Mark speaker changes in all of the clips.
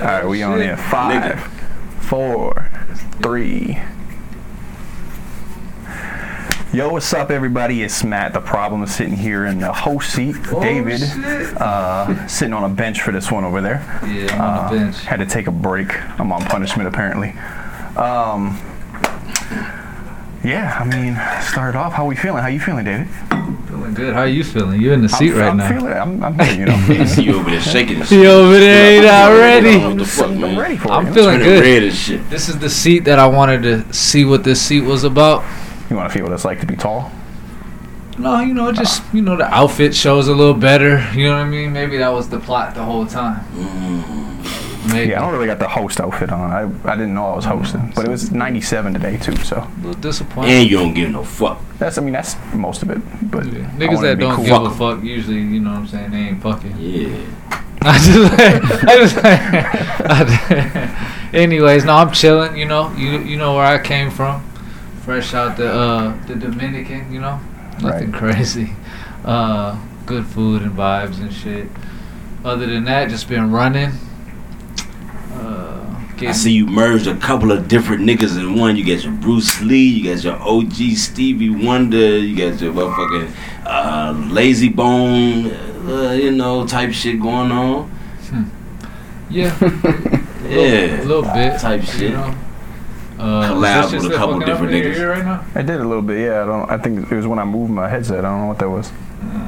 Speaker 1: All right, we on in five, four, three. Yo, what's up, everybody? It's Matt, the problem, is sitting here in the host seat.
Speaker 2: Oh,
Speaker 1: David, uh, sitting on a bench for this one over there.
Speaker 3: Yeah, I'm on the bench.
Speaker 1: Had to take a break. I'm on punishment, apparently. Um, yeah, I mean, start off. How we feeling? How you feeling, David?
Speaker 3: Feeling good. How are you feeling? You're in the seat
Speaker 1: I'm,
Speaker 3: right
Speaker 1: I'm
Speaker 3: now.
Speaker 1: Feeling, I'm, I'm feeling, you know,
Speaker 2: I see you over there shaking and
Speaker 3: You
Speaker 2: shit.
Speaker 3: over there ain't
Speaker 2: I
Speaker 3: already.
Speaker 2: don't know what the fuck,
Speaker 1: I'm ready
Speaker 2: man.
Speaker 1: for
Speaker 3: I'm
Speaker 1: it.
Speaker 3: feeling
Speaker 2: Turning
Speaker 3: good.
Speaker 2: red and shit.
Speaker 3: This is the seat that I wanted to see what this seat was about.
Speaker 1: You want to feel what it's like to be tall?
Speaker 3: No, you know, just you know, the outfit shows a little better. You know what I mean? Maybe that was the plot the whole time. Maybe.
Speaker 1: Mm. Yeah, I don't really got the host outfit on. I, I didn't know I was hosting, but it
Speaker 3: Mm.
Speaker 1: was 97 today too. So
Speaker 3: a little disappointed.
Speaker 2: And you don't give no fuck.
Speaker 1: that's I mean that's most of it. But
Speaker 3: Yeah.
Speaker 1: I
Speaker 3: Niggas
Speaker 1: wanted to
Speaker 3: that
Speaker 1: be
Speaker 3: don't
Speaker 1: cool.
Speaker 3: give a fuck usually, you know what I'm saying, they ain't fucking.
Speaker 2: Yeah.
Speaker 3: I just, I just, I just- anyways, no, I'm chilling. You know, you you know where I came from, fresh out the uh, the Dominican. You know, nothing crazy. Uh, good food and vibes and shit. Other than that, just been running. Uh,
Speaker 2: I
Speaker 3: getting-
Speaker 2: see you merged a couple of different niggas in one. You got your Bruce Lee, you got your OG Stevie Wonder, you got your motherfucking uh, Lazy Bone, uh, you know, type shit going on.
Speaker 3: yeah, a
Speaker 2: Yeah.
Speaker 3: little bit
Speaker 2: Type
Speaker 3: You
Speaker 2: shit.
Speaker 3: know, uh, is
Speaker 2: Collab
Speaker 3: this
Speaker 2: with a
Speaker 3: shit
Speaker 2: couple
Speaker 3: fucking up
Speaker 2: different
Speaker 3: in your
Speaker 2: niggas.
Speaker 3: ear Right now?
Speaker 1: I did a little bit. Yeah, I don't. I think it was when I moved my headset. I don't know what that was.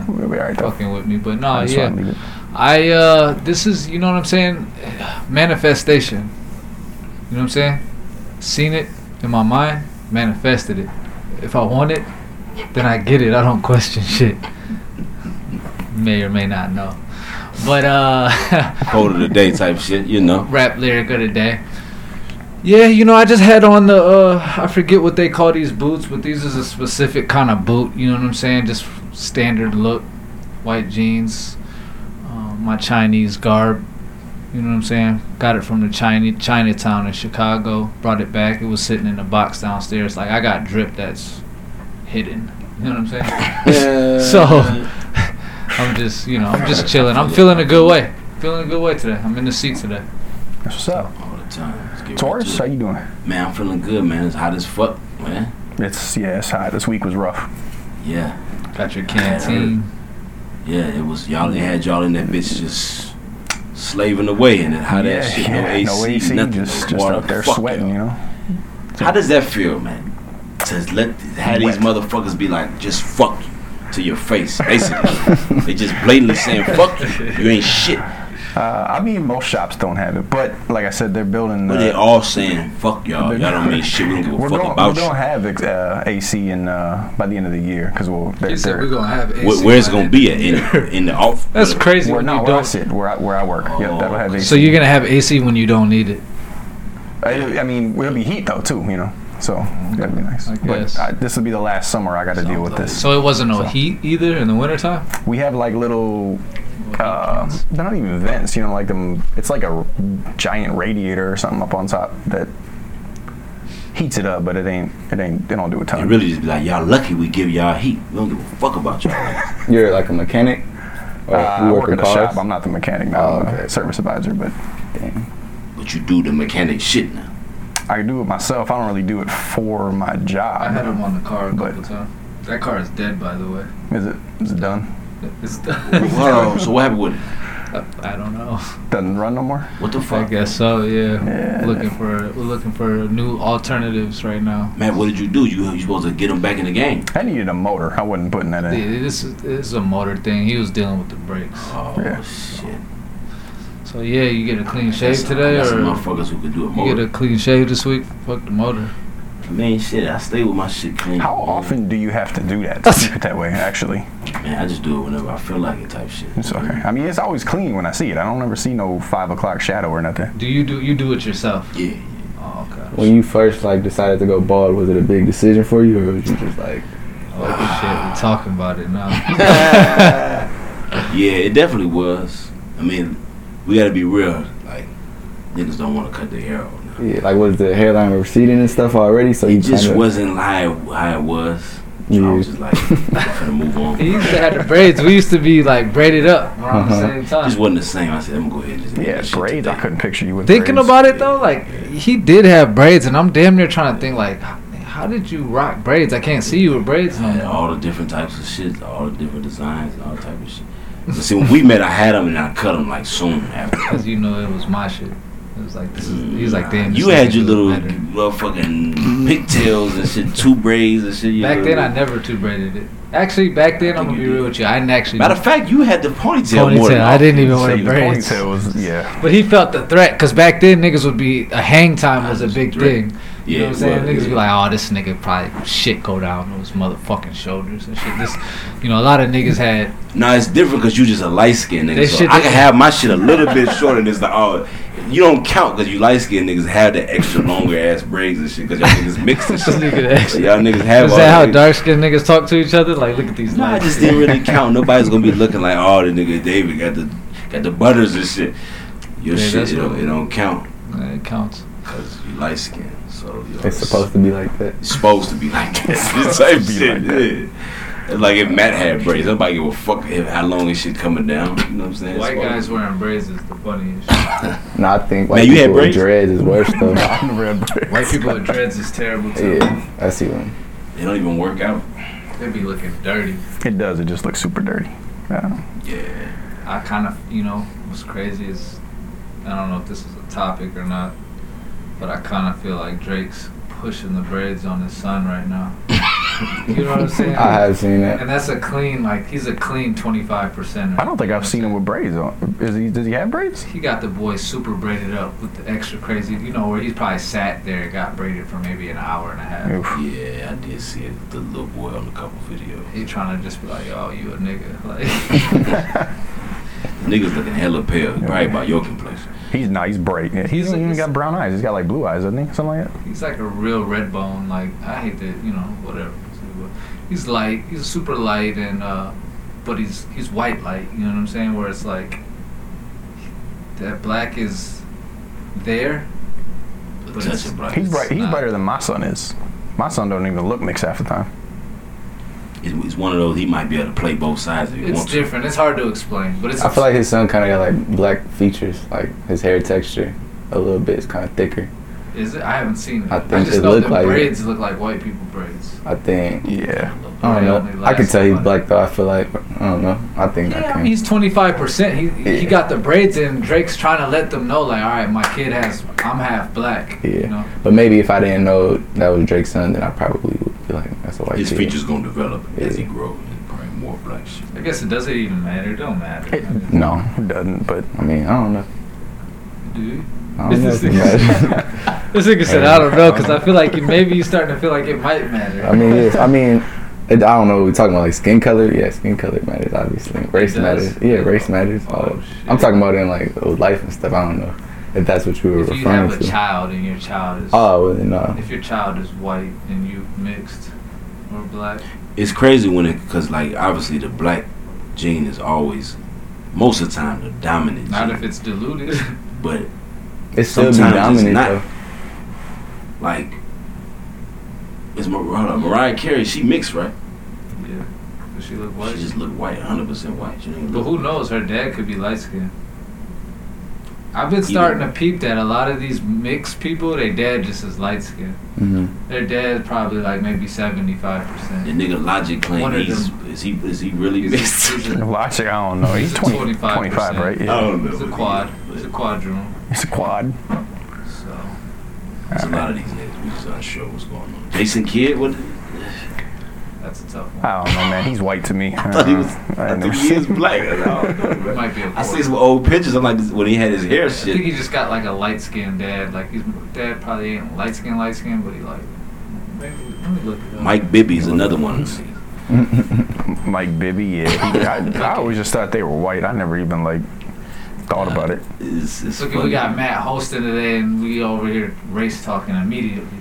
Speaker 1: We'll be all right though.
Speaker 3: Fucking with me, but no,
Speaker 1: I just
Speaker 3: yeah.
Speaker 1: wanna leave it.
Speaker 3: I uh this is you know what I'm saying? Manifestation. You know what I'm saying? Seen it in my mind, manifested it. If I want it, then I get it. I don't question shit. May or may not know. But uh
Speaker 2: Code of the day type shit, you know.
Speaker 3: rap lyric of the day. Yeah, you know, I just had on the uh I forget what they call these boots, but these is a specific kind of boot, you know what I'm saying? Just standard look, white jeans, uh, my Chinese garb, you know what I'm saying? Got it from the China Chinatown in Chicago, brought it back. It was sitting in the box downstairs. Like I got drip that's hidden. You know what I'm saying? So- I'm just, you know, I'm just chilling. I'm feeling a good way. Feeling a good way today. I'm in the seat today.
Speaker 1: That's what's up,
Speaker 2: All the time. Let's get right
Speaker 1: Taurus?
Speaker 2: to
Speaker 1: How
Speaker 2: it.
Speaker 1: you doing?
Speaker 2: Man, I'm feeling good, man. It's hot as fuck, man.
Speaker 1: It's yeah, it's hot. This week was rough.
Speaker 2: Yeah.
Speaker 3: Got your canteen.
Speaker 2: Yeah, it was y'all. They had y'all in that bitch just slaving away in that hot ass shit. No AC,
Speaker 1: no AC,
Speaker 2: nothing.
Speaker 1: just
Speaker 2: no
Speaker 1: just
Speaker 2: water.
Speaker 1: up there
Speaker 2: Fuck
Speaker 1: sweating.
Speaker 2: y'all.
Speaker 1: You know.
Speaker 2: How does that feel, man? To let have these motherfuckers be like, just fuck you to your face, basically. they just blatantly saying, fuck you. You ain't shit.
Speaker 1: Uh, I mean, most shops don't have it, but like I said, they're building.
Speaker 2: But
Speaker 1: uh,
Speaker 2: they all saying, fuck y'all.
Speaker 1: They're-
Speaker 2: Y'all don't mean shit. We don't give a
Speaker 1: we're
Speaker 2: fuck
Speaker 1: going,
Speaker 2: about
Speaker 1: we're going to
Speaker 2: you.
Speaker 1: have ex- uh, AC in, uh, by the end of the year because we'll. They're,
Speaker 3: He said we're
Speaker 1: they're,
Speaker 3: gonna have AC.
Speaker 2: Where, where's
Speaker 3: by
Speaker 2: it gonna
Speaker 3: then.
Speaker 2: be at? In, in the off.
Speaker 3: That's crazy.
Speaker 1: we're
Speaker 3: when
Speaker 1: not
Speaker 3: you
Speaker 1: where I
Speaker 3: don't.
Speaker 1: sit, where I, where I work.
Speaker 2: Oh.
Speaker 1: Yep, that'll have AC.
Speaker 3: So you're gonna have AC when you don't need it.
Speaker 1: I, I mean, it'll be heat though too, you know. So that'd be nice.
Speaker 3: I
Speaker 1: But
Speaker 3: guess.
Speaker 1: I, this will be the last summer I got to deal with this.
Speaker 3: So it wasn't no
Speaker 1: So-
Speaker 3: heat either in the wintertime.
Speaker 1: We have like little. Uh, they're not even vents, you know, like them. It's like a giant radiator or something up on top that heats it up, but it ain't, it ain't, it don't do a
Speaker 2: It
Speaker 1: ton.
Speaker 2: really just be like, y'all lucky we give y'all heat. We don't give a fuck about y'all.
Speaker 4: You're like a mechanic? Or
Speaker 1: Uh, I
Speaker 4: you
Speaker 1: work
Speaker 4: in
Speaker 1: at a shop. I'm not the mechanic. No,
Speaker 4: Oh,
Speaker 1: I'm a
Speaker 4: okay.
Speaker 1: service advisor, but
Speaker 4: Dang.
Speaker 2: But you do the mechanic shit now.
Speaker 1: I do it myself. I don't really do it for my
Speaker 3: I had
Speaker 1: job.
Speaker 3: him on the car a
Speaker 1: But-
Speaker 3: couple times. That car is dead, by the way.
Speaker 1: Is it is it done?
Speaker 3: It's
Speaker 2: Whoa, so what happened with it?
Speaker 3: I don't know.
Speaker 1: Doesn't run no more.
Speaker 2: What the
Speaker 3: I
Speaker 2: fuck?
Speaker 3: guess so. Yeah.
Speaker 1: Yeah.
Speaker 3: Looking for we're looking for new alternatives right now.
Speaker 2: Matt, what did you do? You, you supposed to get him back in the game.
Speaker 1: I needed a motor. I wasn't putting that in.
Speaker 3: Yeah, This is, this is a motor thing. He was dealing with the brakes.
Speaker 2: Oh,
Speaker 1: Yeah.
Speaker 2: shit.
Speaker 3: So yeah, you get a clean
Speaker 2: That's-
Speaker 3: shave today,
Speaker 2: I got some
Speaker 3: or
Speaker 2: motherfuckers who could do it
Speaker 3: you
Speaker 2: more.
Speaker 3: get a clean shave this week? Fuck the motor.
Speaker 2: Man, shit, I stay with my shit clean.
Speaker 1: How often do you have to do that to keep it that way? Actually,
Speaker 2: Man, I just do it whenever I feel like it type shit.
Speaker 1: it's okay. I mean, it's always clean when I see it. I don't ever see no five o'clock shadow or nothing.
Speaker 3: Do you do you do it yourself?
Speaker 2: Yeah.
Speaker 3: Oh, okay.
Speaker 4: When you first like decided to go bald, was it a big decision for you, or was you just like,
Speaker 3: Oh shit, we're talking about it now.
Speaker 2: Yeah, it definitely was. I mean, we gotta be real. Like, niggas don't wanna cut their hair off. now.
Speaker 4: yeah, like was the hairline receding and stuff already? So you
Speaker 2: It just
Speaker 4: kinda-
Speaker 2: wasn't how it, how it was. I
Speaker 4: Yeah.
Speaker 2: was just like, I'm gonna move on.
Speaker 3: He used to have the braids. We used to be like braided up around
Speaker 4: Uh-huh.
Speaker 3: the same time.
Speaker 2: just wasn't the same. I said, I'm gonna go ahead and just
Speaker 1: Yeah, braids. I couldn't picture you with
Speaker 3: Thinking
Speaker 1: braids.
Speaker 3: about it though, like he did have braids, and I'm damn near trying to think like, how did you rock braids? I can't see you with braids
Speaker 2: I
Speaker 3: no
Speaker 2: had
Speaker 3: more.
Speaker 2: all the different types of shit, all the different designs, and all type of shit. But see, when we met, I had them and I cut them like soon after.
Speaker 3: Cause you know it was my shit. It was like this is. He was like damn.
Speaker 2: You
Speaker 3: this
Speaker 2: had
Speaker 3: nigga
Speaker 2: your little
Speaker 3: better.
Speaker 2: motherfucking pigtails and shit, two braids and shit. you
Speaker 3: Back
Speaker 2: know.
Speaker 3: then, I never two braided it. Actually, back then, I'm gonna be real with you. I didn't actually.
Speaker 2: Matter of fact, you had the ponytail, more than
Speaker 3: Ponytail, I didn't even
Speaker 2: did.
Speaker 3: wear
Speaker 1: See, the
Speaker 3: braids.
Speaker 1: ponytail was yeah.
Speaker 3: But he felt the threat, cause back then niggas would be a hang time was a big
Speaker 2: Threat.
Speaker 3: thing. You know what I'm
Speaker 2: it
Speaker 3: saying?
Speaker 2: was,
Speaker 3: Niggas
Speaker 2: yeah.
Speaker 3: be like, oh, this nigga probably shit go down on his motherfucking shoulders and shit. This, you know, a lot of niggas had
Speaker 2: No, it's different because you just a light skinned nigga.
Speaker 3: They
Speaker 2: So
Speaker 3: should-
Speaker 2: I can have my shit a little bit shorter and it's like, oh, you don't count because you light skinned niggas have the extra longer ass braids and shit because y'all niggas mixed and shit.
Speaker 3: Nigga, that's-
Speaker 2: So y'all niggas have
Speaker 3: Is
Speaker 2: all
Speaker 3: that how
Speaker 2: that-
Speaker 3: dark skinned niggas talk to each other? Like, look at these.
Speaker 2: No, I
Speaker 3: lights.
Speaker 2: just didn't really count. Nobody's gonna be looking like, oh, the nigga David got the got the butters and shit. Your
Speaker 3: Yeah,
Speaker 2: shit,
Speaker 3: that's
Speaker 2: it don't,
Speaker 3: cool.
Speaker 2: it don't count
Speaker 3: Yeah, it counts.
Speaker 2: because you light skinned. So you know,
Speaker 4: It's supposed to be like that.
Speaker 2: it's supposed to be like that.
Speaker 1: It's
Speaker 2: This
Speaker 1: supposed
Speaker 2: type
Speaker 1: to be
Speaker 2: shit.
Speaker 1: like that.
Speaker 2: yeah. It's like if Matt had braids, nobody give a fuck if how long his shit coming down. You know what I'm saying?
Speaker 3: White
Speaker 2: Supposed-
Speaker 3: guys wearing braids is the funniest. shit.
Speaker 4: No, I think white
Speaker 2: you had
Speaker 4: people with
Speaker 2: braids?
Speaker 4: dreads is worse though.
Speaker 1: Not red braids.
Speaker 3: White people with dreads is terrible too.
Speaker 4: yeah, I see one.
Speaker 2: They don't even work out.
Speaker 3: They be looking dirty.
Speaker 1: It does. It just looks super dirty. Yeah.
Speaker 2: Yeah.
Speaker 3: I kind of, you know, what's crazy is, I don't know if this is a topic or not, but I kind of feel like Drake's pushing the braids on his son right now. you know what I'm saying?
Speaker 4: I have seen that.
Speaker 3: And that's a clean, like he's a clean 25 percent.
Speaker 1: I don't think I've seen him with braids on. Is he? Does he have braids?
Speaker 3: He got the boy super braided up with the extra crazy, you know, where he's probably sat there and got braided for maybe an hour and a half.
Speaker 1: Oof.
Speaker 2: Yeah, I did see it. The little boy on a couple videos.
Speaker 3: He trying to just be like, "Oh, you a nigga?" Like,
Speaker 2: Niggas looking hella pale. Right about your complexion.
Speaker 1: He's not. He's bright. Yeah, he's,
Speaker 3: He's-
Speaker 1: he's even got brown eyes. He's got like blue eyes, doesn't he? Something like that.
Speaker 3: he's like a real red bone. Like, I hate that, you know, whatever. He's light. He's super light, and uh, but he's he's white light. You know what I'm saying? Where it's like that black is there.
Speaker 2: The
Speaker 3: But
Speaker 2: touch
Speaker 3: it's-
Speaker 2: of black.
Speaker 1: He's bright. He's
Speaker 3: not-
Speaker 1: brighter than my son is. My son don't even look mixed half the time.
Speaker 2: It's, it's one of those he might be able to play both sides if he
Speaker 3: It's
Speaker 2: wants to.
Speaker 3: different. It's hard to explain, but it's.
Speaker 4: I feel like his son kind of got like black features, like his hair texture a little bit is kind of thicker.
Speaker 3: Is it? I haven't seen it.
Speaker 4: I
Speaker 3: I,
Speaker 4: think
Speaker 3: just
Speaker 4: it
Speaker 3: know
Speaker 4: looked
Speaker 3: the
Speaker 4: like it.
Speaker 3: braids look like white people braids.
Speaker 4: I think.
Speaker 1: Yeah.
Speaker 4: I
Speaker 3: They
Speaker 4: don't
Speaker 3: only
Speaker 4: know. I can
Speaker 3: last
Speaker 4: tell he's
Speaker 3: about-
Speaker 4: black though. I feel like I don't know. I think I
Speaker 3: Yeah, I
Speaker 4: can.
Speaker 3: mean, he's 25%. He, he
Speaker 4: Yeah.
Speaker 3: got the braids in. Drake's trying to let them know, like, all right, my kid has, I'm half black.
Speaker 4: Yeah.
Speaker 3: You know?
Speaker 4: But maybe if I didn't know that was Drake's son, then I probably would be like, that's a white
Speaker 2: His
Speaker 4: kid.
Speaker 2: features gonna develop as he
Speaker 4: Yeah.
Speaker 2: grows. There's Probably more black shit.
Speaker 3: I guess it doesn't even matter. It don't matter.
Speaker 1: It-
Speaker 4: No,
Speaker 1: Doesn't. But
Speaker 4: I mean I don't know.
Speaker 3: Dude.
Speaker 4: I don't know.
Speaker 3: This
Speaker 4: if it
Speaker 3: is-
Speaker 4: matters.
Speaker 3: This nigga said, I don't know, because I feel like it, maybe he's starting to feel like it might matter.
Speaker 4: I mean, yes, I mean, it, I don't know. We're talking about like skin color. Yeah, skin color matters obviously. Race
Speaker 3: does.
Speaker 4: matters. Yeah, race matters.
Speaker 3: Oh,
Speaker 4: all-
Speaker 3: shit.
Speaker 4: I'm talking about in like oh, life and stuff. I don't know if that's what you were
Speaker 3: if you
Speaker 4: referring
Speaker 3: have a
Speaker 4: to.
Speaker 3: child and your child is,
Speaker 4: oh, well, no.
Speaker 3: if your child is white and you mixed or black,
Speaker 2: It's crazy when it because like obviously the black gene is always most of the time the dominant.
Speaker 3: not
Speaker 2: gene,
Speaker 3: if it's diluted.
Speaker 2: but
Speaker 4: It's still be
Speaker 2: sometimes it's
Speaker 4: dominant
Speaker 2: not.
Speaker 4: though.
Speaker 2: like it's Mar- hold on, Mariah Carey. She mixed right.
Speaker 3: yeah. Does she look
Speaker 2: She
Speaker 3: white?
Speaker 2: just look white, hundred percent white. She didn't
Speaker 3: But
Speaker 2: look
Speaker 3: who knows? Her dad could be light skinned. I've been starting to peep that a lot of these mixed people, their dad just is light skinned.
Speaker 4: hmm
Speaker 3: Their dad's probably like maybe 75%.
Speaker 2: The nigga Logic claim
Speaker 3: One of
Speaker 2: he's
Speaker 3: them.
Speaker 2: is he is he really mixed?
Speaker 1: logic, I don't know. He's
Speaker 3: He's a
Speaker 1: 20,
Speaker 3: 25%.
Speaker 1: 25, right?
Speaker 2: I
Speaker 1: Yeah.
Speaker 2: don't know.
Speaker 3: It's a
Speaker 2: but
Speaker 3: quad.
Speaker 2: yeah,
Speaker 3: It's a quadroom.
Speaker 2: Oh.
Speaker 1: It's a quad.
Speaker 3: So.
Speaker 2: but it's a lot of these niggas. We just unsure what's going on. Jason Kidd, what?
Speaker 3: That's a tough one.
Speaker 1: I don't know, man. He's white to me.
Speaker 2: I thought he was.
Speaker 1: Uh, I
Speaker 2: I,
Speaker 1: ain't
Speaker 2: think
Speaker 1: never
Speaker 2: he is
Speaker 1: seen-
Speaker 2: black. I don't know,
Speaker 3: It
Speaker 2: man.
Speaker 3: might be a
Speaker 2: I see
Speaker 3: quarter.
Speaker 2: some old pictures. I'm like this- when he had his hair
Speaker 3: I think he
Speaker 2: shit.
Speaker 3: just got like a light skinned dad. Like his dad probably ain't light skinned, light skinned, but he like. Maybe, let me look it up.
Speaker 2: Mike Bibby's another one.
Speaker 1: Mike Bibby. Yeah. He- I, I always just thought they were white. I never even like thought about it.
Speaker 2: It's, it's
Speaker 3: Look,
Speaker 2: funny.
Speaker 3: we got Matt hosting today, and we over here race talking immediately.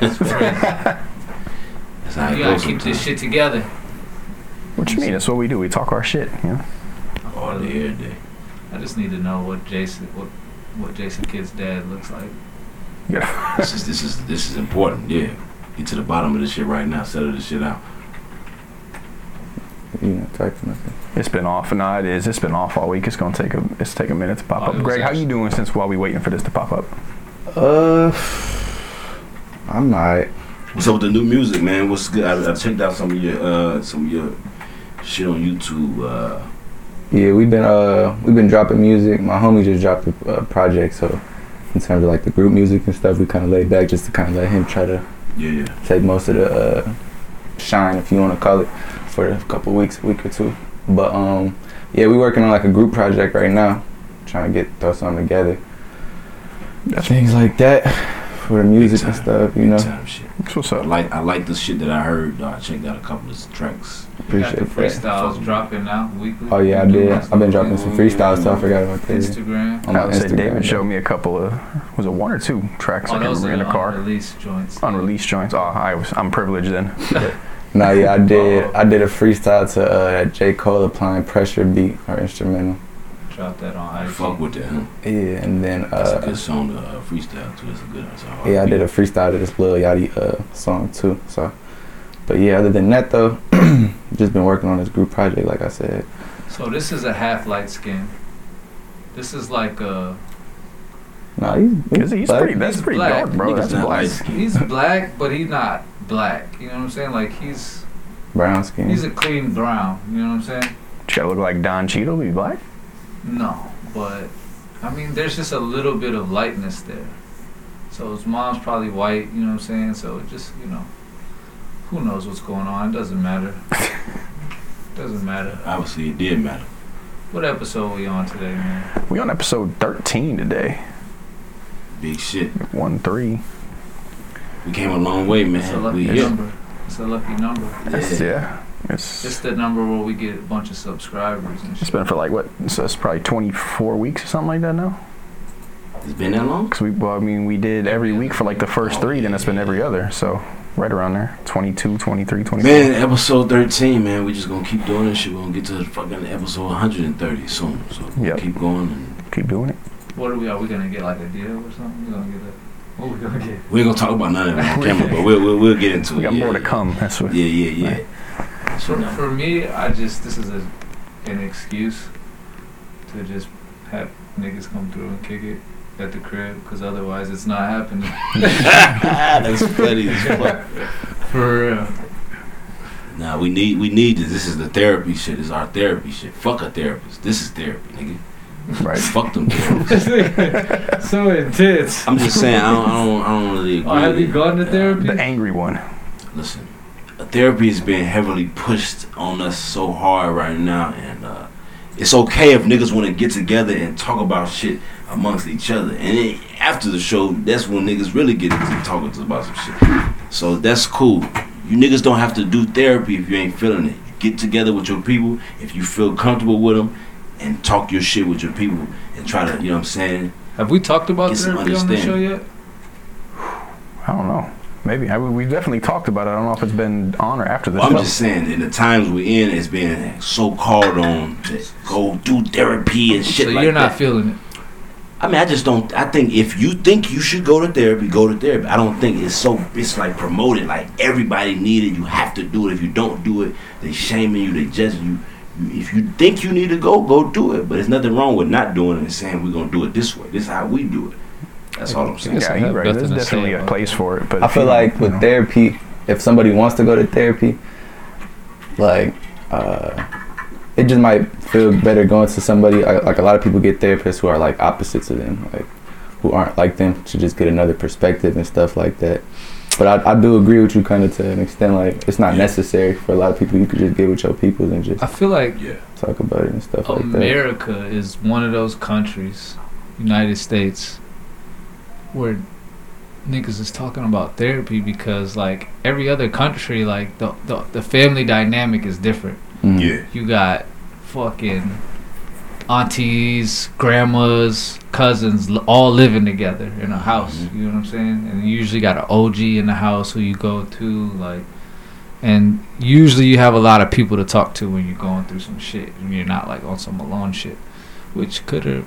Speaker 3: That's crazy.
Speaker 2: That's how it
Speaker 3: You gotta
Speaker 2: goes
Speaker 3: keep this
Speaker 2: sometimes.
Speaker 3: shit together.
Speaker 1: What you mean? That's what we do. We talk our shit. You know?
Speaker 2: all day, every day.
Speaker 3: I just need to know what Jason, what, what Jason Kidd's dad looks like.
Speaker 2: This is this is this is important. Yeah, get to the bottom of this shit right now. Settle this shit out.
Speaker 4: type of nothing.
Speaker 1: It's been off. No, it is. It's been off all week. It's gonna take a. It's take a minute to pop
Speaker 3: Oh, it
Speaker 1: up.
Speaker 3: was
Speaker 1: Greg, how you
Speaker 3: actually-
Speaker 1: doing since while we waiting for this to pop up?
Speaker 4: Uh, I'm not.
Speaker 2: What's up with the new music, man? What's good? I, I checked out some of your uh, some of your shit on YouTube. Uh,
Speaker 4: Yeah, we've been uh we've been dropping music. My homie just dropped a uh, project, so in terms of like the group music and stuff, we kind of laid back just to kind of let him try to
Speaker 2: yeah, yeah.
Speaker 4: take most of the uh, shine, if you want to call it, for a couple weeks, a week or two. But um, yeah, we're working on like a group project right now, trying to get throw something together.
Speaker 1: That's-
Speaker 4: Things like that for the music and
Speaker 2: time.
Speaker 4: stuff, you know.
Speaker 2: Time shit.
Speaker 1: That's what's
Speaker 2: I
Speaker 1: up.
Speaker 2: like I like the shit that I heard. though. I checked out a couple of tracks.
Speaker 3: You got the
Speaker 4: Appreciate that.
Speaker 3: freestyles dropping out weekly.
Speaker 4: Oh yeah, I
Speaker 3: You do
Speaker 4: did.
Speaker 3: that
Speaker 4: I've been dropping some freestyles, so I forgot about
Speaker 3: on
Speaker 4: that.
Speaker 3: Instagram.
Speaker 4: On my
Speaker 1: I would say
Speaker 4: Instagram,
Speaker 1: David
Speaker 4: yeah.
Speaker 1: showed me a couple of was it one or two tracks
Speaker 3: Oh,
Speaker 1: I
Speaker 3: those
Speaker 1: remember
Speaker 3: are
Speaker 1: in
Speaker 3: the
Speaker 1: the car.
Speaker 3: unreleased joints.
Speaker 1: Unreleased joints. Oh, I was. I'm privileged then.
Speaker 4: Nah, yeah, I did. I did a freestyle to uh, that J Cole applying pressure beat or instrumental.
Speaker 3: Drop that
Speaker 2: I
Speaker 3: on IG.
Speaker 2: fuck with that. Huh?
Speaker 4: Yeah, and then
Speaker 2: That's a
Speaker 4: uh,
Speaker 2: good song to uh, freestyle to. It's a good. It's a hard
Speaker 4: yeah, I
Speaker 2: beat.
Speaker 4: did a freestyle to this Lil Yachty uh, song too. So, but yeah, other than that though, just been working on this group project, like I said.
Speaker 3: So this is a half light skin. This is like a.
Speaker 4: Nah, he's,
Speaker 1: He's, he's
Speaker 4: black.
Speaker 1: pretty. That's
Speaker 3: He's
Speaker 1: pretty
Speaker 3: black.
Speaker 1: dark, bro.
Speaker 2: Niggas
Speaker 1: That's
Speaker 2: not
Speaker 1: black.
Speaker 2: light.
Speaker 3: He's black, but he's not black. You know what I'm saying? Like he's
Speaker 4: brown skin.
Speaker 3: he's a clean brown. You know what I'm saying?
Speaker 1: You gotta look like Don Cheadle to be black.
Speaker 3: No, but I mean, there's just a little bit of lightness there. So his mom's probably white, you know what I'm saying? So it just, you know, who knows what's going on? It doesn't matter. doesn't matter.
Speaker 2: Obviously, it did matter.
Speaker 3: What episode we on today, man?
Speaker 1: We on episode 13 today.
Speaker 2: Big shit.
Speaker 1: One three.
Speaker 2: We came a long way,
Speaker 3: It's a
Speaker 2: man.
Speaker 3: lucky
Speaker 2: We here.
Speaker 3: number. It's a lucky number.
Speaker 1: That's,
Speaker 2: Yeah.
Speaker 1: yeah. It's
Speaker 3: It's the number where we get a bunch of subscribers and
Speaker 1: it's
Speaker 3: shit.
Speaker 1: been for like what? So it's probably 24 weeks or something like that now.
Speaker 2: It's been that long.
Speaker 1: Cause we, well, I mean, we did every week for like the first three, then it's been every other. So right around there, 22, 23, 24.
Speaker 2: Man, episode 13, man. We just gonna keep doing this shit. We're gonna get to fucking episode 130 soon. So
Speaker 1: Yep.
Speaker 2: keep going. And
Speaker 1: Keep doing it.
Speaker 3: What are we? Are we gonna get like a deal or something? We gonna get a? What we gonna get?
Speaker 2: we ain't gonna talk about none of that on camera, but we'll, we'll, we'll get into it.
Speaker 1: We got
Speaker 2: yeah.
Speaker 1: more to come. That's what.
Speaker 2: Yeah, yeah, yeah. So
Speaker 3: For,
Speaker 2: now,
Speaker 3: for me, I just this is a, an excuse to just have niggas come through and kick it at the crib, because otherwise it's not happening.
Speaker 2: that's funny as fuck.
Speaker 3: For real.
Speaker 2: Nah, we need we need this. This is the therapy shit. This is our therapy shit. Fuck a therapist. This is therapy, nigga.
Speaker 1: Right.
Speaker 2: Fuck them therapists.
Speaker 3: so intense.
Speaker 2: I'm just saying. I don't. I don't, I don't really. Agree Uh,
Speaker 3: Oh, have you
Speaker 2: with
Speaker 3: gone to
Speaker 2: that.
Speaker 3: therapy?
Speaker 1: The angry one.
Speaker 2: Listen, therapy is being heavily pushed on us so hard right now, and uh, it's okay if niggas want to get together and talk about shit amongst each other. And then after the show, that's when niggas really get into talking to about some shit. So that's cool. You niggas don't have to do therapy if you ain't feeling it. You get together with your people if you feel comfortable with them, and talk your shit with your people and try to, you know what I'm saying?
Speaker 3: Have we talked about
Speaker 2: Get some
Speaker 3: therapy on the show yet?
Speaker 1: I don't know. Maybe I, we've definitely talked about it. I don't know if it's been on or after the
Speaker 2: Well, I'm
Speaker 1: show.
Speaker 2: just saying, in the times we're in, it's been so called on to go do therapy and shit
Speaker 3: so
Speaker 2: like
Speaker 3: you're not
Speaker 2: that.
Speaker 3: feeling it.
Speaker 2: I mean, I just don't. I think if you think you should go to therapy, go to therapy. I don't think it's so. It's like promoted, like everybody need it. You have to do it. If you don't do it, they shaming you. They judging you. You- If you think you need to go, go do it. But there's nothing wrong with not doing it and saying we're gonna do it this way. This is how we do it. That's all I'm saying.
Speaker 3: guess I
Speaker 1: yeah, you're
Speaker 3: have
Speaker 1: right. There's
Speaker 3: nothing to say
Speaker 1: definitely a
Speaker 3: about
Speaker 1: place for it. But
Speaker 4: I
Speaker 1: if
Speaker 4: feel
Speaker 1: you-
Speaker 4: like
Speaker 1: you
Speaker 4: with
Speaker 1: know.
Speaker 4: therapy, if somebody wants to go to therapy, like uh, it just might feel better going to somebody. I, like a lot of people get therapists who are like opposites of them, like who aren't like them, to just get another perspective and stuff like that. But I, I do agree with you kind of to an extent. Like it's not
Speaker 2: Yeah.
Speaker 4: necessary for a lot of people. You could just get with your people and just
Speaker 3: I feel like
Speaker 2: Yeah.
Speaker 4: talk about it and
Speaker 1: Oh,
Speaker 4: stuff like that.
Speaker 3: America is one of those countries, United States, where niggas is talking about therapy because like every other country, like the the, the family dynamic is different.
Speaker 4: Mhm.
Speaker 3: You got fucking aunties, grandmas, cousins l- all living together in a house.
Speaker 2: Mhm.
Speaker 3: You know what I'm saying? And you usually got an OG in the house who you go to, like, and usually you have a lot of people to talk to when you're going through some shit and you're not like on some alone shit, which could or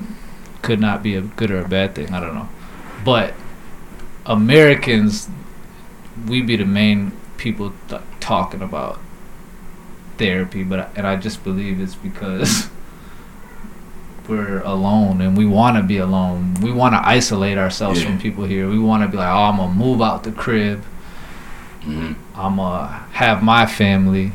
Speaker 3: could not be a good or a bad thing. I don't know, but Americans, we be the main people th- talking about therapy, but I- and I just believe it's because we're alone and we want to be alone. We want to isolate ourselves
Speaker 2: Yeah.
Speaker 3: from people here. We want to be like, oh, I'm gonna move out the crib.
Speaker 2: Mhm.
Speaker 3: I'm gonna have my family.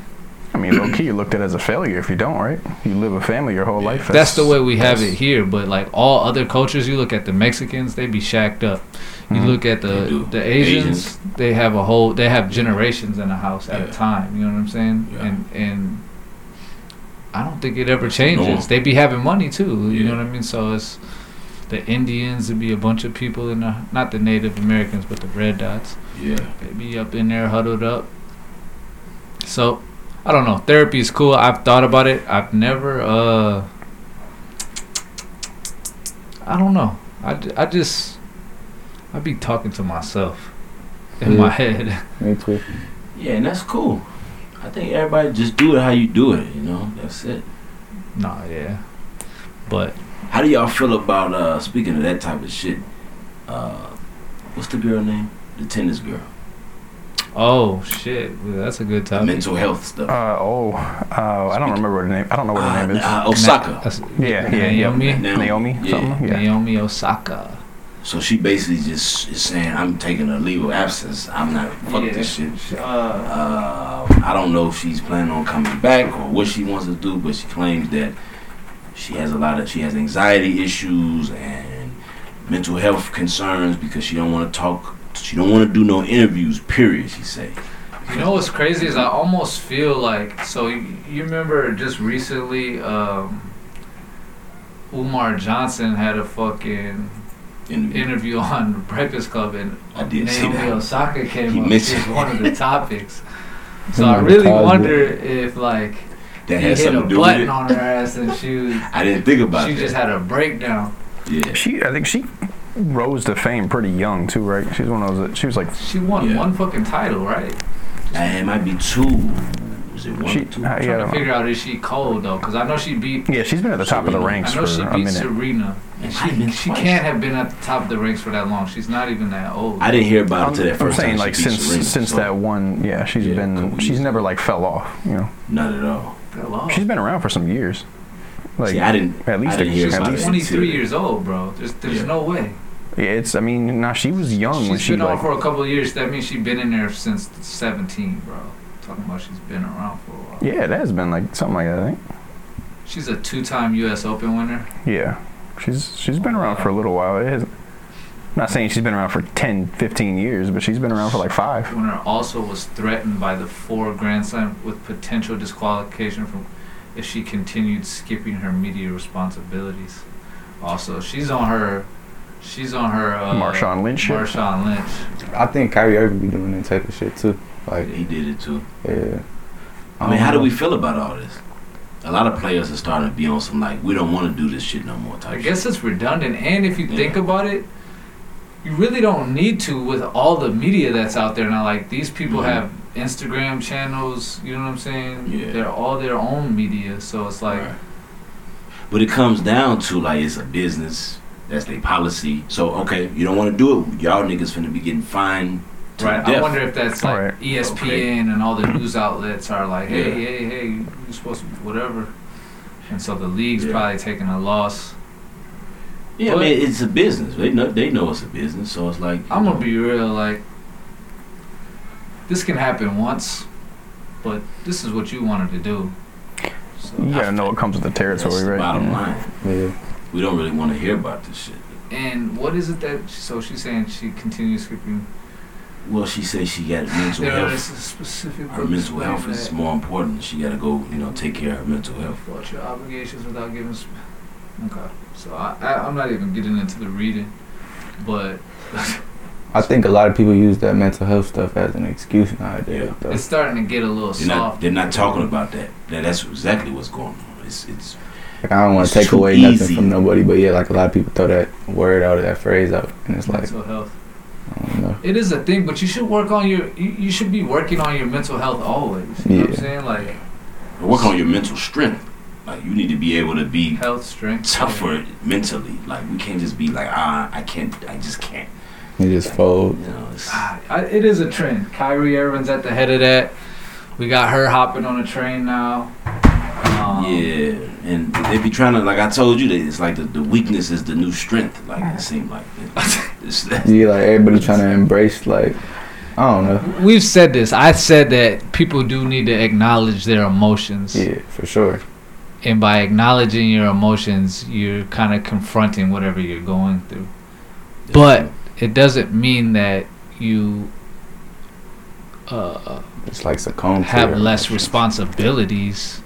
Speaker 1: I mean, low key, you looked at it as a failure if you don't, right? You live a family your whole life.
Speaker 3: That's, the way we have it
Speaker 1: that's-
Speaker 3: here. But like all other cultures, you look at the Mexicans, they be shacked up. You
Speaker 1: Mhm.
Speaker 3: look at
Speaker 2: They do.
Speaker 3: the the Asians,
Speaker 2: Asians.
Speaker 3: they have a whole they have generations in a house at
Speaker 2: Yeah.
Speaker 3: a time. You know what I'm saying?
Speaker 2: Yeah.
Speaker 3: And and I don't think it ever changes. They be having money too. You
Speaker 2: Yeah.
Speaker 3: know what I mean? So it's the Indians. It'd be a bunch of people in the not the Native Americans, but the red dots.
Speaker 2: Yeah.
Speaker 3: They be up in there huddled up. So I don't know. Therapy is cool. I've thought about it. I've never. uh I don't know. I, ju- I just I be talking to myself in my
Speaker 4: Yeah.
Speaker 3: head.
Speaker 4: Me too.
Speaker 2: Yeah, and that's cool. I think everybody just do it how you do it. You know, that's it.
Speaker 3: nah, yeah. But
Speaker 2: How do y'all feel about uh speaking of that type of shit? Uh, what's the girl name? The tennis girl.
Speaker 3: oh shit, well, that's a good
Speaker 2: The
Speaker 3: topic.
Speaker 2: mental health stuff.
Speaker 1: Uh, oh, uh, I don't remember what her name. I don't know what her
Speaker 2: Uh,
Speaker 1: name is.
Speaker 2: uh, Osaka.
Speaker 3: That's-
Speaker 1: Yeah, yeah, yeah.
Speaker 3: Naomi,
Speaker 2: Naomi.
Speaker 1: Naomi,
Speaker 2: Yeah.
Speaker 1: something. Yeah.
Speaker 3: Naomi Osaka.
Speaker 2: So she basically just is saying, "I'm taking a leave of absence. I'm not fuck this shit."
Speaker 3: Uh,
Speaker 2: Uh, I don't know if she's planning on coming back or what she wants to do, but she claims that she has a lot of she has anxiety issues and mental health concerns because she don't want to talk. She don't want to do no interviews. Period. She say.
Speaker 3: You know what's crazy is I almost feel like so you, you remember just recently um, Umar Johnson had a fucking
Speaker 2: Interview.
Speaker 3: interview on Breakfast Club and
Speaker 2: I did see
Speaker 3: Naomi
Speaker 2: that.
Speaker 3: Osaka came
Speaker 2: He
Speaker 3: up
Speaker 2: mentioned
Speaker 3: as one of the topics. So
Speaker 4: One
Speaker 3: I
Speaker 4: of the
Speaker 3: really
Speaker 4: causes.
Speaker 3: wonder if like
Speaker 2: That
Speaker 3: he
Speaker 2: has
Speaker 3: hit a
Speaker 2: something to do with
Speaker 3: button
Speaker 2: it.
Speaker 3: on her ass and she was,
Speaker 2: I didn't think about
Speaker 3: she
Speaker 2: that.
Speaker 3: just had a breakdown.
Speaker 2: yeah.
Speaker 1: She, I think she rose to fame pretty young too, right? She's one of those. She was like,
Speaker 3: She won
Speaker 2: Yeah.
Speaker 3: one fucking title, right?
Speaker 2: Uh, it might be two. Was it one?
Speaker 1: she,
Speaker 2: or two?
Speaker 1: I- yeah, I
Speaker 3: Trying to
Speaker 1: don't know.
Speaker 3: figure out is she cold though, because I know she beat
Speaker 1: yeah, she's been at the top of the
Speaker 2: Serena.
Speaker 1: ranks
Speaker 3: I
Speaker 1: for
Speaker 3: know she
Speaker 1: a
Speaker 3: beat
Speaker 1: minute.
Speaker 3: Serena.
Speaker 2: And
Speaker 3: She,
Speaker 2: she been
Speaker 3: she
Speaker 2: twice.
Speaker 3: can't have been at the top of the ranks for that long. She's not even that old.
Speaker 2: I didn't hear about it to that
Speaker 1: I'm
Speaker 2: first
Speaker 1: saying
Speaker 2: time.
Speaker 1: like
Speaker 2: she beat
Speaker 1: since
Speaker 2: Serena,
Speaker 1: since
Speaker 2: so
Speaker 1: that one, yeah, she's
Speaker 2: Yeah,
Speaker 1: been
Speaker 2: couple
Speaker 1: she's
Speaker 2: years.
Speaker 1: never like fell off. You know,
Speaker 2: Not at all.
Speaker 3: that long.
Speaker 1: she's been around for some years. Like,
Speaker 2: See, I didn't.
Speaker 1: at least
Speaker 2: Oh. I didn't
Speaker 1: a-
Speaker 2: hear
Speaker 3: She's
Speaker 1: at
Speaker 2: about
Speaker 1: least-
Speaker 2: it
Speaker 3: 23
Speaker 2: until-
Speaker 3: years old, bro. There's, there's
Speaker 2: Yeah.
Speaker 3: no way.
Speaker 1: yeah, it's. I mean, nah, she was young Oh, when
Speaker 3: She's
Speaker 1: she
Speaker 3: been on
Speaker 1: like.
Speaker 3: for a couple of years. That means she's been in there since 17, bro. Talking about she's been around for a while.
Speaker 1: Yeah, it has been like something like that. I think.
Speaker 3: She's a two-time U.S. Open winner.
Speaker 1: Yeah, she's she's been around for a little while. It hasn't. I'm not saying she's been around for 10, 15 years, but she's been around for like five.
Speaker 3: Winner also was threatened by the four Grand Slam with potential disqualification from if she continued skipping her media responsibilities. Also, she's on her. She's on her. Uh,
Speaker 1: Marshawn Lynch. shit.
Speaker 3: Marshawn Lynch.
Speaker 4: I think Kyrie Irving be doing that type of shit too. Like,
Speaker 2: He did it too.
Speaker 4: yeah.
Speaker 2: I mean, how do we feel about all this? A lot of players are starting to be on some like, we don't want to do this shit no more type.
Speaker 3: I guess it's redundant, and if you think
Speaker 2: Yeah.
Speaker 3: about it, you really don't need to with all the media that's out there now. Like these people
Speaker 2: Mhm.
Speaker 3: have Instagram channels. You know what I'm saying?
Speaker 2: Yeah.
Speaker 3: They're all their own media, so it's like.
Speaker 2: Right. But it comes down to like it's a business. That's their policy. So okay, you don't want to do it. Y'all niggas finna be getting fined. To
Speaker 3: Right.
Speaker 2: Death.
Speaker 3: I wonder if that's like E
Speaker 1: Alright.
Speaker 3: ESPN and all the news outlets are like, hey,
Speaker 2: Yeah.
Speaker 3: hey, hey, you're supposed to whatever. And so the league's
Speaker 2: Yeah.
Speaker 3: probably taking a loss.
Speaker 2: yeah, I mean, it's a business. They know. They know it's a business. So it's like
Speaker 3: I'm gonna be real, like this can happen once, but this is what you wanted to do.
Speaker 1: You
Speaker 3: So,
Speaker 1: gotta know what comes with the
Speaker 2: That's
Speaker 1: territory,
Speaker 2: the
Speaker 1: right?
Speaker 2: bottom
Speaker 1: Yeah.
Speaker 2: line.
Speaker 4: Yeah.
Speaker 2: We don't really want to hear about this shit.
Speaker 3: and what is it that? So she's saying she continues skipping.
Speaker 2: Well, she says she got mental
Speaker 3: There are
Speaker 2: health.
Speaker 3: specific.
Speaker 2: Her
Speaker 3: books
Speaker 2: mental health
Speaker 3: explaining
Speaker 2: is
Speaker 3: that.
Speaker 2: more important. She gotta go, you know, take care of her mental health.
Speaker 3: Fulfill your obligations without giving. Sp- okay, so I, I I'm not even getting into the reading, but
Speaker 4: I think a lot of people use that mental health stuff as an excuse nowadays.
Speaker 2: Yeah.
Speaker 4: Though.
Speaker 3: it's starting to get a little
Speaker 2: They're not,
Speaker 3: soft.
Speaker 2: they're not talking about that. That- That's exactly what's going on. It's, it's
Speaker 4: Like, I don't want
Speaker 2: It's
Speaker 4: to take
Speaker 2: too
Speaker 4: away
Speaker 2: easy.
Speaker 4: nothing from nobody, but yeah, like a lot of people throw that word out or that phrase out, and it's like,
Speaker 3: mental health.
Speaker 4: I don't know.
Speaker 3: It is a thing, but you should work on your. You, you should be working on your mental health always. You know what
Speaker 4: Yeah.
Speaker 3: I'm saying? Like
Speaker 2: work on your mental strength. Like you need to be able to be
Speaker 3: health, strength.
Speaker 2: tougher mentally. Like we can't just be like ah, I can't, I just can't.
Speaker 4: You just
Speaker 2: You
Speaker 4: fold.
Speaker 2: know, it's,
Speaker 3: Ah, I, it is a trend. Kyrie Irving's at the head of that. We got her hopping on a train now. Um,
Speaker 2: Yeah, and they be trying to like I told you, they, it's like the, the weakness is the new strength. Like it seemed like it's, it's,
Speaker 4: Yeah, like everybody trying to embrace like I don't know.
Speaker 3: We've said this. I said that people do need to acknowledge their emotions.
Speaker 4: Yeah, for sure.
Speaker 3: And by acknowledging your emotions, you're kind of confronting whatever you're going through. But it doesn't mean that you uh,
Speaker 4: It's like succumb to
Speaker 3: have
Speaker 4: your
Speaker 3: less
Speaker 4: emotions.
Speaker 3: responsibilities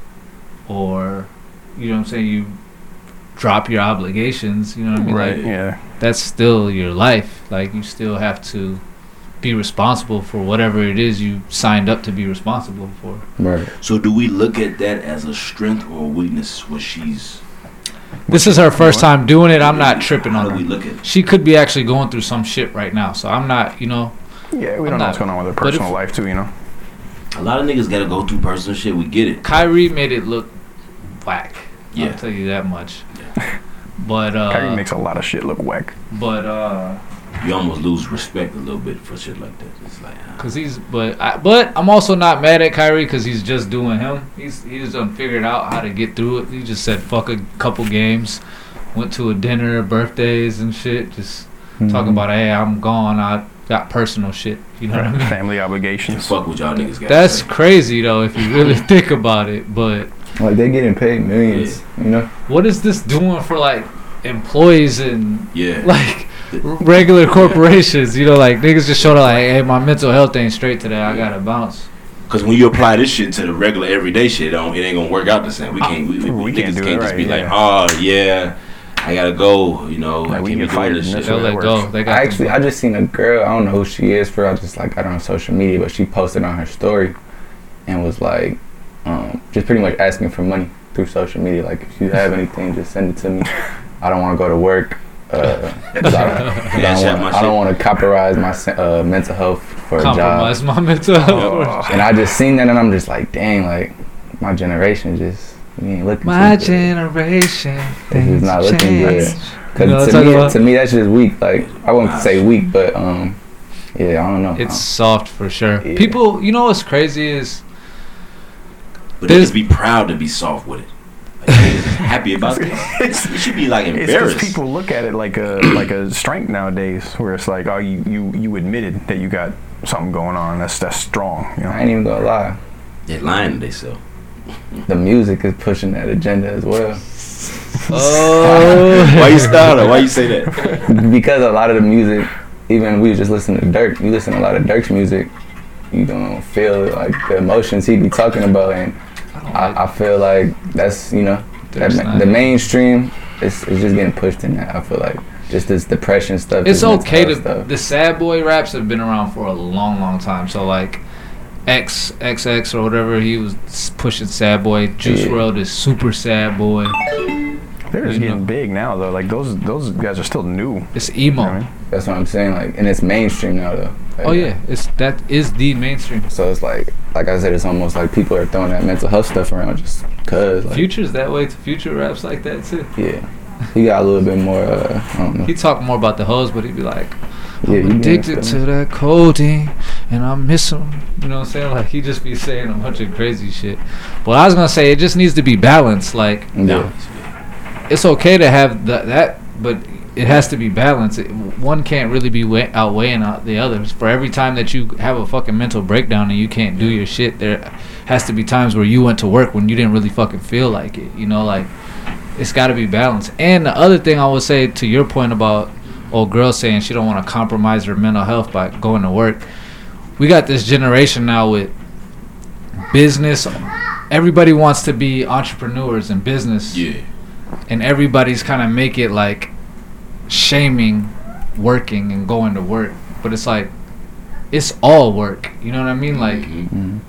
Speaker 3: or, you know what I'm saying, you drop your obligations. You know what I mean? Like,
Speaker 1: Mm-hmm. Right. Yeah.
Speaker 3: that's still your life. Like you still have to be responsible for whatever it is you signed up to be responsible for.
Speaker 4: Right.
Speaker 2: so do we look at that as a strength or a weakness? What she's
Speaker 3: This is her first time doing it. I'm not tripping on
Speaker 2: How do
Speaker 3: her.
Speaker 2: we look at?
Speaker 3: She could be actually going through some shit right now. So I'm not, you know,
Speaker 1: Yeah. We
Speaker 3: I'm
Speaker 1: don't know
Speaker 3: not-
Speaker 1: what's going on with her
Speaker 3: but if-
Speaker 1: personal life too. You know.
Speaker 2: A lot of niggas gotta go through personal shit. We get it.
Speaker 3: Kyrie made it look whack.
Speaker 2: Yeah.
Speaker 3: I'll tell you that much. But
Speaker 1: Kyrie
Speaker 3: uh
Speaker 1: makes a lot of shit look whack.
Speaker 3: but uh
Speaker 2: You almost lose respect a little bit for shit like that. It's like ah.
Speaker 3: cuz he's but I, but I'm also not mad at Kyrie cuz he's just doing him. He's he just done figured out how to get through it. He just said fuck a couple games. Went to a dinner, birthdays and shit. Just
Speaker 4: Mm-hmm.
Speaker 3: talking about hey i'm gone i got personal shit you know what i mean
Speaker 1: Family
Speaker 2: the
Speaker 1: obligations.
Speaker 2: fuck with y'all niggas. got
Speaker 3: that's crazy though if you really think about it but
Speaker 4: like they getting paid millions, you know.
Speaker 3: what is this doing for like employees and
Speaker 2: yeah.
Speaker 3: like regular corporations you know like niggas just showed up like hey my mental health ain't straight today i gotta bounce
Speaker 2: Cause when you apply this shit to the regular everyday shit, it, don't, it ain't gonna work out the same. We can't. We, we,
Speaker 1: We
Speaker 2: can't
Speaker 1: can't
Speaker 2: niggas
Speaker 1: do
Speaker 2: can't
Speaker 1: it
Speaker 2: just
Speaker 1: right,
Speaker 2: be like,
Speaker 1: yeah.
Speaker 2: oh yeah, I gotta go. You know, I
Speaker 1: Like, we
Speaker 2: can't be
Speaker 1: get fired
Speaker 2: doing this
Speaker 1: in
Speaker 2: shit.
Speaker 1: this
Speaker 3: they'll
Speaker 1: way
Speaker 3: let
Speaker 1: it
Speaker 3: go
Speaker 1: works.
Speaker 3: they got
Speaker 4: I actually I just seen a girl. I don't know who she is for. I just like got her on social media, but she posted on her story and was like, um, just pretty much asking for money through social media. Like if you have anything, just send it to me. I don't want to go to work. Uh, 'cause I don't,
Speaker 2: Yeah, shut my
Speaker 4: I
Speaker 2: shit.
Speaker 4: don't want to compromise my se- uh, mental health for a job.
Speaker 3: compromise my mental health
Speaker 1: Oh,
Speaker 4: And I just seen that, and I'm just like, dang, like my generation just we ain't looking.
Speaker 3: my
Speaker 4: too good.
Speaker 3: generation
Speaker 4: This is not
Speaker 3: things
Speaker 4: looking good.
Speaker 3: change.
Speaker 4: Cause
Speaker 3: You know what I'm
Speaker 4: to,
Speaker 3: talking
Speaker 4: me,
Speaker 3: about?
Speaker 4: to me, that's just weak. Like I wouldn't say weak, but um, yeah, I don't know.
Speaker 3: it's soft for sure
Speaker 4: Yeah.
Speaker 3: people you know what's crazy is
Speaker 2: But
Speaker 3: There's-
Speaker 2: niggas be proud to be soft with it. Like, niggas is happy about this. You should be like
Speaker 1: It's 'cause
Speaker 2: embarrassed.
Speaker 1: people look at it like a like a strength nowadays, where it's like, oh, you you, you admitted that you got something going on. That's that's strong. You know.
Speaker 4: I ain't even gonna lie.
Speaker 2: They're lying to themselves.
Speaker 4: The music is pushing that agenda as well,
Speaker 3: oh
Speaker 2: Why you start Why you say that?
Speaker 4: because a lot of the music, even we was just listening to Dirk. You listen to a lot of Dirk's music, you don't feel like the emotions he be talking about, and I, I feel like that's you know that,
Speaker 3: Dirk's
Speaker 4: ma-
Speaker 3: not
Speaker 4: the
Speaker 3: it.
Speaker 4: mainstream is, is just getting pushed in that. I feel like just this depression stuff.
Speaker 3: it's
Speaker 4: this mental
Speaker 3: okay to
Speaker 4: health stuff.
Speaker 3: the sad boy raps have been around for a long long time so like x xx or whatever he was s- pushing sad boy juice
Speaker 4: Yeah.
Speaker 3: world is super sad boy
Speaker 1: They're just
Speaker 3: You
Speaker 1: getting
Speaker 3: know.
Speaker 1: big now, though. Like those those guys are still new.
Speaker 3: it's
Speaker 1: You
Speaker 3: emo
Speaker 1: know what I mean?
Speaker 4: That's what I'm saying. Like, and it's mainstream now though. Like,
Speaker 3: oh yeah it's that is the mainstream
Speaker 4: So it's like, like I said, it's almost like people are throwing that mental health stuff around just cause. Like,
Speaker 3: future's that way future raps like that too
Speaker 4: yeah, he got a little bit more. Uh, I don't know.
Speaker 3: he talk more about the hoes but he'd be like
Speaker 4: Yeah, you
Speaker 3: i'm
Speaker 4: get
Speaker 3: addicted
Speaker 4: it.
Speaker 3: to that codeine and i miss him you know what i'm saying like he just be saying a bunch of crazy shit but i was gonna say it just needs to be balanced like
Speaker 4: Yeah.
Speaker 3: it's okay to have the, that, but it has to be balanced. It, one can't really be wa outweighing out the others. For every time that you have a fucking mental breakdown and you can't do your shit, there has to be times where you went to work when you didn't really fucking feel like it. You know, like it's got to be balanced. And the other thing I would say to your point about old girl saying she don't want to compromise her mental health by going to work, we got this generation now with business. Everybody wants to be entrepreneurs in business
Speaker 2: Yeah.
Speaker 3: and everybody's kind of make it like shaming working and going to work but it's like it's all work you know what i mean like
Speaker 2: Mhm.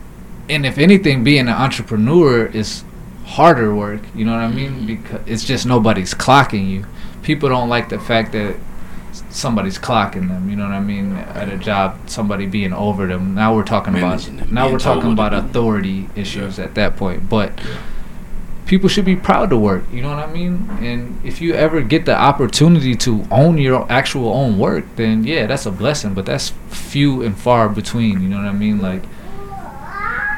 Speaker 3: and if anything being an entrepreneur is harder work you know what i mean
Speaker 2: Mm-hmm.
Speaker 3: because it's just nobody's clocking you people don't like the fact that s- somebody's clocking them you know what i mean at a job somebody being over them now we're talking
Speaker 2: Managing
Speaker 3: about
Speaker 2: them,
Speaker 3: now
Speaker 2: being
Speaker 3: we're
Speaker 2: told
Speaker 3: talking
Speaker 2: what to
Speaker 3: about
Speaker 2: do.
Speaker 3: authority issues at that point but people should be proud to work you know what i mean and if you ever get the opportunity to own your actual own work then yeah that's a blessing but that's few and far between you know what i mean like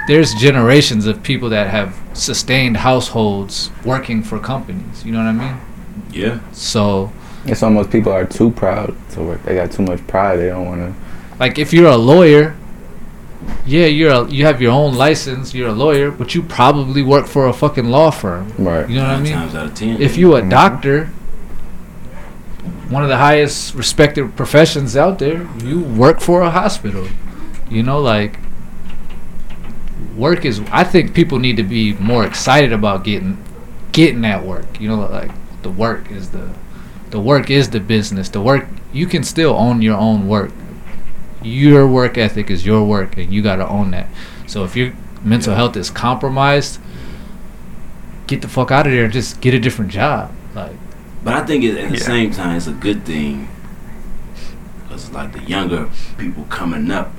Speaker 3: there's generations of people that have sustained households working for companies. You know what I mean?
Speaker 2: Yeah.
Speaker 3: So,
Speaker 4: It's almost people are too proud to work. They got too much pride. They don't want to.
Speaker 3: like, if you're a lawyer, yeah, you're a, you have your own license. You're a lawyer, but you probably work for a fucking law firm.
Speaker 4: Right.
Speaker 3: You know what I
Speaker 2: Nine
Speaker 3: mean?
Speaker 2: times out of ten.
Speaker 3: if you a
Speaker 1: Mhm.
Speaker 3: doctor, one of the highest respected professions out there, you work for a hospital. You know, like work is. I think people need to be more excited about getting getting that work. You know, like the work is the the work is the business. The work you can still own your own work. Your work ethic is your work, and you got to own that. So if your mental health is compromised, get the fuck out of there and just get a different job. Like,
Speaker 2: But I think it, at the
Speaker 1: Yeah.
Speaker 2: same time, it's a good thing because like the younger people coming up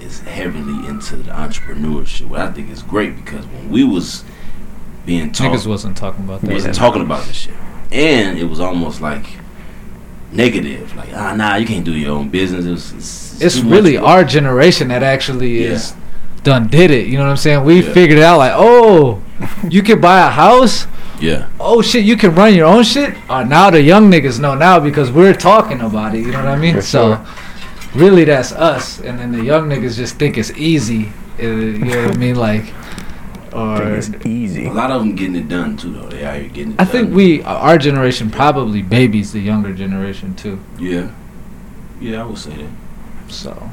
Speaker 2: is heavily into the entrepreneurship. What I think is great because when we was being taught,
Speaker 3: niggas wasn't talking about that.
Speaker 2: we wasn't
Speaker 1: Yeah.
Speaker 2: talking about this shit, and it was almost like negative, like ah nah, you can't do your own business. It was, it's
Speaker 3: It's
Speaker 2: too much
Speaker 3: really
Speaker 2: work.
Speaker 3: our generation that actually
Speaker 2: Yeah.
Speaker 3: is done did it. You know what I'm saying? We
Speaker 2: Yeah.
Speaker 3: figured out like, oh, you can buy a house.
Speaker 2: Yeah,
Speaker 3: Oh shit, you can run your own shit. Uh, now the young niggas know now because we're talking about it. You know what I mean?
Speaker 4: For
Speaker 3: so,
Speaker 4: sure.
Speaker 3: really, that's us. And then the young niggas just think it's easy. Uh, you know what I mean? Like, or
Speaker 1: I think it's easy.
Speaker 2: a lot of them getting it done too, though. They out here getting it
Speaker 3: I
Speaker 2: done.
Speaker 3: think we, our generation, probably babies the younger generation too.
Speaker 2: Yeah, yeah, I would say that.
Speaker 3: So,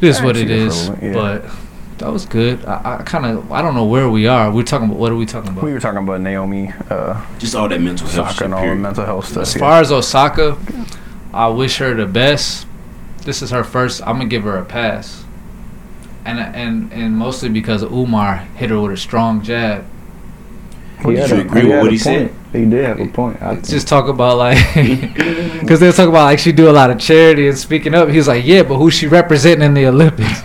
Speaker 3: it is
Speaker 1: I
Speaker 3: what
Speaker 1: see
Speaker 3: it
Speaker 1: the
Speaker 3: is.
Speaker 1: problem, yeah.
Speaker 3: But that was good. I, I kind of, I don't know where we are. We're talking about what are we talking about?
Speaker 1: We were talking about Naomi uh,
Speaker 2: Just all that mental health
Speaker 1: Osaka
Speaker 2: shit.
Speaker 1: and all the
Speaker 2: period.
Speaker 1: mental health stuff.
Speaker 3: as
Speaker 1: yeah.
Speaker 3: far as Osaka, I wish her the best. This is her first. I'm gonna give her a pass, and and and mostly because Umar hit her with a strong jab.
Speaker 4: He had
Speaker 2: you
Speaker 4: a-
Speaker 2: agree
Speaker 4: he
Speaker 2: with
Speaker 4: had
Speaker 2: what
Speaker 4: a
Speaker 2: he said?
Speaker 4: point. He did have a point. I think.
Speaker 3: Just talk about like, because they'll talk about like she do a lot of charity and speaking up. He's like, yeah, but who's she representing in the Olympics?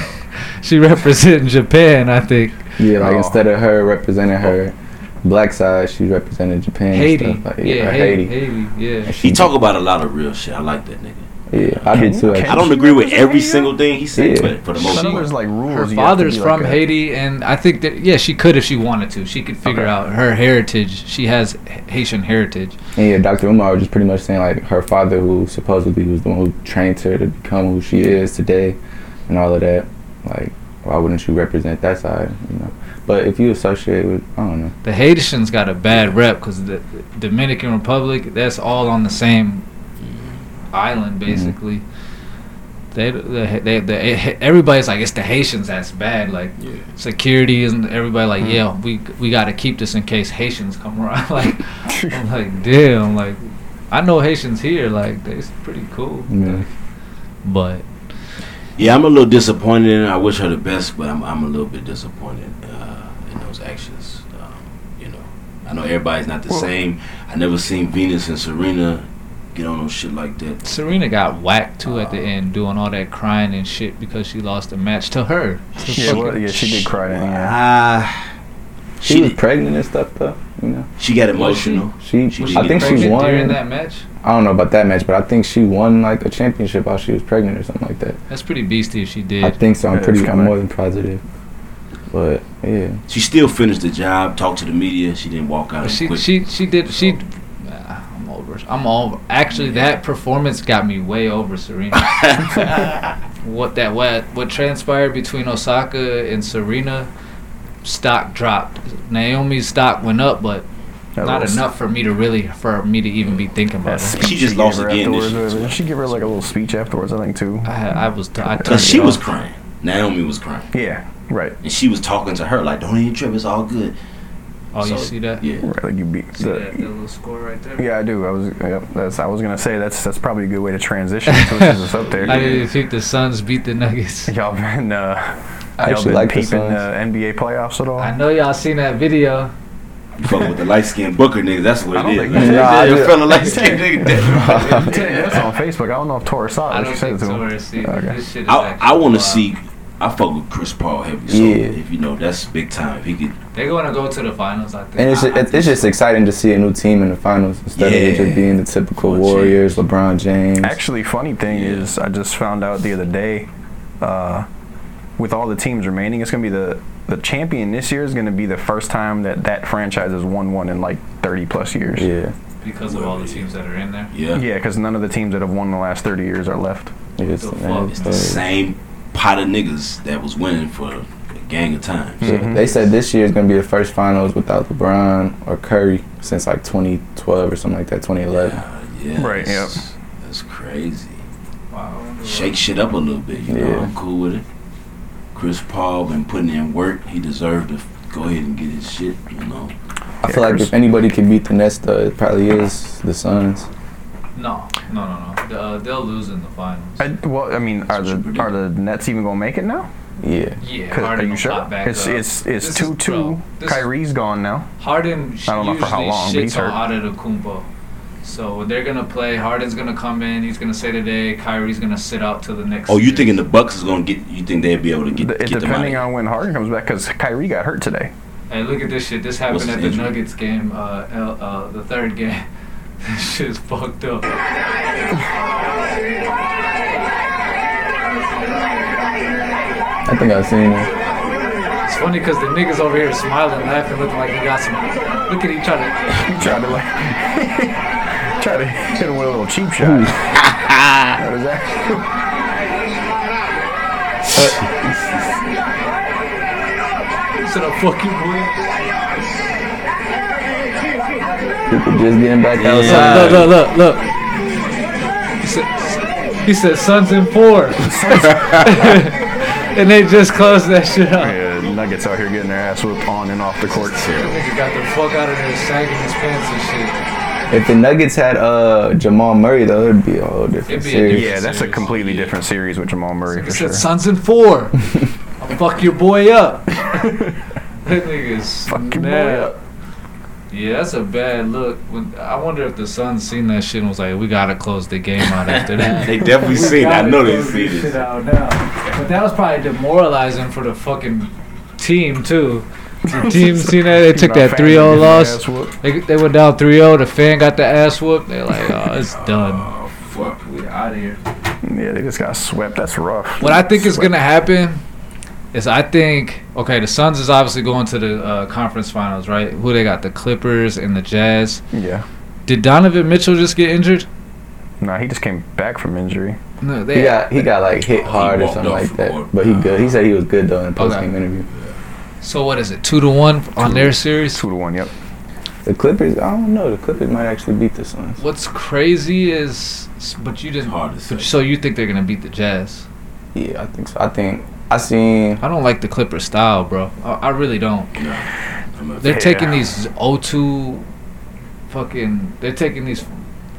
Speaker 3: she representing Japan, I think.
Speaker 4: yeah, like
Speaker 1: Oh.
Speaker 4: instead of her representing her black side, she represented Japan. and
Speaker 3: Haiti,
Speaker 4: stuff, like,
Speaker 3: yeah,
Speaker 4: or
Speaker 3: Haiti, Haiti, yeah.
Speaker 4: And she-
Speaker 2: He talk about a lot of real shit. I like that nigga.
Speaker 4: Yeah, I did too.
Speaker 1: Okay.
Speaker 2: I
Speaker 4: Actually.
Speaker 2: don't
Speaker 1: She
Speaker 2: agree with
Speaker 1: represent
Speaker 2: every
Speaker 1: Haiti?
Speaker 2: single thing he said,
Speaker 4: Yeah.
Speaker 2: but for the most
Speaker 1: I know
Speaker 2: part,
Speaker 1: there's like rules. you
Speaker 3: Her
Speaker 1: have to
Speaker 3: father's
Speaker 1: be
Speaker 3: from
Speaker 1: like a-
Speaker 3: Haiti, and I think that yeah, she could if she wanted to. She could figure
Speaker 1: Okay.
Speaker 3: out her heritage. She has H- Haitian heritage.
Speaker 4: And yeah, Dr. Umar was just pretty much saying like her father, who supposedly was the one who trained her to become who she is today, and all of that. Like, why wouldn't you represent that side? You know. But if you associate with, I don't know.
Speaker 3: The Haitians got a bad rep because the Dominican Republic, that's all on the same island basically. They, the, they, the, everybody's like it's the Haitians that's bad. Like
Speaker 2: Yeah.
Speaker 3: security isn't everybody like yeah we we got to keep this in case Haitians come around. like I'm like damn like I know Haitians here like they it's pretty cool.
Speaker 4: Yeah.
Speaker 3: But
Speaker 2: yeah, I'm a little disappointed. in her. I wish her the best, but I'm, I'm a little bit disappointed uh, in those actions. Um, you know, I know everybody's not the
Speaker 1: Well-
Speaker 2: same. I never seen Venus and Serena get on no shit like that.
Speaker 3: Serena got whacked too at the end, doing all that crying and shit because she lost the match to her. To
Speaker 1: Yeah,
Speaker 3: fucking-
Speaker 1: well, yeah, she did cry. Yeah.
Speaker 2: Ah,
Speaker 4: She,
Speaker 2: she
Speaker 4: was
Speaker 2: did-
Speaker 4: pregnant and stuff though. You know.
Speaker 2: she got
Speaker 3: Was she?
Speaker 2: emotional.
Speaker 4: She,
Speaker 2: She
Speaker 4: I think she
Speaker 3: pregnant
Speaker 4: won.
Speaker 3: during that match.
Speaker 4: I don't know about that match, but I think she won like a championship while she was pregnant or something like that.
Speaker 3: That's pretty beastie if she
Speaker 4: I
Speaker 3: did.
Speaker 4: think so. I'm
Speaker 1: Yeah,
Speaker 4: pretty.
Speaker 1: it's
Speaker 4: I'm
Speaker 1: kinda-
Speaker 4: more than positive. But yeah,
Speaker 2: She still finished the job, talked to the media. She didn't walk out.
Speaker 3: But she
Speaker 2: quick.
Speaker 3: she she did she. Ah, I'm over. I'm over. Actually, that performance got me way over Serena. what that what what transpired between Osaka and Serena, stock dropped. Naomi's stock went up, but
Speaker 1: That
Speaker 3: not
Speaker 1: little-
Speaker 3: enough for me to really for me to even be thinking
Speaker 1: that
Speaker 3: about it.
Speaker 1: speech
Speaker 2: She just
Speaker 1: gave
Speaker 2: lost
Speaker 1: her
Speaker 2: again this
Speaker 1: afterwards,
Speaker 2: year,
Speaker 1: whatever.
Speaker 2: too.
Speaker 1: She gave her like a little speech afterwards, I think, too.
Speaker 3: I, I was
Speaker 1: Uh,
Speaker 3: I turned
Speaker 2: Cause she
Speaker 3: it
Speaker 2: was
Speaker 3: off.
Speaker 2: crying. Naomi was crying,
Speaker 1: Yeah, right.
Speaker 2: and she was talking to her like, "Don't even trip. It's all good."
Speaker 3: Oh, you
Speaker 2: So,
Speaker 3: see that?
Speaker 2: Yeah.
Speaker 1: Right, like you beat
Speaker 3: See
Speaker 1: the-
Speaker 3: that, that little score right there?
Speaker 1: Yeah, I do. I was. Yeah, that's. I was gonna say that's. That's probably a good way to transition to since it's up there.
Speaker 3: I didn't think the Suns beat the Nuggets.
Speaker 1: y'all been. Uh,
Speaker 4: I
Speaker 1: y'all
Speaker 4: actually
Speaker 1: been
Speaker 4: like the
Speaker 1: peeping
Speaker 4: Suns.
Speaker 1: uh, NBA playoffs at all?
Speaker 3: I know y'all seen that video.
Speaker 2: You fucking with the light skinned Booker nigga, that's
Speaker 1: I
Speaker 2: what
Speaker 1: don't
Speaker 2: it is.
Speaker 1: think-
Speaker 2: man.
Speaker 4: Nah, I
Speaker 2: yeah,
Speaker 4: do-
Speaker 2: fella light skinned nigga.
Speaker 1: I'm telling you, that's on Facebook. I don't know if Tori saw it.
Speaker 3: I
Speaker 1: She
Speaker 3: don't
Speaker 1: sent
Speaker 3: think
Speaker 1: Oh, it to him.
Speaker 3: Torres seen
Speaker 1: Okay.
Speaker 3: this shit. Is
Speaker 2: I, I
Speaker 3: actually
Speaker 2: want to
Speaker 3: wild.
Speaker 2: see. I fuck with Chris Paul heavy, so
Speaker 4: Yeah.
Speaker 2: if you know that's big time. If he could,
Speaker 3: They're going to go to the finals, I think.
Speaker 4: and it's just, it's, it's just exciting to see a new team in the finals instead of it
Speaker 2: Yeah.
Speaker 4: just being the typical
Speaker 2: Cool
Speaker 4: Warriors, LeBron James.
Speaker 1: Actually, funny thing
Speaker 2: Yeah.
Speaker 1: is, I just found out the other day uh, with all the teams remaining, it's going to be the the champion this year is going to be the first time that that franchise has won one in like 30 plus years.
Speaker 4: Yeah,
Speaker 3: because of all the teams that are in there.
Speaker 2: Yeah.
Speaker 1: Yeah, because none of the teams that have won in the last 30 years are left.
Speaker 4: yeah it's,
Speaker 3: The fuck?
Speaker 4: man,
Speaker 2: It's
Speaker 4: uh,
Speaker 2: the same pot of niggas that was winning for a gang of times.
Speaker 4: yeah.
Speaker 3: Mm-hmm.
Speaker 1: Mhm.
Speaker 4: They said this year is gonna be the first finals without LeBron or Curry since like 2012 or something like that, 2011.
Speaker 2: Yeah, yeah,
Speaker 1: Right,
Speaker 2: that's- That's crazy.
Speaker 3: Wow.
Speaker 2: Shake shit up a little bit, you know.
Speaker 4: Yeah.
Speaker 2: I'm cool with it. Chris Paul been putting in work. He deserved to go ahead and get his shit, you know.
Speaker 4: I feel like
Speaker 1: Curry's-
Speaker 4: if anybody could beat the Nets, though, it probably is the Suns.
Speaker 3: No, no, no, no. The- Uh, they'll lose in the finals.
Speaker 1: I, well, I mean, are the are the Nets even going to make it now?
Speaker 4: Yeah,
Speaker 3: yeah,
Speaker 1: 'Cause- Are
Speaker 3: Harden
Speaker 1: you
Speaker 3: will
Speaker 1: sure?
Speaker 3: pop back
Speaker 1: It's
Speaker 3: up.
Speaker 1: it's it's
Speaker 3: This is-
Speaker 1: two two.
Speaker 3: bro, this is-
Speaker 1: Kyrie's gone now.
Speaker 3: Harden sh-
Speaker 1: I don't know
Speaker 3: usually
Speaker 1: for how long, but he's
Speaker 3: shits on
Speaker 1: hurt.
Speaker 3: Antetokounmpo. So they're gonna play. Harden's gonna come in. He's gonna say today. Kyrie's gonna sit out till the next.
Speaker 2: Oh, you
Speaker 3: series.
Speaker 2: thinking the Bucks is gonna get? You think they'll be able to get,
Speaker 1: The- it-
Speaker 2: get them out? Of
Speaker 1: depending
Speaker 2: here?
Speaker 1: on when Harden comes back, because Kyrie got hurt today.
Speaker 3: Hey, look at this shit. This
Speaker 2: What's
Speaker 3: happened at the
Speaker 2: the injury?
Speaker 3: Nuggets game. Uh, L, uh, the third game. this shit's fucked up.
Speaker 4: I think I've seen it.
Speaker 3: It's funny because the niggas over here smiling, laughing, looking like they got some. Look at each other.
Speaker 1: He tried to like try to hit him with a little cheap shot. What is that?
Speaker 3: Shut up, fuck you, boy.
Speaker 4: People just getting back
Speaker 2: Uh,
Speaker 4: outside.
Speaker 3: Look, look, look, look. He said, he said Suns in four. and they just closed that shit up.
Speaker 1: Yeah, Nuggets out here getting their ass whooped on and off the court.
Speaker 3: Nigga got the fuck out of there, sagging his pants and
Speaker 4: If the Nuggets had uh Jamal Murray, though, it'd be a whole different
Speaker 3: It'd be a
Speaker 4: series.
Speaker 1: Yeah, that's a completely different series with Jamal Murray
Speaker 3: shit.
Speaker 1: for
Speaker 3: He said
Speaker 1: sure.
Speaker 3: Suns in four. I'll fuck your boy up. that nigga's
Speaker 1: Fuck your boy up.
Speaker 3: Yeah, that's a bad look. When, I wonder if the Suns seen that shit and was like, "We gotta close the game out after that."
Speaker 2: They definitely
Speaker 3: We
Speaker 2: seen. it. I
Speaker 3: gotta
Speaker 2: know they
Speaker 3: close
Speaker 2: seen
Speaker 3: this
Speaker 2: it.
Speaker 3: shit out now. But that was probably demoralizing for the fucking team too. The team seen that they took that 3-0 loss. They, they went down 3-0. The fan got the ass whooped. They're like, oh, it's done.
Speaker 2: Oh fuck, we out of here.
Speaker 1: Yeah, they just got swept. That's rough.
Speaker 3: What I think is
Speaker 1: Swept.
Speaker 3: gonna happen is I think okay, the Suns is obviously going to the uh, conference finals, right? Who they got? The Clippers and the Jazz.
Speaker 1: Yeah.
Speaker 3: Did Donovan Mitchell just get injured?
Speaker 1: Nah, he just came back from injury.
Speaker 3: No,
Speaker 4: He
Speaker 3: they
Speaker 4: got he got like hit
Speaker 2: He
Speaker 4: hard or
Speaker 2: walked
Speaker 4: something
Speaker 2: off
Speaker 4: like
Speaker 2: the court.
Speaker 4: that. But he good. He said he was good though in post game
Speaker 3: Okay.
Speaker 4: interview.
Speaker 3: So what is it? Two to one on their series.
Speaker 1: Two to one. Yep.
Speaker 4: The Clippers, I don't know. The Clippers might actually beat the Suns.
Speaker 3: What's crazy is, but you
Speaker 2: It's
Speaker 3: didn't.
Speaker 2: hard to say.
Speaker 3: But, so you think they're gonna beat the Jazz?
Speaker 4: Yeah, I think so. I think I seen
Speaker 3: I don't like the Clipper style, bro. I, I really don't.
Speaker 2: I'm a-
Speaker 3: They're
Speaker 1: Yeah.
Speaker 3: taking these 0-2 fucking. They're taking these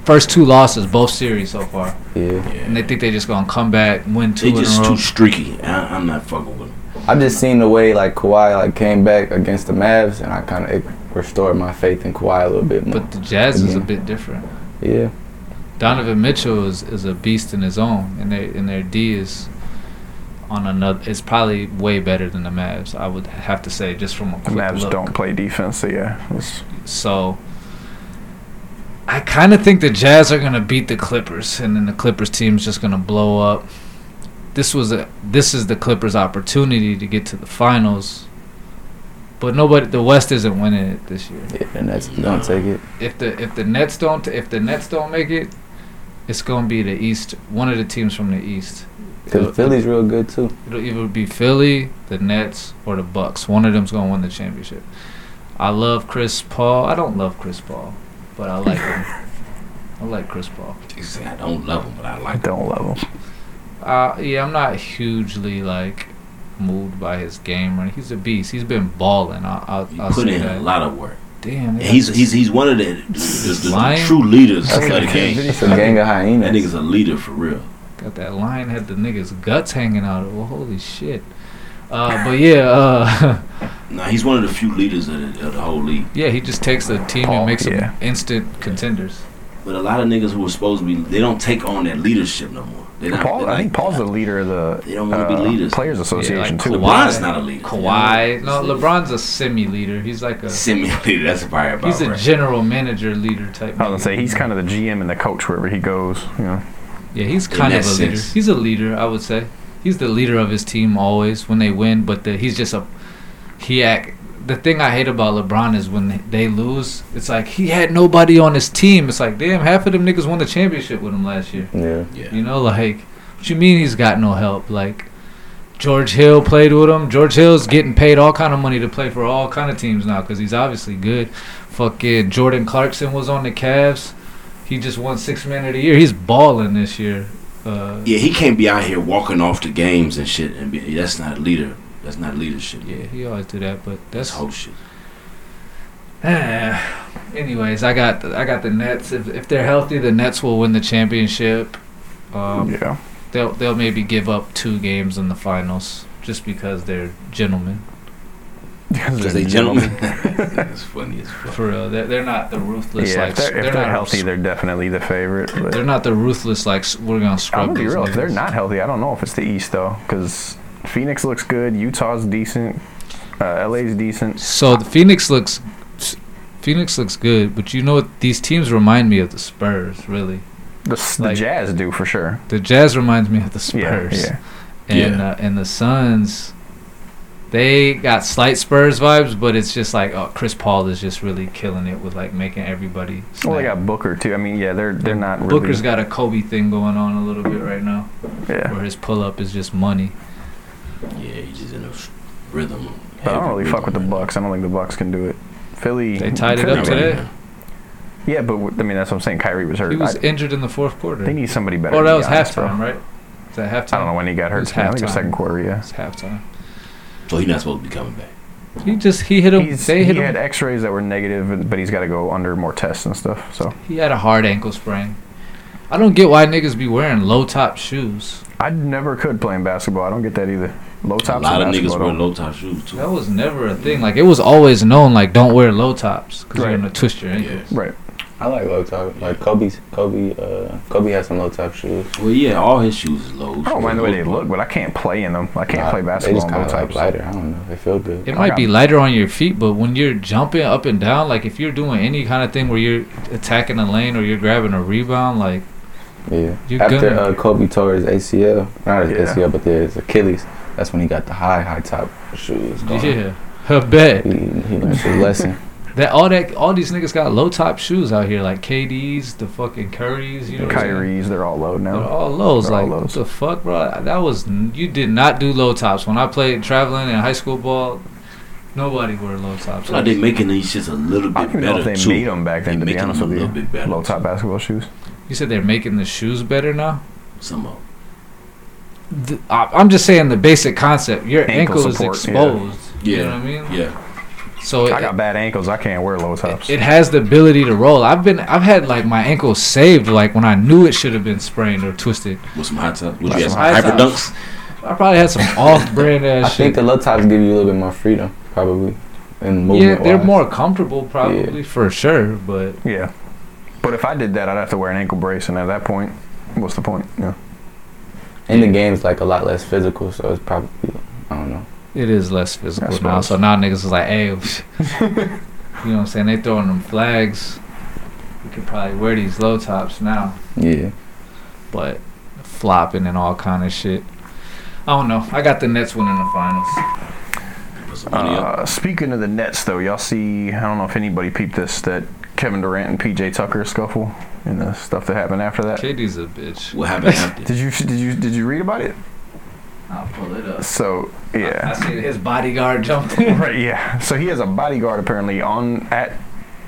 Speaker 3: first two losses, both series so far,
Speaker 4: yeah.
Speaker 2: yeah.
Speaker 3: and they think they just gonna come back, win two
Speaker 2: They
Speaker 3: in a
Speaker 2: just
Speaker 3: row.
Speaker 2: too streaky. I, I'm not fucking with them.
Speaker 4: I just seen the way like Kawhi like came back against the Mavs, and I kind of restored my faith in Kawhi a little bit more.
Speaker 3: but the Jazz is a
Speaker 4: Yeah.
Speaker 3: bit different.
Speaker 4: yeah,
Speaker 3: Donovan Mitchell is, is a beast in his own, and their and their D is on another. It's probably way better than the Mavs. I would have to say just from a
Speaker 1: The
Speaker 3: quick
Speaker 1: Mavs
Speaker 3: look.
Speaker 1: don't play defense. So yeah, it's-
Speaker 3: So I kind of think the Jazz are gonna beat the Clippers, and then the Clippers team's just gonna blow up. This was a this is the Clippers' opportunity to get to the finals, but nobody the West isn't winning it this year.
Speaker 4: yeah and that's don't take it.
Speaker 3: If the if the Nets don't if the Nets don't make it, it's gonna be the East. One of the teams from the East.
Speaker 4: Cause Philly's real good too.
Speaker 3: It'll either be Philly, the Nets, or the Bucks. One of them's gonna win the championship. I love Chris Paul. I don't love Chris Paul, but I like him. I like Chris Paul.
Speaker 2: They say I don't love them, but I
Speaker 1: I
Speaker 2: like them.
Speaker 1: don't love him.
Speaker 3: Uh, yeah, I'm not hugely like moved by his game. Or he's a beast. He's been balling. I, I'll,
Speaker 2: He
Speaker 3: I'll
Speaker 2: put
Speaker 3: say
Speaker 2: in a
Speaker 3: that.
Speaker 2: lot of work.
Speaker 3: Damn,
Speaker 2: And
Speaker 3: they
Speaker 2: he's
Speaker 3: got
Speaker 2: he's he's one of the, the, the- the
Speaker 3: Lion?
Speaker 2: true leaders of
Speaker 1: That's
Speaker 2: the
Speaker 1: like-
Speaker 2: game.
Speaker 4: It's a gang of
Speaker 2: That
Speaker 4: hyenas.
Speaker 2: nigga's a leader for real.
Speaker 3: Got that lion had the niggas guts hanging out. Well, holy shit. Uh, but yeah, uh,
Speaker 2: Nah, he's one of the few leaders of the, of the whole league.
Speaker 3: yeah, he just takes the team
Speaker 1: Paul,
Speaker 3: and makes
Speaker 1: Oh, yeah.
Speaker 3: them instant contenders.
Speaker 2: But a lot of niggas who were supposed to be, they don't take on that leadership no more. They don't,
Speaker 1: Paul,
Speaker 2: they
Speaker 1: I think
Speaker 2: like-
Speaker 1: Paul's the leader of the uh,
Speaker 2: They don't want to be leaders.
Speaker 1: Players Association
Speaker 3: like
Speaker 1: too.
Speaker 3: Kawhi.
Speaker 2: LeBron's not a leader.
Speaker 3: Kawhi, no,
Speaker 2: He's a
Speaker 3: LeBron's a semi leader. He's like a
Speaker 2: Simulated. That's probably about
Speaker 3: he's a
Speaker 2: right.
Speaker 3: general manager leader type.
Speaker 1: I was gonna say he's kind of the GM and the coach wherever he goes. You know,
Speaker 3: yeah, he's
Speaker 2: in
Speaker 3: kind
Speaker 2: that
Speaker 3: of a leader.
Speaker 2: sense.
Speaker 3: He's a leader, I would say. he's the leader of his team always when they win, but the, he's just a he act. The thing I hate about LeBron is when they, they lose, it's like he had nobody on his team. It's like damn, half of them niggas won the championship with him last year.
Speaker 4: Yeah.
Speaker 2: Yeah.
Speaker 3: You know, like what you mean he's got no help? Like George Hill played with him. George Hill's getting paid all kind of money to play for all kind of teams now because he's obviously good. Fucking Jordan Clarkson was on the Cavs. He just won six man of the year. He's balling this year. Uh,
Speaker 2: Yeah, he can't be out here walking off the games and shit. And be, that's not leader. That's not leadership.
Speaker 3: yeah, he always do that, but that's
Speaker 2: That's whole shit.
Speaker 3: Anyways, I got the, I got the Nets. If if they're healthy, the Nets will win the championship. Um,
Speaker 1: yeah.
Speaker 3: They'll they'll maybe give up two games in the finals just because they're gentlemen.
Speaker 2: Because they gentlemen. That's funny as fuck.
Speaker 3: For real, they're, they're not the ruthless.
Speaker 1: Yeah,
Speaker 3: like
Speaker 1: if they're, if they're,
Speaker 3: not
Speaker 1: healthy, they're definitely the favorite. But
Speaker 3: they're not the ruthless. Like s- we're gonna
Speaker 1: I'm
Speaker 3: scrub.
Speaker 1: gonna be
Speaker 3: these
Speaker 1: real. If they're
Speaker 3: niggas.
Speaker 1: not healthy, I don't know if it's the East though, because Phoenix looks good, Utah's decent, uh, LA's decent.
Speaker 3: So the Phoenix looks, Phoenix looks good, but you know what? These teams remind me of the Spurs. Really,
Speaker 1: The, the
Speaker 3: Like-
Speaker 1: Jazz do for sure.
Speaker 3: the Jazz reminds me of the
Speaker 1: Yeah,
Speaker 3: Spurs.
Speaker 1: yeah.
Speaker 3: and
Speaker 2: Yeah.
Speaker 3: uh, and the Suns, they got slight Spurs vibes, but it's just like oh, Chris Paul is just really killing it with like making everybody.
Speaker 1: Well, they
Speaker 3: snap.
Speaker 1: got Booker too. I mean, yeah, they're they're not really.
Speaker 3: Booker's got a Kobe thing going on a little bit right now,
Speaker 1: yeah.
Speaker 3: where his pull up is just money.
Speaker 2: Yeah, he's just in a s- rhythm.
Speaker 1: But I don't really fuck with the Bucks. I don't think the Bucks can do it. Philly.
Speaker 3: They tied it
Speaker 1: Philly-
Speaker 3: up today.
Speaker 1: Yeah, but w- I mean that's what I'm saying. Kyrie was hurt.
Speaker 3: He was
Speaker 1: I-
Speaker 3: injured in the fourth quarter.
Speaker 1: they need somebody better.
Speaker 3: oh, that
Speaker 1: to be
Speaker 3: was
Speaker 1: honest,
Speaker 3: halftime,
Speaker 1: bro.
Speaker 3: right? Is that halftime?
Speaker 1: I don't know when he got
Speaker 3: It
Speaker 1: hurt.
Speaker 3: was
Speaker 1: I think it was
Speaker 3: halftime.
Speaker 1: second quarter. Yeah.
Speaker 3: It's halftime.
Speaker 2: So he's not supposed to be coming back.
Speaker 3: He just he hit him.
Speaker 1: He's,
Speaker 3: they
Speaker 1: he
Speaker 3: hit
Speaker 1: had
Speaker 3: him.
Speaker 1: X-rays that were negative, and- but he's got to go under more tests and stuff. So
Speaker 3: He had a hard ankle sprain. I don't get why niggas be wearing low top shoes.
Speaker 1: I never could play in basketball. I don't get that either. Low
Speaker 2: A
Speaker 1: tops.
Speaker 2: lot
Speaker 1: in
Speaker 2: of niggas
Speaker 1: basketball
Speaker 2: wear
Speaker 1: don't-
Speaker 2: low top shoes too.
Speaker 3: That was never a thing. Like it was always known. Like don't wear low tops because
Speaker 1: Right.
Speaker 3: you're gonna twist your ankle.
Speaker 2: Yeah.
Speaker 1: Right.
Speaker 4: I like low top. Like Kobe's Kobe uh Kobe has some low top shoes.
Speaker 2: Well, yeah, all his shoes is low.
Speaker 1: I don't mind the way they look, but I can't play in them. I can't
Speaker 4: Nah,
Speaker 1: play
Speaker 4: They
Speaker 1: basketball
Speaker 4: just
Speaker 1: in low
Speaker 4: kind of like
Speaker 1: tops.
Speaker 4: lighter. I don't know. They feel good.
Speaker 3: It
Speaker 1: I
Speaker 3: might
Speaker 1: got-
Speaker 3: be lighter on your feet, but when you're jumping up and down, like if you're doing any kind of thing where you're attacking a lane or you're grabbing a rebound, like
Speaker 4: Yeah.
Speaker 3: You
Speaker 4: After
Speaker 3: gonna-
Speaker 4: uh, Kobe tore his ACL, not his
Speaker 1: Yeah.
Speaker 4: ACL, but his Achilles. That's when he got the high high top shoes.
Speaker 1: uh,
Speaker 4: going.
Speaker 3: yeah, I bet
Speaker 4: He, he learned his lesson.
Speaker 3: that all that all these niggas got low top shoes out here, like KDs, the fucking Currys, you know, what I'm saying?
Speaker 1: Kyrie's, they're all low
Speaker 3: They're
Speaker 1: now.
Speaker 3: all lows.
Speaker 1: They're all
Speaker 3: like
Speaker 1: lows.
Speaker 3: what the fuck, bro? That was you did not do low tops when I played traveling in high school ball. Nobody wore low tops.
Speaker 2: So they're making these shits a little
Speaker 1: I don't
Speaker 2: bit
Speaker 1: even know
Speaker 2: better
Speaker 1: if they
Speaker 2: too.
Speaker 1: made them back then.
Speaker 2: They
Speaker 1: to be
Speaker 2: make 'em
Speaker 1: honest
Speaker 2: a
Speaker 1: with
Speaker 2: little
Speaker 1: you,
Speaker 2: bit better.
Speaker 1: low top basketball shoes.
Speaker 3: You said they're making the shoes better now.
Speaker 2: Some of 'em.
Speaker 3: th- I- I'm just saying the basic concept. Your
Speaker 1: Ankle
Speaker 3: ankle,
Speaker 1: support,
Speaker 3: is exposed.
Speaker 2: yeah.
Speaker 3: You know what I mean?
Speaker 2: Yeah,
Speaker 3: So
Speaker 1: I
Speaker 3: it,
Speaker 1: got bad ankles. I can't wear low tops.
Speaker 3: it, it has the ability to roll. I've been I've had like my ankle saved like when I knew it should have been sprained or twisted.
Speaker 2: with some hot top. Would
Speaker 1: Like
Speaker 2: you have
Speaker 1: some
Speaker 2: some
Speaker 3: high
Speaker 2: hyper
Speaker 3: tops.
Speaker 2: dunks?
Speaker 3: I probably had some off brand
Speaker 4: I
Speaker 3: ass shit.
Speaker 4: think the low tops give you a little bit more freedom, probably, and
Speaker 3: yeah,
Speaker 4: movement.
Speaker 3: they're
Speaker 4: wise.
Speaker 3: more comfortable probably for sure, but
Speaker 1: yeah. But if I did that, I'd have to wear an ankle brace, and at that point, what's the point? Yeah.
Speaker 4: And the game's like a lot less physical, so it's probably I don't know.
Speaker 3: it is less physical
Speaker 1: I
Speaker 3: now.
Speaker 1: suppose.
Speaker 3: So now niggas is like, hey, you know what I'm saying? They throwing them flags. We could probably wear these low tops now.
Speaker 4: Yeah.
Speaker 3: but flopping and all kind of shit. I don't know. I got the Nets winning the finals.
Speaker 2: Put some money up.
Speaker 1: Uh, speaking of the Nets, though, y'all see, I don't know if anybody peeped this, that Kevin Durant and PJ Tucker scuffle and the stuff that happened after that.
Speaker 3: KD's a bitch.
Speaker 2: What happened after?
Speaker 1: Did you did you did you read about it?
Speaker 3: I'll pull it up.
Speaker 1: So
Speaker 3: I
Speaker 1: yeah,
Speaker 3: see his bodyguard jumped in.
Speaker 1: right yeah. So he has a bodyguard apparently on at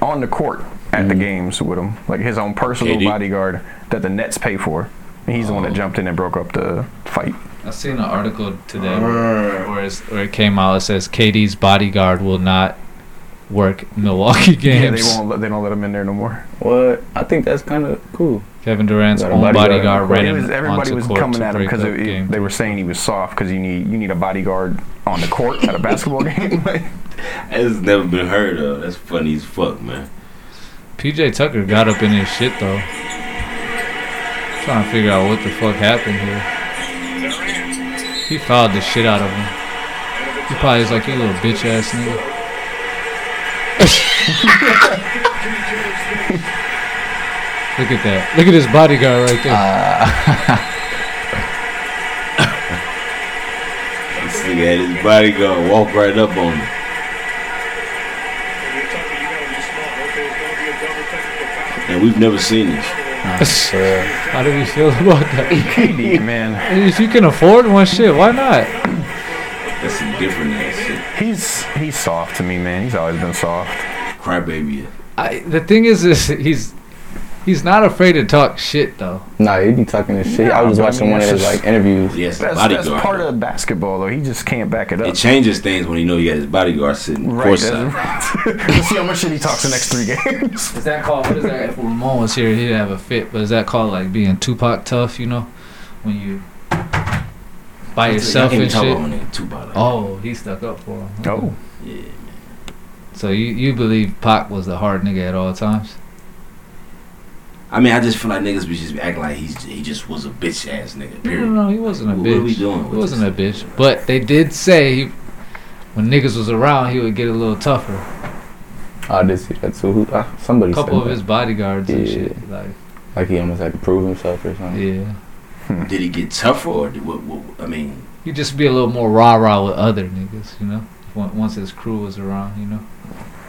Speaker 1: on the court at the games with him, like his own personal
Speaker 2: KD?
Speaker 1: bodyguard that the Nets pay for. And he's the one that
Speaker 2: Oh.
Speaker 1: jumped in and broke up the fight.
Speaker 3: I seen an article today where, where, it's, where it came out. It says KD's bodyguard will not work Milwaukee
Speaker 1: Yeah, they
Speaker 3: games.
Speaker 1: won't let, they don't let him in there no more.
Speaker 4: What? I think that's kind of cool.
Speaker 3: Kevin Durant's
Speaker 4: Got a
Speaker 3: own
Speaker 4: bodyguard.
Speaker 3: bodyguard ran
Speaker 1: It was,
Speaker 3: in
Speaker 1: everybody
Speaker 3: onto
Speaker 1: was
Speaker 3: court
Speaker 1: coming
Speaker 3: to
Speaker 1: at him
Speaker 3: break
Speaker 1: because
Speaker 3: up game.
Speaker 1: they were saying he was soft because you need you need a bodyguard on the court at a basketball game. Like,
Speaker 2: That's never been heard of. That's funny as fuck, man.
Speaker 3: PJ Tucker got up in his shit though. Trying to figure out what the fuck happened here. He fouled the shit out of him. He probably was like, you little bitch ass nigga. Look at that. Look at his bodyguard right there.
Speaker 2: Nigga had his bodyguard walk right up on him. And we've never seen this.
Speaker 3: How do we feel about that?
Speaker 1: KD, man,
Speaker 3: if you can afford one, shit, why not?
Speaker 2: That's some different ass shit.
Speaker 1: he's he's soft to me, man. He's always been soft.
Speaker 2: Crybaby.
Speaker 3: I, the thing is, is he's he's not afraid to talk shit though.
Speaker 4: Nah, he be talking this shit.
Speaker 1: Yeah,
Speaker 4: I was
Speaker 1: but I
Speaker 4: watching
Speaker 1: mean,
Speaker 4: one of
Speaker 1: that's
Speaker 4: his
Speaker 1: just-
Speaker 4: like interviews.
Speaker 2: Yes,
Speaker 1: That's,
Speaker 2: bodyguard.
Speaker 1: that's part of basketball, though. He just can't back it up.
Speaker 2: it changes things when you know you got his bodyguard sitting
Speaker 1: Right.
Speaker 2: courtside.
Speaker 1: that's- Let's see how much shit he talks the next three games.
Speaker 3: Is that called? What is that? If Ramon was here, he'd have a fit. But is that called like being Tupac tough? You know, when you by yourself
Speaker 2: I
Speaker 3: and
Speaker 2: talk
Speaker 3: shit.
Speaker 2: about that too, by the way.
Speaker 3: Oh, he stuck up for him.
Speaker 1: Oh,
Speaker 2: Yeah.
Speaker 3: So you you believe Pac was the hard nigga at all times?
Speaker 2: I mean, I just feel like niggas be just acting like he's he just was a bitch ass nigga.
Speaker 3: No,
Speaker 2: Period.
Speaker 1: Mm.
Speaker 3: no, no, he wasn't a
Speaker 2: What-
Speaker 3: bitch.
Speaker 2: What are we doing?
Speaker 3: He wasn't a bitch, but they did say he, when niggas was around, he would get a little tougher.
Speaker 4: I did see that too. Oh, Who, uh, somebody
Speaker 3: A couple
Speaker 4: said
Speaker 3: of his
Speaker 4: that.
Speaker 3: bodyguards and
Speaker 4: Yeah.
Speaker 3: shit. Like,
Speaker 4: like he almost had to prove himself or something.
Speaker 3: yeah,
Speaker 2: a- did he get tougher or did, what, what? I mean,
Speaker 3: he'd just be a little more rah rah with other niggas, you know. on- Once his crew was around, you know.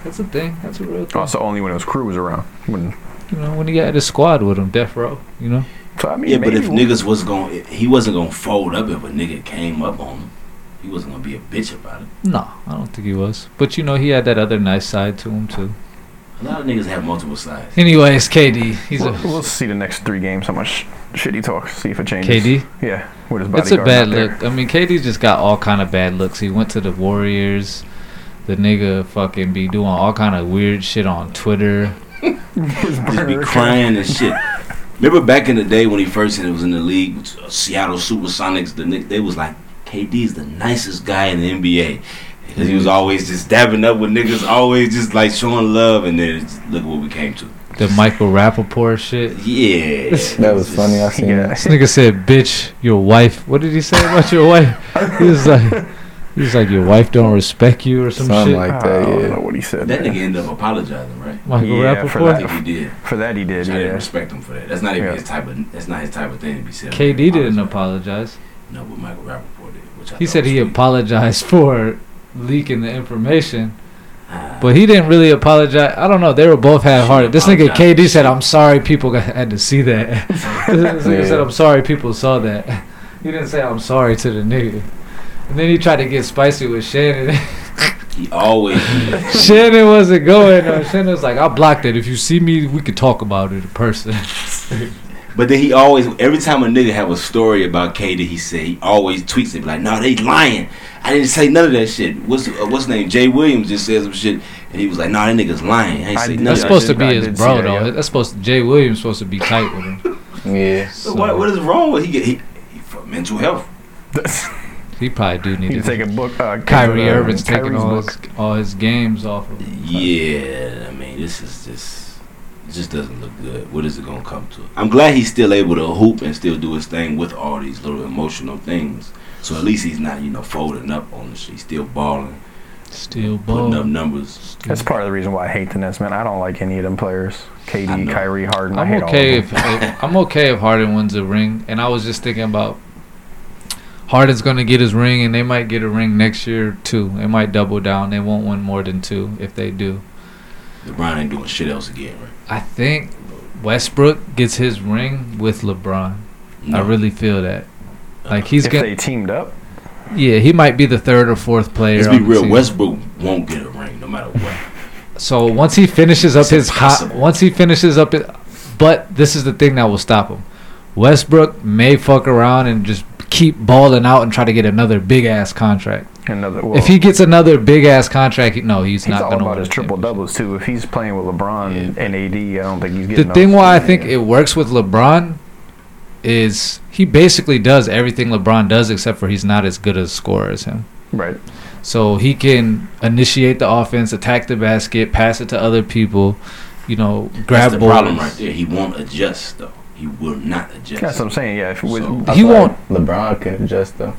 Speaker 3: That's a thing. That's a real thing.
Speaker 1: also only when his crew was around. When,
Speaker 3: You know, when he had his squad with him, Death Row. You know.
Speaker 1: so I mean,
Speaker 2: yeah, but if
Speaker 1: maybe-
Speaker 2: niggas was going, he wasn't gonna fold up if a nigga came up on him. He wasn't gonna be a bitch about it.
Speaker 3: No, I don't think he was. But you know, he had that other nice side to him too.
Speaker 2: A lot of niggas have multiple sides.
Speaker 3: Anyways, KD, he's
Speaker 1: we'll,
Speaker 3: a
Speaker 1: we'll see the next three games how much shit he talks. See if it changes.
Speaker 3: KD.
Speaker 1: Yeah, with his
Speaker 3: It's a
Speaker 1: bodyguard
Speaker 3: bad
Speaker 1: out there.
Speaker 3: look. I mean, KD just got all kind of bad looks. He went to the Warriors. The nigga fucking be doing all kind of weird shit on Twitter.
Speaker 2: Just be crying and shit. Remember back in the day when he first was in the league, Seattle Supersonics. The Knicks, they was like, KD is the nicest guy in the NBA. 'Cause he was always just dabbing up with niggas, always just like showing love, and then it's- look what we came to.
Speaker 3: The Michael Rappaport shit.
Speaker 2: Yeah,
Speaker 4: That was funny. I
Speaker 1: He
Speaker 4: seen that.
Speaker 3: This nigga said, "Bitch, your wife." What did he say about your wife? He was like, he was like, "Your wife don't respect you" or some
Speaker 4: Something
Speaker 3: shit.
Speaker 1: I
Speaker 4: like that.
Speaker 1: don't
Speaker 4: Yeah.
Speaker 1: know what he said.
Speaker 2: That
Speaker 1: man.
Speaker 2: nigga ended up apologizing, right?
Speaker 3: Michael
Speaker 1: Yeah, for
Speaker 2: I
Speaker 3: Rappaport.
Speaker 2: think he did.
Speaker 1: For that he
Speaker 2: I
Speaker 1: did.
Speaker 2: didn't
Speaker 1: Yeah.
Speaker 2: respect him for that. That's not even
Speaker 1: Yeah.
Speaker 2: his type of. That's not his type of thing to be said.
Speaker 3: KD didn't apologize.
Speaker 2: No, but Michael Rappaport did. Which I
Speaker 3: He
Speaker 2: thought
Speaker 3: said
Speaker 2: was
Speaker 3: he
Speaker 2: sweet.
Speaker 3: apologized for leaking the information.
Speaker 2: Ah.
Speaker 3: But he didn't really apologize. I don't know. They were both half hearted. This nigga
Speaker 2: Apologize.
Speaker 3: KD said, "I'm sorry, people got- had to see that." this nigga said, "I'm sorry, people saw that." He didn't say, "I'm sorry" to the nigga. And then he tried to get spicy with Shannon.
Speaker 2: he always.
Speaker 3: Shannon wasn't going. though. Shannon was like, "I blocked it. If you see me, we could talk about it in person."
Speaker 2: But then he always, every time a nigga have a story about KD, he said he always tweets it like, "No, they lying. I didn't say none of that shit." What's uh, what's his name? Jay Williams just said some shit, and he was like, "No, that nigga's lying. I ain't
Speaker 1: I
Speaker 2: say
Speaker 1: did-
Speaker 2: none
Speaker 3: That's
Speaker 2: of
Speaker 1: I
Speaker 2: that."
Speaker 3: supposed
Speaker 2: Shit.
Speaker 1: did-
Speaker 3: to be
Speaker 1: I
Speaker 3: his
Speaker 1: did see
Speaker 3: bro,
Speaker 1: that,
Speaker 3: though.
Speaker 1: yeah.
Speaker 3: That's supposed to, Jay Williams supposed to be tight with him.
Speaker 4: Yeah.
Speaker 2: So what what is wrong with he get he, he for mental health?
Speaker 3: He probably do need
Speaker 1: He
Speaker 3: to
Speaker 1: can take a book. Uh,
Speaker 3: Kyrie
Speaker 1: uh,
Speaker 3: Irving's taking
Speaker 1: Kyrie's
Speaker 3: all
Speaker 1: book.
Speaker 3: his, all his games off of him.
Speaker 2: Yeah, I mean, this is just it just doesn't look good. What is it gonna come to? I'm glad he's still able to hoop and still do his thing with all these little emotional things. So at least he's not, you know, folding up on the shit. He's still balling,
Speaker 3: Still
Speaker 2: putting up
Speaker 3: ball.
Speaker 2: numbers.
Speaker 1: That's part of the reason why I hate the Nets, man. I don't like any of them players.
Speaker 2: I
Speaker 1: KD,
Speaker 2: know.
Speaker 1: Kyrie, Harden. i
Speaker 3: I'm
Speaker 1: hate
Speaker 3: okay
Speaker 1: all of
Speaker 3: if, if I'm okay if Harden wins a ring, and I was just thinking about Harden's gonna get his ring, and they might get a ring next year too. They might double down. They won't win more than two if they do.
Speaker 2: LeBron ain't doing shit else again, right?
Speaker 3: I think Westbrook gets his ring with LeBron. I really feel that. Like
Speaker 1: them.
Speaker 3: he's
Speaker 1: If
Speaker 3: gonna,
Speaker 1: they teamed up,
Speaker 3: yeah, he might be the third or fourth player.
Speaker 2: Let's be
Speaker 3: on the
Speaker 2: real.
Speaker 3: team.
Speaker 2: Westbrook won't get a ring no matter what.
Speaker 3: So once he finishes up
Speaker 2: It's
Speaker 3: his hot,
Speaker 2: impossible.
Speaker 3: once he finishes up it, but this is the thing that will stop him. Westbrook may fuck around and just keep balling out and try to get another big ass contract.
Speaker 1: another. Well,
Speaker 3: if he gets another big ass contract, he, no, he's,
Speaker 1: he's
Speaker 3: not
Speaker 1: all
Speaker 3: going to
Speaker 1: about
Speaker 3: win.
Speaker 1: his
Speaker 3: a
Speaker 1: triple doubles too. If he's playing with LeBron and AD, I don't think he's
Speaker 3: championship.
Speaker 1: getting.
Speaker 3: The thing
Speaker 1: those.
Speaker 3: why I think it works with LeBron is he basically does everything LeBron does except for he's not as good a scorer as him.
Speaker 1: right.
Speaker 3: So he can initiate the offense, attack the basket, pass it to other people, you know, grab
Speaker 2: That's the
Speaker 3: balls.
Speaker 2: problem right there. He won't adjust though. He will not adjust.
Speaker 1: That's what I'm saying. Yeah. If with,
Speaker 2: So-
Speaker 4: I
Speaker 3: He
Speaker 4: feel
Speaker 3: won't-
Speaker 4: like LeBron can adjust though.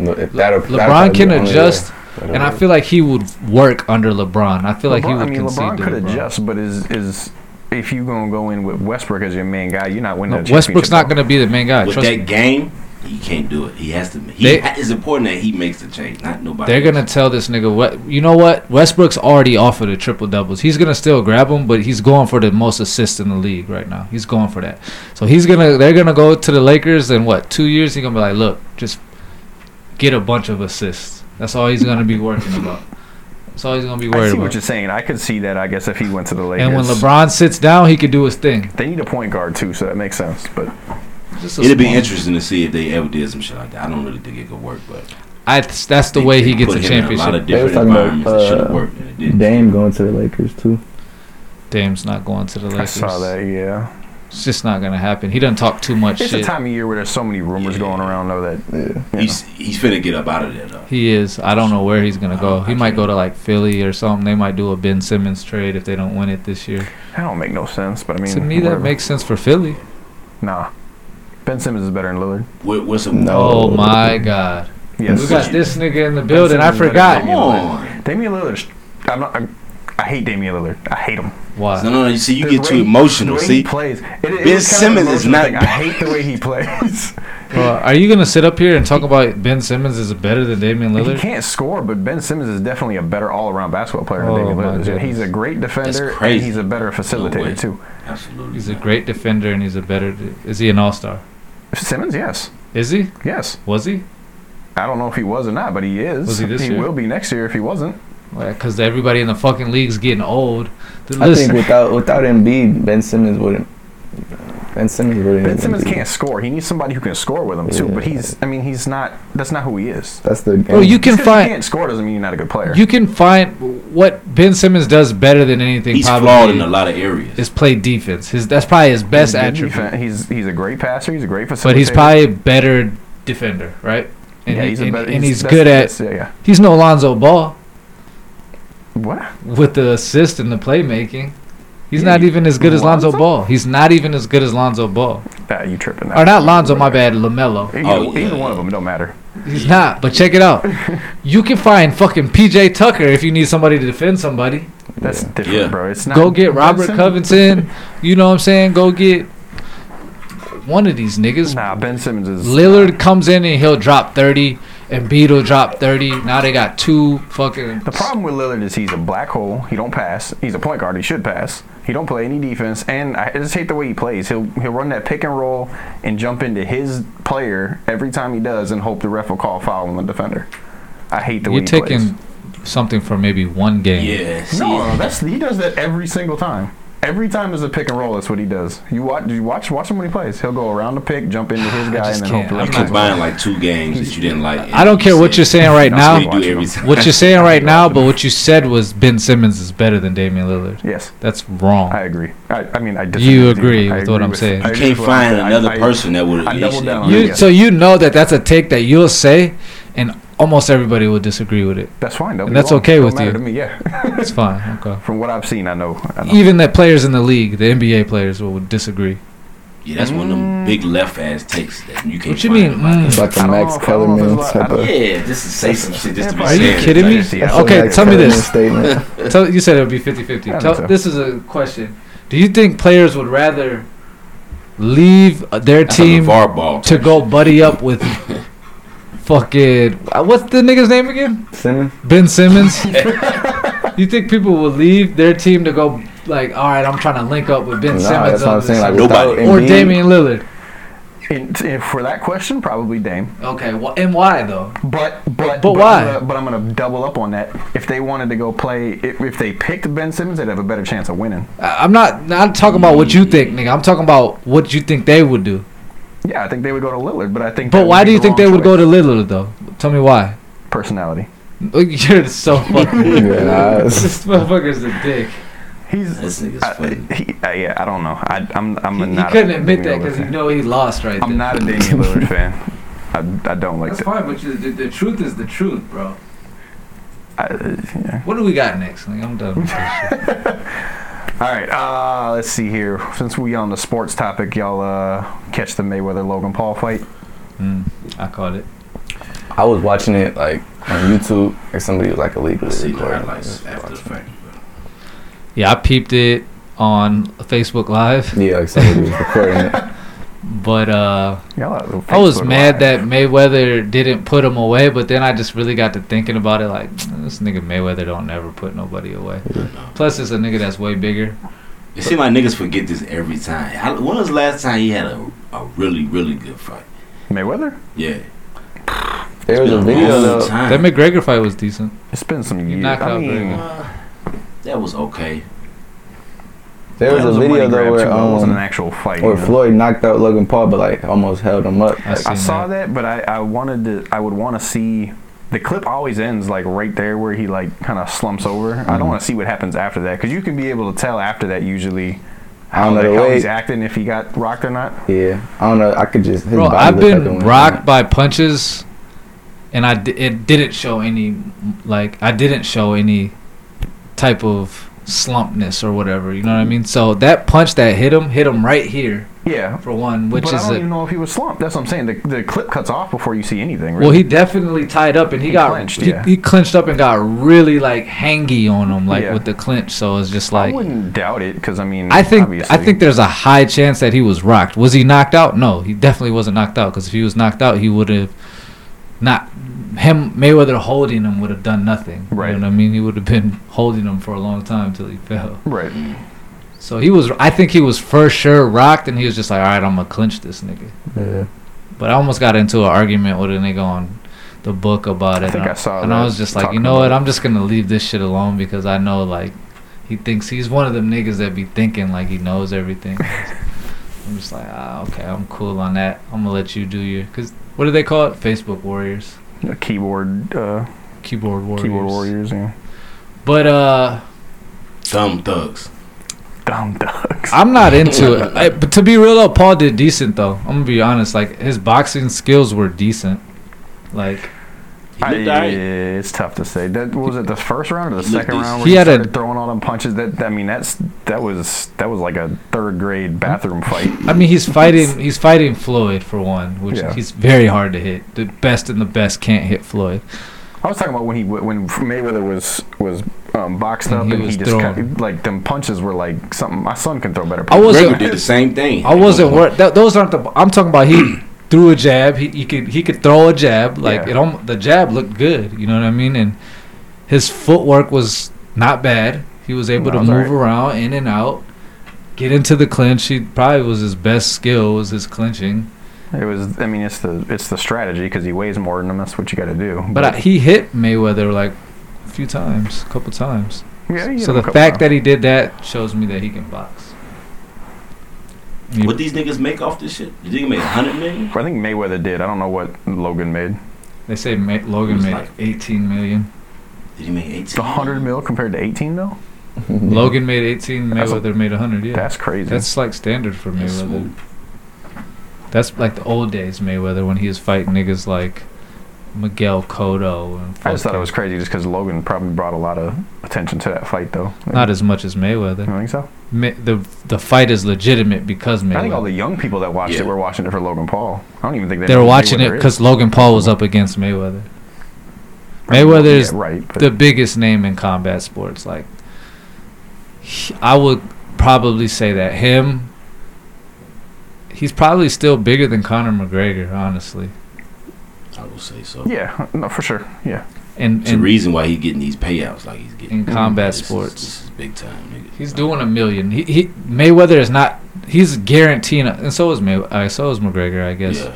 Speaker 4: No, if that'll- that'll probably
Speaker 3: LeBron
Speaker 4: be
Speaker 3: can
Speaker 4: the only way uh,
Speaker 3: adjust,
Speaker 4: that'll
Speaker 3: and I
Speaker 4: work.
Speaker 3: feel like he would work under LeBron. I feel like he
Speaker 1: LeBron,
Speaker 3: would
Speaker 1: I mean,
Speaker 3: concede
Speaker 1: LeBron
Speaker 3: to
Speaker 1: could
Speaker 3: LeBron.
Speaker 1: adjust, but is is if you gonna go in with Westbrook as your main guy, you're not winning.
Speaker 3: No,
Speaker 1: a
Speaker 3: Westbrook's
Speaker 1: championship.
Speaker 3: not going to be the main guy.
Speaker 2: With
Speaker 3: Trust
Speaker 2: that
Speaker 3: me.
Speaker 2: game, He can't do it. He has to. He,
Speaker 3: They-
Speaker 2: it's important that he makes the change, not nobody.
Speaker 3: They're
Speaker 2: else.
Speaker 3: gonna tell this nigga what you know what Westbrook's already off of the triple doubles. He's gonna still grab him, but he's going for the most assists in the league right now. He's going for that. So he's gonna they're gonna go to the Lakers in what two years? He's gonna be like, look, just get a bunch of assists. That's all he's gonna be working about. That's all he's gonna be
Speaker 1: I
Speaker 3: worried
Speaker 1: see
Speaker 3: about.
Speaker 1: what you're saying. I could see that. I guess if he went to the Lakers,
Speaker 3: And when LeBron sits down, he could do his thing.
Speaker 1: they need a point guard too, so that makes sense. But
Speaker 3: Just a
Speaker 2: It'd be
Speaker 3: small-
Speaker 2: interesting to see if they ever did some shit like that. I don't really think it could work, but
Speaker 3: I, that's the
Speaker 2: they-
Speaker 3: way
Speaker 2: they
Speaker 3: he gets
Speaker 2: put
Speaker 3: a
Speaker 2: him in A lot
Speaker 3: championship.
Speaker 2: of
Speaker 4: They was
Speaker 2: different
Speaker 4: talking about,
Speaker 2: environments that should have
Speaker 4: uh,
Speaker 2: worked. And it didn't.
Speaker 4: Dame going to the Lakers too.
Speaker 3: Dame's not going to the Lakers.
Speaker 1: I saw that. Yeah,
Speaker 3: It's just not gonna happen. He doesn't talk too much
Speaker 1: it's
Speaker 3: shit.
Speaker 1: a time of year where there's so many rumors
Speaker 2: Yeah.
Speaker 1: going around though that
Speaker 4: Yeah.
Speaker 1: you know,
Speaker 2: He's he's finna get up out of there though.
Speaker 3: He is. I don't know where he's gonna go.
Speaker 2: Oh,
Speaker 3: He might go to like Philly or something. They might do a Ben Simmons trade if they don't win it this year.
Speaker 1: that don't make no sense. But I mean,
Speaker 3: to me,
Speaker 1: whatever.
Speaker 3: that makes sense for Philly.
Speaker 1: nah. Ben Simmons is better than Lillard.
Speaker 2: Where, where's the
Speaker 4: No.
Speaker 3: Oh, my God,
Speaker 1: Yes,
Speaker 3: we got this nigga in the building. I
Speaker 1: Simmons better
Speaker 2: Come
Speaker 1: than
Speaker 3: forgot.
Speaker 2: on.
Speaker 1: Damian Lillard. I'm not. I'm, I hate Damian Lillard. I hate him.
Speaker 2: No, no,
Speaker 3: Why?
Speaker 2: no, you see, you
Speaker 1: The
Speaker 2: get too
Speaker 1: way-
Speaker 2: emotional.
Speaker 1: the way
Speaker 2: See,
Speaker 1: he plays. It- it was
Speaker 2: Ben
Speaker 1: kind of
Speaker 2: Simmons is
Speaker 1: emotional
Speaker 2: not-
Speaker 1: thing. I hate the way he plays.
Speaker 3: Well, are you gonna sit up here and talk about Ben Simmons is better than Damian
Speaker 1: He
Speaker 3: Lillard?
Speaker 1: can't score, but Ben Simmons is definitely a better all-around basketball player
Speaker 3: Oh,
Speaker 1: than Damian
Speaker 3: my
Speaker 1: Lillard. is. Yeah, He's a
Speaker 3: goodness.
Speaker 1: great defender, and
Speaker 2: crazy.
Speaker 1: he's a better
Speaker 2: No way.
Speaker 1: facilitator too.
Speaker 2: absolutely.
Speaker 3: He's a great defender and he's a better. Is he an All Star?
Speaker 1: Simmons, yes,
Speaker 3: Is he?
Speaker 1: yes.
Speaker 3: Was he?
Speaker 1: I don't know if he was or not, but he is.
Speaker 3: Was he this year?
Speaker 1: will be next year if he wasn't.
Speaker 3: Because everybody in the fucking league's getting old. Dude,
Speaker 4: I think
Speaker 3: Listen,
Speaker 4: without without Embiid, Ben Simmons wouldn't. Ben Simmons wouldn't.
Speaker 1: Ben
Speaker 4: even
Speaker 1: Simmons
Speaker 4: be-
Speaker 1: can't score. He needs somebody who can score with him too. But
Speaker 4: Yeah.
Speaker 1: he's, I mean, he's not. That's not who he is.
Speaker 4: That's the. Game.
Speaker 3: bro, you
Speaker 1: Just
Speaker 3: can
Speaker 1: 'cause
Speaker 3: find
Speaker 1: you can't score doesn't mean you're not a good player.
Speaker 3: you can find what Ben Simmons does better than anything.
Speaker 2: He's
Speaker 3: probably
Speaker 2: flawed in a lot of areas.
Speaker 3: is play defense. His that's probably his
Speaker 1: He's
Speaker 3: best
Speaker 1: a good
Speaker 3: attribute.
Speaker 1: defen- He's he's a great passer. He's a great facilitator.
Speaker 3: But he's probably a better defender, right? And,
Speaker 1: yeah,
Speaker 3: he-
Speaker 1: he's a
Speaker 3: and,
Speaker 1: better-
Speaker 3: and he's,
Speaker 1: that's-
Speaker 3: good at
Speaker 1: that's- yeah, yeah.
Speaker 3: he's no Alonzo Ball
Speaker 1: What?
Speaker 3: with the assist and the playmaking. He's
Speaker 1: Yeah,
Speaker 3: not
Speaker 1: you-
Speaker 3: even as good as Lonzo
Speaker 1: Lonzo?
Speaker 3: Ball. He's not even as good as Lonzo Ball.
Speaker 1: Ah, you tripping?
Speaker 3: Or not Lonzo, my bad, LaMelo.
Speaker 1: Either,
Speaker 2: Oh, yeah,
Speaker 1: either one
Speaker 2: yeah.
Speaker 1: of them, it don't matter.
Speaker 3: He's not, but check it out. You can find fucking PJ Tucker if you need somebody to defend somebody.
Speaker 1: That's different,
Speaker 2: Yeah.
Speaker 1: bro. It's not.
Speaker 3: Go get Robert
Speaker 1: Benson-
Speaker 3: Covington. You know what I'm saying? Go get one of these niggas.
Speaker 1: Nah, Ben Simmons is.
Speaker 3: Lillard comes in and he'll drop 30, and Beat will drop 30. Now they got two fucking.
Speaker 1: The problem with Lillard is he's a black hole. He don't pass. He's a point guard. He should pass. He don't play any defense, and I just hate the way he plays. He'll he'll run that pick and roll and jump into his player every time he does, and hope the ref will call a foul on the defender. I hate the way
Speaker 3: You're
Speaker 1: he
Speaker 3: taking
Speaker 1: plays.
Speaker 3: something from maybe one game.
Speaker 2: Yeah. See,
Speaker 1: No, that's he does that every single time. Every time there's a pick and roll, that's what he does. You watch, you watch, watch him when he plays. He'll go around the pick, jump into his guy,
Speaker 3: just
Speaker 1: and then hope
Speaker 3: can't.
Speaker 1: the
Speaker 3: I'm
Speaker 1: ref
Speaker 3: not-
Speaker 1: calls a foul.
Speaker 2: combine like two games that you didn't like. and
Speaker 3: I don't care what
Speaker 2: said-
Speaker 3: you're saying right
Speaker 2: That's what
Speaker 3: now.
Speaker 2: you do every time.
Speaker 3: What you're saying right now, but what you said was Ben Simmons is better than Damian Lillard.
Speaker 1: Yes,
Speaker 3: That's wrong.
Speaker 1: I agree. I, I mean, I disagree.
Speaker 3: You
Speaker 1: with
Speaker 3: agree
Speaker 1: I
Speaker 3: with what I'm saying.
Speaker 1: I
Speaker 2: You
Speaker 1: agree
Speaker 2: can't
Speaker 1: with what I'm
Speaker 2: find
Speaker 1: saying. I-
Speaker 2: another
Speaker 1: I-
Speaker 2: person that would.
Speaker 1: I doubled down on
Speaker 3: you,
Speaker 1: yeah.
Speaker 3: So you know that that's a take that you'll say, and almost everybody will disagree with it.
Speaker 1: That's fine. Don't
Speaker 3: And
Speaker 1: be
Speaker 3: that's
Speaker 1: wrong.
Speaker 3: okay
Speaker 1: Don't
Speaker 3: with
Speaker 1: matter
Speaker 3: you.
Speaker 1: To me, yeah.
Speaker 3: It's fine. Okay.
Speaker 1: From what I've seen, I know. I know.
Speaker 3: Even that players in the league, the NBA players, will disagree.
Speaker 2: Yeah, that's one of them big left ass takes that you can't.
Speaker 3: What you
Speaker 2: find
Speaker 3: mean,
Speaker 2: nobody
Speaker 3: mm?
Speaker 4: It's
Speaker 1: I
Speaker 4: like a
Speaker 1: don't
Speaker 4: Max
Speaker 1: know if- I don't know if there's a
Speaker 4: Kellerman
Speaker 1: lot-
Speaker 4: type
Speaker 1: I
Speaker 4: of.
Speaker 1: don't-
Speaker 2: Yeah, just to say some shit just to be
Speaker 1: Are
Speaker 3: Are
Speaker 1: you
Speaker 2: said.
Speaker 3: you
Speaker 2: It's
Speaker 3: kidding me?
Speaker 2: like-
Speaker 1: Yeah.
Speaker 4: That's a
Speaker 3: Okay,
Speaker 4: Max
Speaker 3: tell me
Speaker 4: Kellerman
Speaker 3: this.
Speaker 4: Statement.
Speaker 3: Mm. Tell, you said it would be 50 50.
Speaker 1: I
Speaker 3: Tell,
Speaker 1: think so.
Speaker 3: This is a question. Do you think players would rather leave uh, their
Speaker 2: That's like a
Speaker 3: team
Speaker 2: VAR ball.
Speaker 3: to go buddy up with fucking. uh, What's the nigga's name again?
Speaker 4: Simmons.
Speaker 3: Ben Simmons? you think people will leave their team to go, like, all right, I'm trying to link up with Ben
Speaker 4: Nah,
Speaker 3: Simmons
Speaker 4: that's what
Speaker 3: on
Speaker 4: I'm saying. Like
Speaker 3: this-
Speaker 4: without
Speaker 2: Nobody.
Speaker 3: or
Speaker 4: Embiid,
Speaker 3: Damian Lillard?
Speaker 1: And, and for that question, probably Dame.
Speaker 3: Okay, well, and why, though?
Speaker 1: But but
Speaker 3: But why?
Speaker 1: But, I'm gonna double up on that. If they wanted to go play, if, if they picked Ben Simmons, they'd have a better chance of winning.
Speaker 3: I- I'm not, not talking about what you
Speaker 1: Mm.
Speaker 3: think, nigga. I'm talking about what you think they would do.
Speaker 1: Yeah, I think they would go to Lillard, but I think.
Speaker 3: But why do you think they would go to Lillard though? Tell me why.
Speaker 1: personality?
Speaker 3: You're so fucking.
Speaker 4: Yeah, nah, it's-
Speaker 3: this motherfucker's a dick.
Speaker 1: He's.
Speaker 2: This nigga's
Speaker 1: I,
Speaker 2: funny.
Speaker 1: he, uh, yeah, I don't know. I, I'm. I'm
Speaker 3: He, he
Speaker 1: not. a
Speaker 3: couldn't admit that
Speaker 1: Damian
Speaker 3: because
Speaker 1: Lillard
Speaker 3: he
Speaker 1: fan.
Speaker 3: know he lost right
Speaker 1: I'm
Speaker 3: there.
Speaker 1: not a Damian Lillard fan. I, I don't like
Speaker 3: That's
Speaker 1: that.
Speaker 3: fine, but you, the, the truth is the truth, bro.
Speaker 1: I, yeah.
Speaker 3: What do we got next? Like, I'm done. With this.
Speaker 1: All right, uh, let's see here. Since we on the sports topic, y'all uh, catch the Mayweather Logan Paul fight.
Speaker 3: Mm, I caught it.
Speaker 4: I was watching it like on YouTube, and somebody was like illegally
Speaker 2: See the
Speaker 4: recording.
Speaker 2: highlights after the fact.
Speaker 3: Yeah, I peeped it on Facebook Live.
Speaker 4: Yeah, like somebody was recording it.
Speaker 3: But uh,
Speaker 1: Y'all out there
Speaker 3: I was
Speaker 1: Facebook
Speaker 3: mad
Speaker 1: Live.
Speaker 3: that Mayweather didn't put him away, but then I just really got to thinking about it. Like "Mm, this nigga Mayweather don't never put nobody away. Plus, it's a nigga that's way bigger.
Speaker 2: It seems like niggas forget this every time. How, when was the last time he had a, a really, really good fight?
Speaker 1: Mayweather.
Speaker 2: Yeah.
Speaker 4: There was a
Speaker 2: Been
Speaker 4: video
Speaker 2: long
Speaker 4: though.
Speaker 2: time.
Speaker 3: That McGregor fight was decent.
Speaker 1: It's been some
Speaker 3: You
Speaker 1: years.
Speaker 3: knocked
Speaker 1: I
Speaker 3: out
Speaker 1: mean,
Speaker 3: Brady.
Speaker 2: Uh, that was okay.
Speaker 4: There was
Speaker 1: that
Speaker 4: a
Speaker 1: money
Speaker 4: video
Speaker 1: grab,
Speaker 4: though
Speaker 1: too,
Speaker 4: where
Speaker 1: though. it wasn't an
Speaker 4: um,
Speaker 1: actual fight.
Speaker 4: where
Speaker 1: you know?
Speaker 4: Floyd knocked out Logan Paul, but like almost held him up.
Speaker 3: I
Speaker 4: Like,
Speaker 1: I
Speaker 3: seen
Speaker 1: saw that, but I, I wanted to. I would want to see. The clip always ends like right there where he like kind of slumps over. I
Speaker 4: Mm-hmm.
Speaker 1: don't want to see what happens after that because you can be able to tell after that usually
Speaker 4: I
Speaker 1: how,
Speaker 4: don't
Speaker 1: the
Speaker 4: know the
Speaker 1: hell he's
Speaker 4: way.
Speaker 1: acting if he got rocked or not.
Speaker 4: Yeah, I don't know. I could just. His
Speaker 3: Bro,
Speaker 4: body
Speaker 3: I've
Speaker 4: looked like it
Speaker 3: been
Speaker 4: went
Speaker 3: rocked by punches, and I di- it didn't show any like I didn't show any type of slumpness or whatever. You know what I mean? So that punch that hit him hit him right here
Speaker 1: Yeah,
Speaker 3: for one, which
Speaker 1: but I
Speaker 3: is
Speaker 1: don't
Speaker 3: a,
Speaker 1: even know if he was slumped. That's what I'm saying. The, the clip cuts off before you see anything. Really.
Speaker 3: well he definitely tied up and he,
Speaker 1: He
Speaker 3: got
Speaker 1: clenched,
Speaker 3: he,
Speaker 1: yeah.
Speaker 3: he clenched up and got really like hangy on him like
Speaker 1: Yeah.
Speaker 3: with the clinch. So it's just
Speaker 1: I
Speaker 3: like.
Speaker 1: wouldn't doubt it because I mean,
Speaker 3: I think I
Speaker 1: obviously.
Speaker 3: think there's a high chance that he was rocked. Was he knocked out? No, he definitely wasn't knocked out because if he was knocked out, he would have not him Mayweather holding him would have done nothing.
Speaker 1: Right.
Speaker 3: You know what I mean? He would have been holding him for a long time till he fell.
Speaker 1: right.
Speaker 3: So he was. I think he was for sure rocked, and he was just like, "All right, I'm gonna clinch this nigga."
Speaker 4: Yeah.
Speaker 3: But I almost got into an argument with a nigga on the book about it.
Speaker 1: I think
Speaker 3: and
Speaker 1: I saw
Speaker 3: And
Speaker 1: that,
Speaker 3: I was just like, you
Speaker 1: talking
Speaker 3: know
Speaker 1: about
Speaker 3: what?
Speaker 1: it.
Speaker 3: I'm just gonna leave this shit alone because I know like he thinks he's one of them niggas that be thinking like he knows everything. I'm just like, ah, okay, I'm cool on that. I'm gonna let you do your. Cause what do they call it? Facebook warriors,
Speaker 1: The keyboard, uh,
Speaker 3: keyboard warriors.
Speaker 1: keyboard warriors. Yeah.
Speaker 3: But uh,
Speaker 2: Dumb thugs.
Speaker 1: Dumb ducks.
Speaker 3: I'm not into it. I, but to be real though, Paul did decent though. I'm gonna be honest. Like his boxing skills were decent. Like
Speaker 2: He
Speaker 1: I-
Speaker 2: looked alright.
Speaker 1: It's tough to say. That what was it. The first round or the
Speaker 2: He looked
Speaker 1: second
Speaker 2: decent.
Speaker 1: round. Where
Speaker 3: He
Speaker 1: he,
Speaker 3: had a-
Speaker 1: started throwing all them punches. That I mean, that's that was that was like a third grade bathroom fight.
Speaker 3: I mean, he's fighting. He's fighting Floyd for one, which
Speaker 1: Yeah.
Speaker 3: he's very hard to hit. The best and the best can't hit Floyd.
Speaker 1: I was talking about when he when Mayweather was was um, boxed
Speaker 3: And
Speaker 1: up
Speaker 3: he
Speaker 1: and
Speaker 3: was
Speaker 1: he just
Speaker 3: throwing.
Speaker 1: cut, like them punches were like something. My son can throw better.
Speaker 3: I was-
Speaker 2: Gregor
Speaker 3: wasn't-
Speaker 2: did the same thing.
Speaker 3: I wasn't worried. Th- those aren't the. I'm talking about he threw a jab. He, he could he could throw a jab. Like
Speaker 1: Yeah.
Speaker 3: it. Almo- the jab looked good. You know what I mean? And his footwork was not bad. He was able
Speaker 1: No,
Speaker 3: to
Speaker 1: it was
Speaker 3: move around in and out, get into the clinch. He probably was his best skill was his clinching.
Speaker 1: It was. I mean, it's the it's the strategy because he weighs more than him. That's what you got to do.
Speaker 3: But I, he hit Mayweather like a few times, a couple times.
Speaker 1: yeah, he hit
Speaker 3: so
Speaker 1: him
Speaker 3: the
Speaker 1: a couple
Speaker 3: fact
Speaker 1: times.
Speaker 3: that he did that shows me that he can box.
Speaker 2: What these niggas make off this shit? Did they make a hundred million?
Speaker 1: I think Mayweather did. I don't know what Logan made.
Speaker 3: They say Ma- Logan
Speaker 2: It's
Speaker 3: made
Speaker 2: like-
Speaker 3: 18 million.
Speaker 2: Did he make eighteen?
Speaker 1: A hundred mil compared to eighteen though.
Speaker 3: Logan made 18.
Speaker 1: That's a-
Speaker 3: Mayweather made 100. Yeah, that's,
Speaker 1: That's crazy.
Speaker 3: like standard for
Speaker 2: That's
Speaker 3: Mayweather.
Speaker 2: smooth.
Speaker 3: That's like the old days Mayweather when he was fighting niggas like Miguel Cotto and.
Speaker 1: I just thought it
Speaker 3: fucking-
Speaker 1: was crazy just because Logan probably brought a lot of attention to that fight though.
Speaker 3: Not as much as
Speaker 1: you
Speaker 3: Mayweather.
Speaker 1: don't think so?
Speaker 3: Ma- the the fight is legitimate because Mayweather.
Speaker 1: I think all the young people that watched
Speaker 2: Yeah.
Speaker 1: it were watching it for Logan Paul. I don't even think they
Speaker 3: they
Speaker 1: know
Speaker 3: were
Speaker 1: who
Speaker 3: watching it
Speaker 1: Mayweather is.
Speaker 3: because Logan Paul was up against Mayweather.
Speaker 1: I mean,
Speaker 3: Mayweather is
Speaker 1: yeah, right. But
Speaker 3: the biggest name in combat sports. Like, he- I would probably say that him. He's probably still bigger than Conor McGregor, honestly.
Speaker 2: I would say so.
Speaker 1: yeah, no, for sure. Yeah,
Speaker 3: And,
Speaker 2: It's the
Speaker 3: and
Speaker 2: reason why he getting these payouts like he's getting. Mm-hmm.
Speaker 3: in combat
Speaker 2: This is-
Speaker 3: sports,
Speaker 2: this is big time, nigga.
Speaker 3: he's doing a million. He, he Mayweather is not. He's guaranteeing, and so is May. Uh, so is McGregor, I guess.
Speaker 2: Yeah.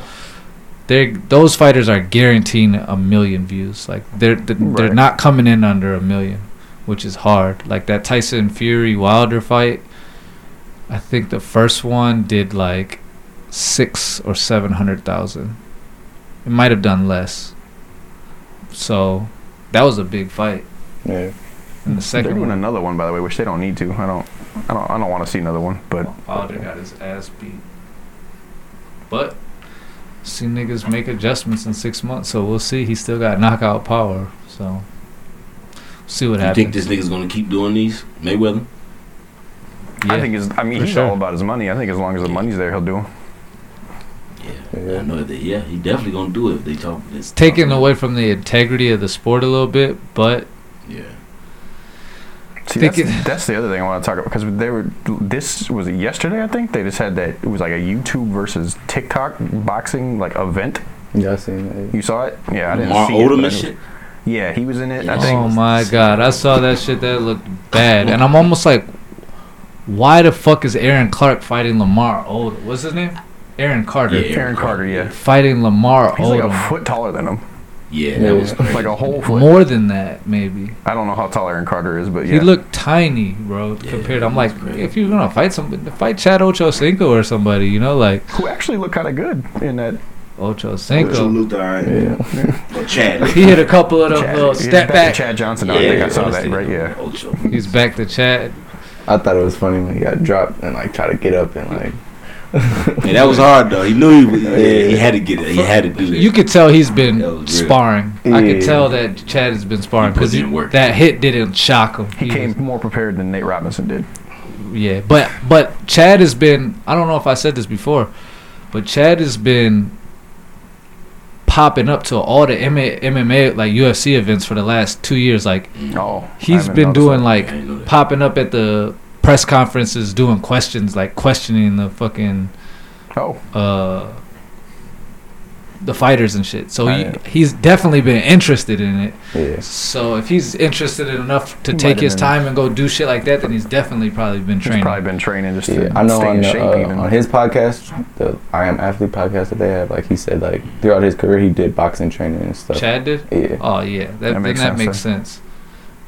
Speaker 3: They those fighters are guaranteeing a million views. Like they're they're, they're
Speaker 1: Right.
Speaker 3: not coming in under a million, which is hard. Like that Tyson Fury Wilder fight, I think the first one did like six or seven hundred thousand. It might have done less. So that was a big fight.
Speaker 4: Yeah.
Speaker 3: And the
Speaker 1: they're
Speaker 3: second
Speaker 1: doing
Speaker 3: one,
Speaker 1: another one by the way, which they don't need to. I don't. I don't. I don't want to see another one. But
Speaker 3: Wilder got his ass beat. But see niggas make adjustments in six months, so we'll see. He still got knockout power, so see what
Speaker 2: You
Speaker 3: happens.
Speaker 2: think this nigga's gonna keep doing these Mayweather?
Speaker 3: yeah.
Speaker 1: I think his. I mean,
Speaker 3: For
Speaker 1: he's
Speaker 3: sure.
Speaker 1: all about his money. I think as long as the money's there, he'll do. 'em.
Speaker 2: Yeah,
Speaker 4: Yeah.
Speaker 2: I know that. Yeah, he definitely gonna do it. If they talk. It's
Speaker 3: taken away from the integrity of the sport a little bit, but
Speaker 2: Yeah.
Speaker 1: See,
Speaker 3: Think
Speaker 1: that's,
Speaker 3: it-
Speaker 1: that's the other thing I want to talk about because they were. This was yesterday, I think. They just had that. It was like a YouTube versus TikTok boxing like event.
Speaker 4: Yeah, I seen that.
Speaker 1: You saw it? Yeah, I didn't
Speaker 2: Lamar
Speaker 1: see it.
Speaker 2: Odom
Speaker 1: but
Speaker 2: and
Speaker 1: I knew-
Speaker 2: shit.
Speaker 1: Yeah, he was in it. I
Speaker 2: Yes.
Speaker 1: think.
Speaker 3: Oh my god, I saw that shit. That looked bad, and I'm almost like, why the fuck is Aaron Clark fighting Lamar Odom? What's his name? Aaron Carter.
Speaker 2: Yeah.
Speaker 1: Aaron Carter. Yeah,
Speaker 3: Fighting Lamar
Speaker 1: he's like
Speaker 3: Odom.
Speaker 1: a foot taller than him.
Speaker 2: Yeah,
Speaker 4: Yeah.
Speaker 2: that was crazy.
Speaker 1: Like a whole foot.
Speaker 3: More than that, maybe.
Speaker 1: I don't know how tall Aaron Carter is, but yeah.
Speaker 3: He looked tiny, bro.
Speaker 2: Yeah,
Speaker 3: compared, I'm
Speaker 2: he
Speaker 3: like,
Speaker 2: was great.
Speaker 3: if you're gonna fight somebody, fight Chad Ochocinco or somebody, you know, like
Speaker 1: who actually looked kind of good in that.
Speaker 3: Ochocinco.
Speaker 2: Luke Dye,
Speaker 4: Yeah.
Speaker 2: or Chad.
Speaker 3: He hit a couple of them.
Speaker 1: Chad,
Speaker 3: little
Speaker 1: yeah,
Speaker 3: step
Speaker 1: to
Speaker 3: back.
Speaker 1: Chad Johnson. I think I saw that. Right? Yeah.
Speaker 2: Ocho.
Speaker 3: He's back to Chad.
Speaker 4: I thought it was funny when he got dropped and like tried to get up and like
Speaker 2: Yeah, that was hard though. He knew he, was, yeah, he had to get it. He had to do it.
Speaker 3: You could tell he's been
Speaker 2: That was real.
Speaker 3: sparring. I could
Speaker 4: Yeah.
Speaker 3: tell that Chad has been sparring
Speaker 2: He put
Speaker 3: because
Speaker 2: in work.
Speaker 3: that hit didn't shock him.
Speaker 1: He came more prepared than Nate Robinson did.
Speaker 3: was- yeah, but but Chad has been. I don't know if I said this before, but Chad has been popping up to all the M- MMA like UFC events for the last two years. Like
Speaker 1: Oh, I
Speaker 3: he's
Speaker 1: haven't
Speaker 3: been
Speaker 1: noticed
Speaker 3: doing
Speaker 1: that.
Speaker 3: like
Speaker 2: I didn't know that.
Speaker 3: popping up at the press conferences, doing questions, like questioning the fucking
Speaker 1: Oh,
Speaker 3: uh the fighters and shit. So he,
Speaker 1: Right.
Speaker 3: he's definitely been interested in it.
Speaker 4: yeah.
Speaker 3: So if he's interested in enough to
Speaker 1: He
Speaker 3: take
Speaker 1: might
Speaker 3: his
Speaker 1: have been.
Speaker 3: time and go do shit like that, then he's definitely probably been
Speaker 1: he's
Speaker 3: training.
Speaker 1: probably been training just to
Speaker 4: Yeah, I know
Speaker 1: stay
Speaker 4: on,
Speaker 1: in
Speaker 4: the,
Speaker 1: shape.
Speaker 4: uh,
Speaker 1: even
Speaker 4: on his podcast, the I Am Athlete podcast that they have, like he said, like throughout his career he did boxing training and stuff.
Speaker 3: Chad did.
Speaker 4: Yeah,
Speaker 3: Oh yeah, that, then
Speaker 1: makes
Speaker 3: that
Speaker 1: sense,
Speaker 3: makes sense.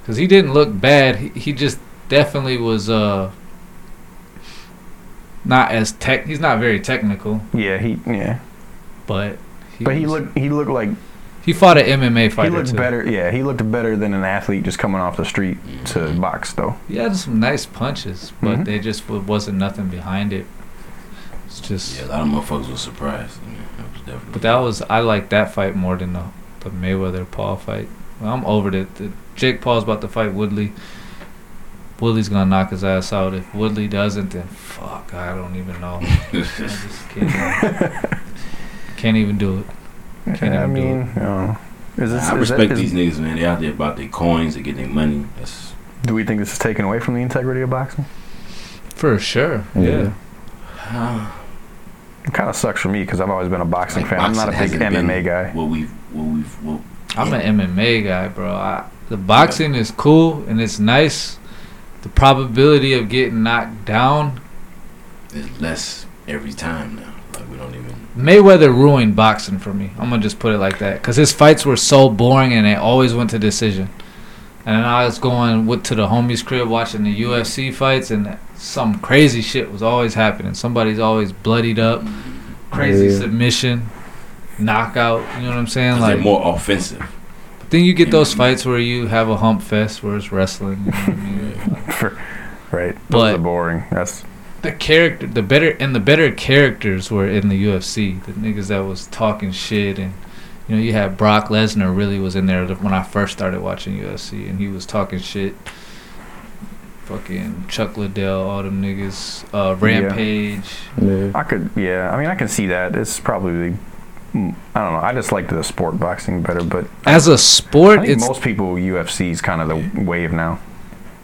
Speaker 3: Because he didn't look bad. He, he just definitely was uh not as tech. He's not very technical,
Speaker 1: yeah, he yeah,
Speaker 3: but he
Speaker 1: but he
Speaker 3: was-
Speaker 1: looked he looked like
Speaker 3: he fought an MMA fighter.
Speaker 1: he looked
Speaker 3: too.
Speaker 1: better. Yeah, he looked better than an athlete just coming off the street to box though.
Speaker 3: He had some nice punches, but
Speaker 1: Mhm.
Speaker 3: they just w- wasn't nothing behind it. It's just,
Speaker 2: Yeah, a lot of motherfuckers were surprised. I mean, that was definitely.
Speaker 3: but that was I like that fight more than the the Mayweather Paul fight. Well, I'm over it. The, Jake Paul's about to fight Woodley. Woodley's gonna knock his ass out. If Woodley doesn't, then fuck, I don't even know. I just can't. can't even do it. Can't
Speaker 1: I
Speaker 3: even do it.
Speaker 1: mean, uh, is this,
Speaker 2: I
Speaker 1: is that-
Speaker 2: respect
Speaker 1: is-
Speaker 2: these niggas, man. They out there about their coins, they get their money. That's
Speaker 1: Do we think this is taken away from the integrity of boxing?
Speaker 3: For sure.
Speaker 4: Yeah.
Speaker 3: yeah.
Speaker 1: It kind of sucks for me because I've always been a boxing
Speaker 2: Like,
Speaker 1: fan. I'm not a
Speaker 2: boxing
Speaker 1: big
Speaker 2: hasn't been
Speaker 1: MMA guy.
Speaker 2: what we've, what we've, what,
Speaker 3: I'm an MMA guy, bro. I, the boxing is cool and it's nice. The probability of getting knocked down,
Speaker 2: there's less every time now. Like we don't even.
Speaker 3: Mayweather ruined boxing for me. I'm gonna just put it like that, cause his fights were so boring and they always went to decision. And then I was going with to the homies' crib watching the UFC fights, and some crazy shit was always happening. Somebody's always bloodied up, crazy
Speaker 4: Yeah.
Speaker 3: submission, knockout. You know what I'm saying?
Speaker 2: 'cause
Speaker 3: Like
Speaker 2: they're more offensive.
Speaker 3: Then you get those
Speaker 2: Mm.
Speaker 3: fights where you have a hump fest where it's wrestling. You know what I mean?
Speaker 1: For, right, those
Speaker 3: But-
Speaker 1: are boring. That's
Speaker 3: The character, the better, and the better characters were in the UFC. The niggas that was talking shit, and you know, you had Brock Lesnar really was in there when I first started watching UFC, and he was talking shit. Fucking Chuck Liddell, all them niggas,
Speaker 1: Yeah.
Speaker 3: uh, Rampage.
Speaker 4: yeah.
Speaker 1: I could yeah. I mean, I can see that. It's probably mm, I don't know. I just like the sport boxing better, but
Speaker 3: As a
Speaker 1: I
Speaker 3: sport,
Speaker 1: think
Speaker 3: it's
Speaker 1: most people UFC is kind of the wave now.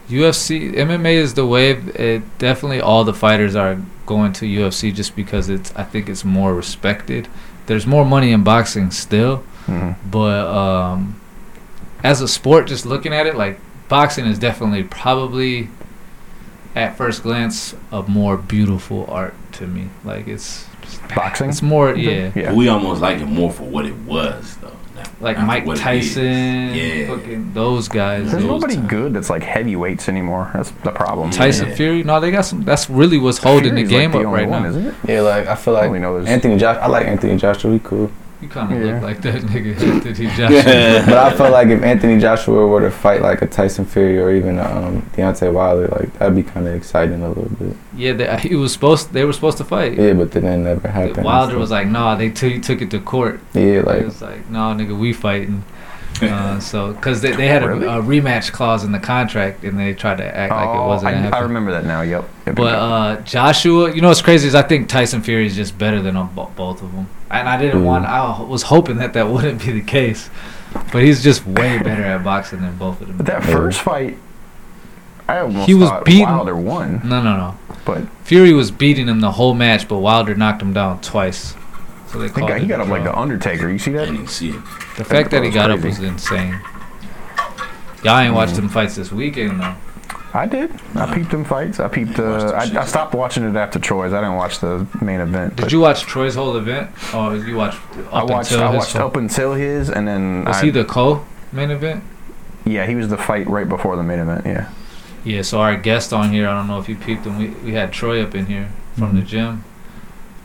Speaker 3: UFC MMA is the wave. It definitely all the fighters are going to UFC just because it's I think it's more respected. There's more money in boxing still,
Speaker 1: hmm
Speaker 3: but um, as a sport, just looking at it, like boxing is definitely probably at first glance a more beautiful art to me. Like it's just-
Speaker 1: Boxing.
Speaker 3: it's more yeah,
Speaker 1: Yeah.
Speaker 2: But we almost like it more for what it was, though. not-
Speaker 3: like
Speaker 2: not for
Speaker 3: Mike
Speaker 2: what it
Speaker 3: Tyson,
Speaker 2: is. Yeah.
Speaker 3: fucking those guys.
Speaker 1: There's
Speaker 2: Those
Speaker 1: nobody
Speaker 2: times.
Speaker 1: good that's like heavyweights anymore. That's the problem.
Speaker 2: Tyson
Speaker 3: Tyson
Speaker 2: Yeah.
Speaker 3: Fury, no, they got some. That's really what's holding
Speaker 1: Fury's,
Speaker 3: the game
Speaker 1: like
Speaker 3: up right
Speaker 1: one,
Speaker 3: now.
Speaker 1: Isn't it?
Speaker 4: Yeah, like I feel
Speaker 1: I
Speaker 4: like
Speaker 1: only know there's
Speaker 4: Anthony Josh. I like Anthony Joshua. He cool,
Speaker 3: You kind of
Speaker 1: Yeah.
Speaker 3: look like that nigga Anthony Joshua.
Speaker 4: but I feel like if Anthony Joshua were to fight like a Tyson Fury or even um, Deontay Wilder, like that'd be kind of exciting a little bit.
Speaker 3: yeah, they, he was supposed. They were supposed to fight.
Speaker 4: Yeah, but then that never happened.
Speaker 3: Wilder was like, "Nah." They t- took it to court.
Speaker 4: yeah,
Speaker 3: Like,
Speaker 4: like
Speaker 3: it was like, "Nah, nigga, we fighting." Uh, so, because they, they had
Speaker 1: Really?
Speaker 3: a, a rematch clause in the contract, and they tried to act like it
Speaker 1: oh,
Speaker 3: wasn't
Speaker 1: I, I
Speaker 3: happening.
Speaker 1: remember that now. Yep. Yep,
Speaker 3: But
Speaker 1: yep.
Speaker 3: uh, Joshua, you know what's crazy is I think Tyson Fury is just better than them, bo- both of them, and I didn't
Speaker 4: Mm.
Speaker 3: want. I was hoping that that wouldn't be the case, but he's just way better at boxing than both of them.
Speaker 1: But that
Speaker 4: Yeah.
Speaker 1: first fight, I almost
Speaker 3: He was
Speaker 1: thought
Speaker 3: beaten.
Speaker 1: Wilder won,
Speaker 3: No, no, no.
Speaker 1: but
Speaker 3: Fury was beating him the whole match, but Wilder knocked him down twice. So they
Speaker 1: I think
Speaker 3: called it
Speaker 1: he
Speaker 3: a
Speaker 1: got up like
Speaker 3: draw.
Speaker 1: the Undertaker. You see
Speaker 2: I
Speaker 1: that?
Speaker 2: didn't see it.
Speaker 3: The fact that he
Speaker 1: was
Speaker 3: got up was
Speaker 1: crazy. Mm.
Speaker 3: insane. Y'all ain't watched them fights this weekend though.
Speaker 1: I did. I peeped them fights. I peeped. Uh, I, I stopped watching it after Troy's. I didn't watch the main event.
Speaker 3: Did
Speaker 1: but
Speaker 3: you watch Troy's whole event, or you watched? Up
Speaker 1: I watched.
Speaker 3: Until
Speaker 1: I
Speaker 3: his
Speaker 1: watched
Speaker 3: fight?
Speaker 1: up until his, and then
Speaker 3: Was
Speaker 1: I,
Speaker 3: he the co-main event?
Speaker 1: yeah, he was the fight right before the main event. Yeah,
Speaker 3: Yeah. So our guest on here, I don't know if you peeped him. We we had Troy up in here from
Speaker 1: Mhm.
Speaker 3: the gym.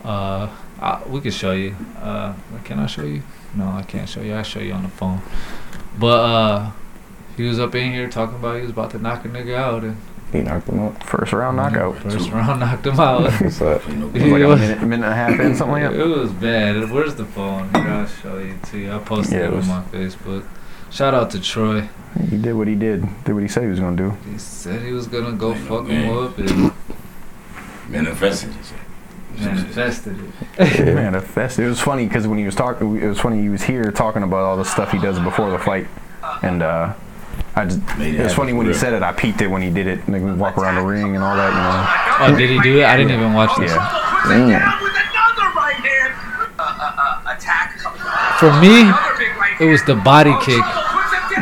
Speaker 3: Uh, I, we could show you. Uh, can I show you? No, I can't show you. I will show you on the phone. But uh, he was up in here talking about he was about to knock a nigga out and
Speaker 4: He knocked him out.
Speaker 1: first round knockout.
Speaker 3: first round knocked him out.
Speaker 4: What's up?
Speaker 2: Ain't no-
Speaker 1: It was like
Speaker 3: It
Speaker 1: a
Speaker 3: was-
Speaker 1: minute, minute and a half in, something like that.
Speaker 3: It was bad. Where's the phone? Here, I'll show you to you. I posted
Speaker 1: Yeah,
Speaker 3: it,
Speaker 1: it was-
Speaker 3: on my Facebook. Shout out to Troy.
Speaker 1: He did what he did. Did what he said he was gonna do.
Speaker 3: He said he was gonna go
Speaker 2: Ain't no
Speaker 3: fuck him
Speaker 2: game.
Speaker 3: up and manifested
Speaker 2: Manifested.
Speaker 3: it.
Speaker 4: Yeah.
Speaker 1: Man, that's, that's- it was funny because when he was talking, it was funny he was here talking about all the stuff he does before the fight, and uh, I just
Speaker 2: Made it
Speaker 1: it was
Speaker 2: happen
Speaker 1: funny
Speaker 2: for
Speaker 1: when he
Speaker 2: real.
Speaker 1: said it. I peeked it when he did it. Like we walk around the ring and all that,
Speaker 3: Oh, did he do it? I didn't even watch
Speaker 1: you know.
Speaker 3: this.
Speaker 1: Yeah,
Speaker 5: Down with another right hand. Uh, uh, uh, attack.
Speaker 3: For me,
Speaker 5: Another big right
Speaker 3: it was the body kick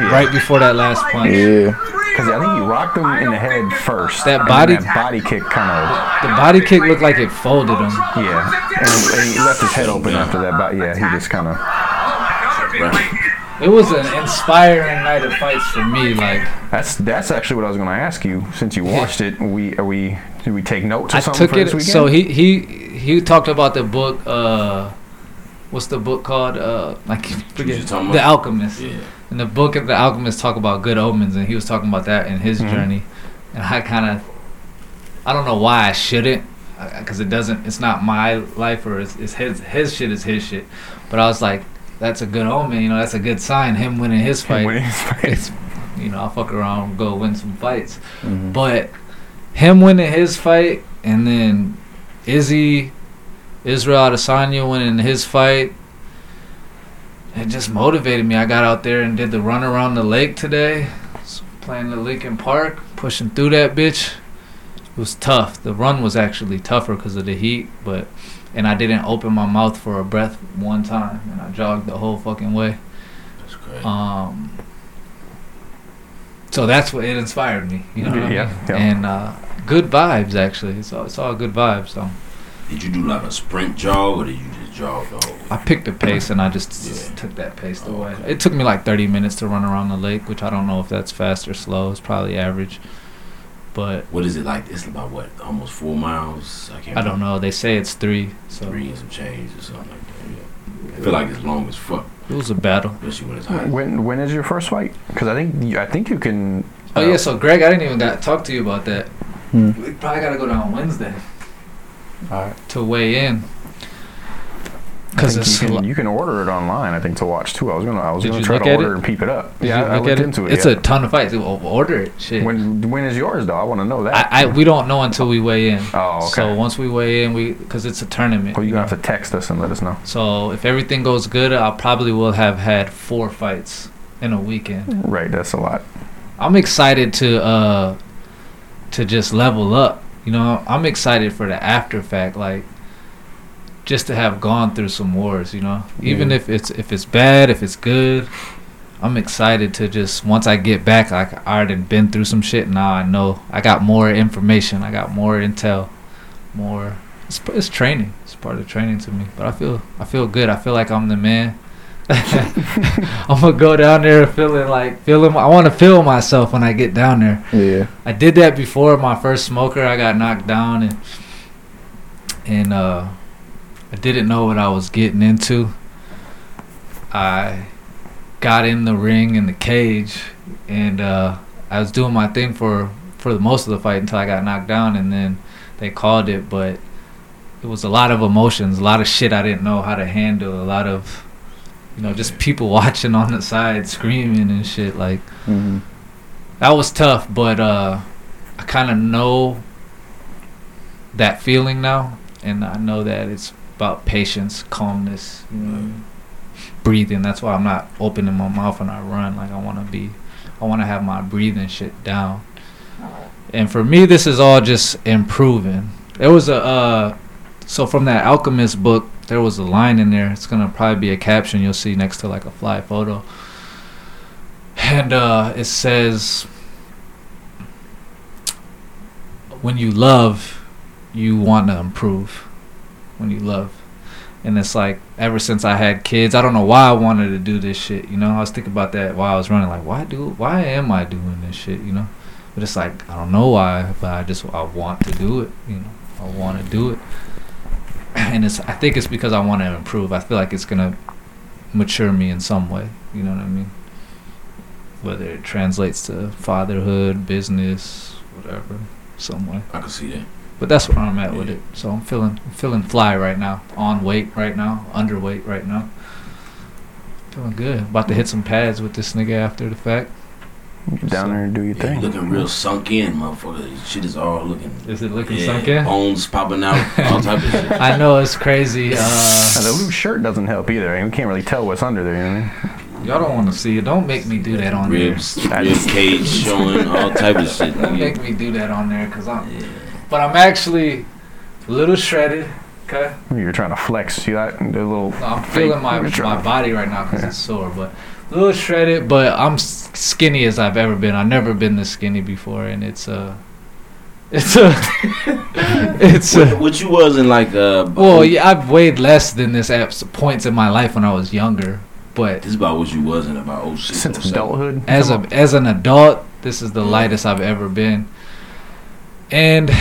Speaker 3: right before that last punch.
Speaker 4: Yeah.
Speaker 1: because I think he rocked him in the head first.
Speaker 3: That
Speaker 1: and then
Speaker 3: body-
Speaker 1: that body kick, kind of.
Speaker 3: The body kick looked like it folded him.
Speaker 1: Yeah, and he left his head open after that. But yeah, he just kind of.
Speaker 5: Another big right hand.
Speaker 3: It was an inspiring night of fights for me. Like
Speaker 1: That's that's actually what I was going to ask you. Since you watched it, we are we do we take notes or
Speaker 3: I
Speaker 1: something
Speaker 3: took
Speaker 1: for this
Speaker 3: it.
Speaker 1: weekend?
Speaker 3: So he he he talked about the book. Uh, what's the book called? Uh, I can't forget.
Speaker 2: just talking
Speaker 3: The
Speaker 2: about-
Speaker 3: Alchemist.
Speaker 2: Yeah.
Speaker 3: In the book of the Alchemist talk about good omens, and he was talking about that in his journey, and I kind of, I don't know why I shouldn't, because it doesn't, it's not my life or it's, it's his his shit is his shit, but I was like, that's a good omen, you know, that's a good sign. Him winning his fight,
Speaker 1: When he's fighting.
Speaker 3: it's, you know, I'll fuck around, go win some fights,
Speaker 4: Mm-hmm.
Speaker 3: but him winning his fight, and then Izzy, Israel Adesanya winning his fight, it just motivated me. I got out there and did the run around the lake today, S- playing the Lincoln Park, pushing through that bitch. It was tough. The run was actually tougher because of the heat, but and I didn't open my mouth for a breath one time, and I jogged the whole fucking way.
Speaker 2: That's crazy.
Speaker 3: Um, so that's what it inspired me, you know. what I
Speaker 1: Yeah,
Speaker 3: mean?
Speaker 1: yeah.
Speaker 3: And uh, good vibes, actually. It's all, it's all good vibes. So
Speaker 2: Did you do like a sprint jog or did you just jog the whole way?
Speaker 3: I picked a pace, and I just,
Speaker 2: Yeah.
Speaker 3: took that pace
Speaker 2: Oh,
Speaker 3: away.
Speaker 2: okay.
Speaker 3: It took me like 30 minutes to run around the lake, which I don't know if that's fast or slow. It's probably average, but
Speaker 2: What is it like? It's about what? Almost four miles? I can't
Speaker 3: I don't know. They say it's three, so
Speaker 2: Three and some change or something like that. Yeah. I feel like it's long as fuck,
Speaker 3: it was a battle.
Speaker 2: especially when it's hot.
Speaker 1: When when is your first fight? Because I think you- I think you can.
Speaker 3: Oh
Speaker 1: uh,
Speaker 3: yeah, so Greg, I didn't even got talk to you about that.
Speaker 4: Hmm.
Speaker 3: We probably gotta go down Wednesday
Speaker 4: All right.
Speaker 3: to weigh in.
Speaker 1: I
Speaker 3: Cause
Speaker 1: think
Speaker 3: it's
Speaker 1: you
Speaker 3: a
Speaker 1: can,
Speaker 3: lot-
Speaker 1: you can order it online. I think to watch too. I was gonna I was
Speaker 3: Did
Speaker 1: gonna
Speaker 3: you
Speaker 1: try
Speaker 3: look
Speaker 1: to
Speaker 3: at
Speaker 1: order
Speaker 3: it?
Speaker 1: and peep it up.
Speaker 3: Did
Speaker 1: Yeah,
Speaker 3: you
Speaker 1: I, I
Speaker 3: look at
Speaker 1: looked into it.
Speaker 3: It's
Speaker 1: yeah.
Speaker 3: a ton of fights. Well, Order it, shit.
Speaker 1: when when is yours though? I want to know that.
Speaker 3: I, I we don't know until we weigh in.
Speaker 1: Oh, okay. Oh,
Speaker 3: So once we weigh in, we because it's a tournament.
Speaker 1: well,
Speaker 3: you
Speaker 1: you're gonna
Speaker 3: know.
Speaker 1: have to text us and let us know.
Speaker 3: So if everything goes good, I probably will have had four fights in a weekend.
Speaker 1: Right, that's a lot.
Speaker 3: I'm excited to uh to just level up. You know, I'm excited for the after fact, like just to have gone through some wars. You know, even
Speaker 4: Yeah.
Speaker 3: if it's if it's bad, if it's good. I'm excited to just once I get back, like I already been through some shit. Now I know I got more information, I got more intel, more. It's, it's training. It's part of training to me. But I feel I feel good. I feel like I'm the man. I'm gonna go down there feeling like feeling. I want to feel myself when I get down there.
Speaker 4: Yeah.
Speaker 3: I did that before my first smoker. I got knocked down and and uh, I didn't know what I was getting into. I got in the ring in the cage and uh, I was doing my thing for for the most of the fight until I got knocked down and then they called it. But it was a lot of emotions, a lot of shit I didn't know how to handle, a lot of you know just people watching on the side screaming and shit like
Speaker 4: hmm
Speaker 3: that was tough, but uh, I kind of know that feeling now, and I know that it's about patience, calmness, you know, what I
Speaker 2: Mm-hmm.
Speaker 3: mean? breathing. That's why I'm not opening my mouth when I run. Like I want to be, I want to have my breathing shit down. And for me, this is all just improving. There was a uh, so from that alchemist book, there was a line in there. It's gonna probably be a caption you'll see next to like a fly photo, and uh, it says, "When you love, you want to improve. When you love." And it's like ever since I had kids, I don't know why I wanted to do this shit. You know, I was thinking about that while I was running. Like, why do? Why am I doing this shit? You know, but it's like I don't know why, but I just I want to do it. You know, I want to do it, and it's I think it's because I want to improve. I feel like it's gonna mature me in some way. You know what I mean? Whether it translates to fatherhood, business, whatever, some way.
Speaker 2: I can see that.
Speaker 3: But that's where I'm at with it. So I'm feeling I'm feeling fly right now. On weight right now. Underweight right now. Feeling good. About to hit some pads with this nigga after the fact.
Speaker 1: Get down there and do your
Speaker 2: Yeah,
Speaker 1: thing.
Speaker 2: you looking real sunk in, motherfucker. Shit is all looking.
Speaker 3: Is it looking
Speaker 2: yeah,
Speaker 3: sunk in?
Speaker 2: Bones popping out, all type of shit.
Speaker 3: I know it's crazy. Uh,
Speaker 1: Now, the blue shirt doesn't help either. and we can't really tell what's under there. You know what I mean?
Speaker 3: y'all don't want to see it. Don't make me do that on there.
Speaker 2: Ribs, rib cage showing, all type of shit.
Speaker 3: Don't
Speaker 2: nigga.
Speaker 3: make me do that on there, cause I'm.
Speaker 2: Yeah.
Speaker 3: But I'm actually a little shredded. Okay.
Speaker 1: You're trying to flex. See that? The little.
Speaker 3: I'm feeling my
Speaker 1: Fake
Speaker 3: my
Speaker 1: drop.
Speaker 3: body right now because it's sore, but a little shredded. But I'm s- skinny as I've ever been. I've never been this skinny before, and it's uh, it's uh, it's
Speaker 2: What,
Speaker 3: uh,
Speaker 2: what you was in like uh b-
Speaker 3: well, yeah, I've weighed less than this at s- points in my life when I was younger, but
Speaker 2: This is about what you was in about 06,
Speaker 1: Since
Speaker 2: 07.
Speaker 1: adulthood.
Speaker 3: as a as an adult, this is the lightest I've ever been, and.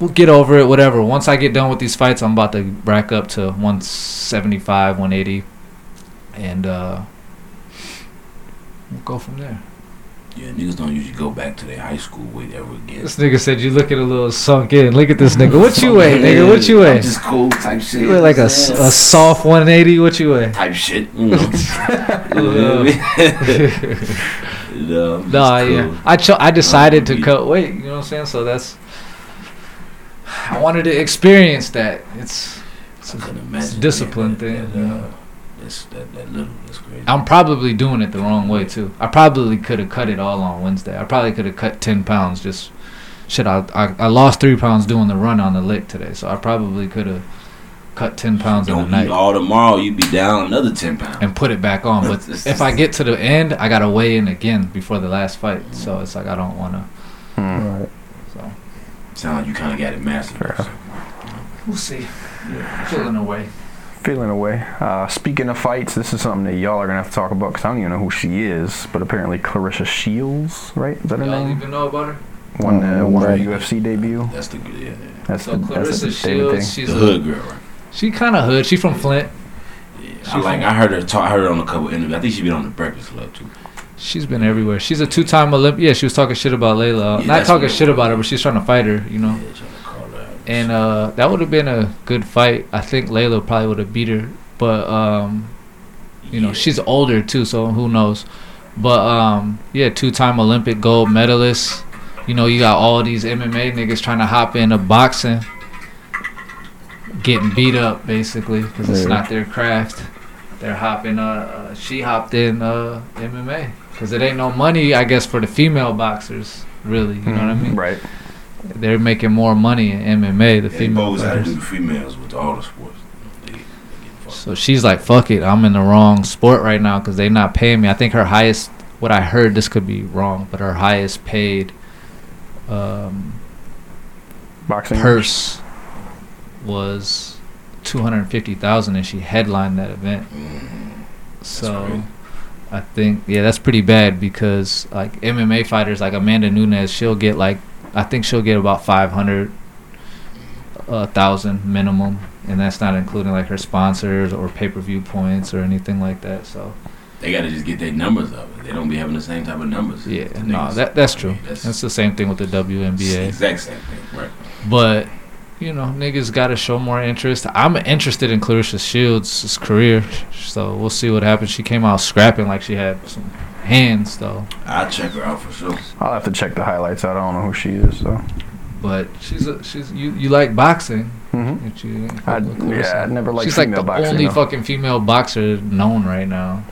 Speaker 3: We'll get over it, whatever. Once I get done with these fights, I'm about to rack up to 175, 180, and uh, we'll go from there.
Speaker 2: Yeah, niggas don't usually go back to their high school weight ever again.
Speaker 3: This nigga said you looking a little sunk in. Look at this nigga. What you weigh, nigga? What you
Speaker 2: I'm
Speaker 3: weigh?
Speaker 2: Just cool type shit.
Speaker 3: You weigh like a, s-
Speaker 2: Yeah.
Speaker 3: a soft 180. What you weigh?
Speaker 2: type
Speaker 3: Mm.
Speaker 2: shit. You know. Yeah. no, I'm just
Speaker 3: No,
Speaker 2: cool.
Speaker 3: yeah. I cho- I decided to
Speaker 2: weak.
Speaker 3: cut weight. You know what I'm saying? So that's. I wanted to experience that. It's.
Speaker 2: I couldn't imagine.
Speaker 3: a discipline
Speaker 2: being that-
Speaker 3: thing,
Speaker 2: That,
Speaker 3: yeah.
Speaker 2: uh, that's, that, that little. That's crazy.
Speaker 3: I'm probably doing it the wrong way too. I probably could have cut it all on Wednesday. I probably could have cut 10 pounds. Just shit. I, I I lost three pounds doing the run on the lick today. So I probably could have cut 10 pounds in
Speaker 2: don't
Speaker 3: the
Speaker 2: eat
Speaker 3: night.
Speaker 2: all tomorrow. You'd be down another ten pounds.
Speaker 3: and put it back on. But
Speaker 2: It's
Speaker 3: if I get to the end, I gotta weigh in again before the last fight. So it's like I don't wanna.
Speaker 1: Hmm.
Speaker 4: Right.
Speaker 3: So
Speaker 2: Sound like you kind of got it mastered.
Speaker 1: Fair enough.
Speaker 3: we'll see. Feeling away.
Speaker 1: Feeling away. Uh, speaking of fights, this is something that y'all are gonna have to talk about because I don't even know who she is, but apparently Clarissa Shields, right? Is that her
Speaker 3: Y'all
Speaker 1: name?
Speaker 3: even know about her?
Speaker 1: One, uh,
Speaker 4: Mm,
Speaker 1: one
Speaker 4: right.
Speaker 1: UFC debut.
Speaker 2: That's the good. Yeah, yeah.
Speaker 1: That's
Speaker 3: So
Speaker 1: the, that's the
Speaker 3: Clarissa
Speaker 1: David
Speaker 3: Shields,
Speaker 1: thing.
Speaker 3: she's
Speaker 2: the
Speaker 3: a,
Speaker 2: hood girl, right?
Speaker 3: she kind of hood. She from Flint.
Speaker 2: Yeah.
Speaker 3: She
Speaker 2: I like.
Speaker 3: from-
Speaker 2: I heard her talk. I heard her on a couple interviews. I think she been on the Breakfast Club too.
Speaker 3: She's been everywhere. She's a two-time Olympic. Yeah, she was talking shit about Layla. Not
Speaker 2: Yeah, that's
Speaker 3: talking
Speaker 2: what it
Speaker 3: shit
Speaker 2: was.
Speaker 3: about her, but she's trying to fight her. You know.
Speaker 2: Yeah, trying to call her out.
Speaker 3: And uh, that would have been a good fight. I think Layla probably would have beat her, but um, you know
Speaker 2: Yeah.
Speaker 3: she's older too so who knows but um yeah two-time olympic gold medalist you know you got all these mma niggas trying to hop into boxing getting beat up basically because it's
Speaker 4: Yeah.
Speaker 3: not their craft they're hopping uh, uh she hopped in uh mma because it ain't no money i guess for the female boxers really you know what i mean
Speaker 1: Right.
Speaker 3: they're making more money in mma the
Speaker 2: Yeah, they
Speaker 3: female
Speaker 2: bows out to
Speaker 3: fighters
Speaker 2: do the females with all the sports. They, they get fucked.
Speaker 3: So she's like, "Fuck it, I'm in the wrong sport right now because they not paying me." I think her highest, what I heard, this could be wrong, but her highest paid um,
Speaker 1: Boxing.
Speaker 3: purse was two hundred fifty thousand, and she headlined that event.
Speaker 2: Mhm.
Speaker 3: So
Speaker 2: crazy.
Speaker 3: I think, yeah, that's pretty bad because like MMA fighters, like Amanda Nunes, she'll get like, I think she'll get about five hundred a thousand minimum, and that's not including like her sponsors or pay per view points or anything like that. So.
Speaker 2: They gotta just get their numbers up. They don't be having the same type of numbers.
Speaker 3: Yeah,
Speaker 2: The
Speaker 3: no,
Speaker 2: niggas.
Speaker 3: that that's
Speaker 2: I
Speaker 3: true.
Speaker 2: mean, that's-
Speaker 3: That's the same thing with the
Speaker 2: it's the
Speaker 3: WNBA.
Speaker 2: exact same thing, right?
Speaker 3: But you know, niggas got to show more interest. I'm interested in Clarissa Shields' career, so we'll see what happens. She came out scrapping like she had some hands though,
Speaker 2: I'll check her out for sure.
Speaker 1: I'll have to check the highlights out. I don't know who she is, so.
Speaker 3: but she's a, she's you you like boxing.
Speaker 1: hmm
Speaker 3: Don't you?
Speaker 1: I,
Speaker 3: Clarissa?
Speaker 1: yeah, I never liked
Speaker 3: she's like
Speaker 1: female
Speaker 3: the
Speaker 1: boxing.
Speaker 3: only
Speaker 1: though.
Speaker 3: fucking female boxer known right now.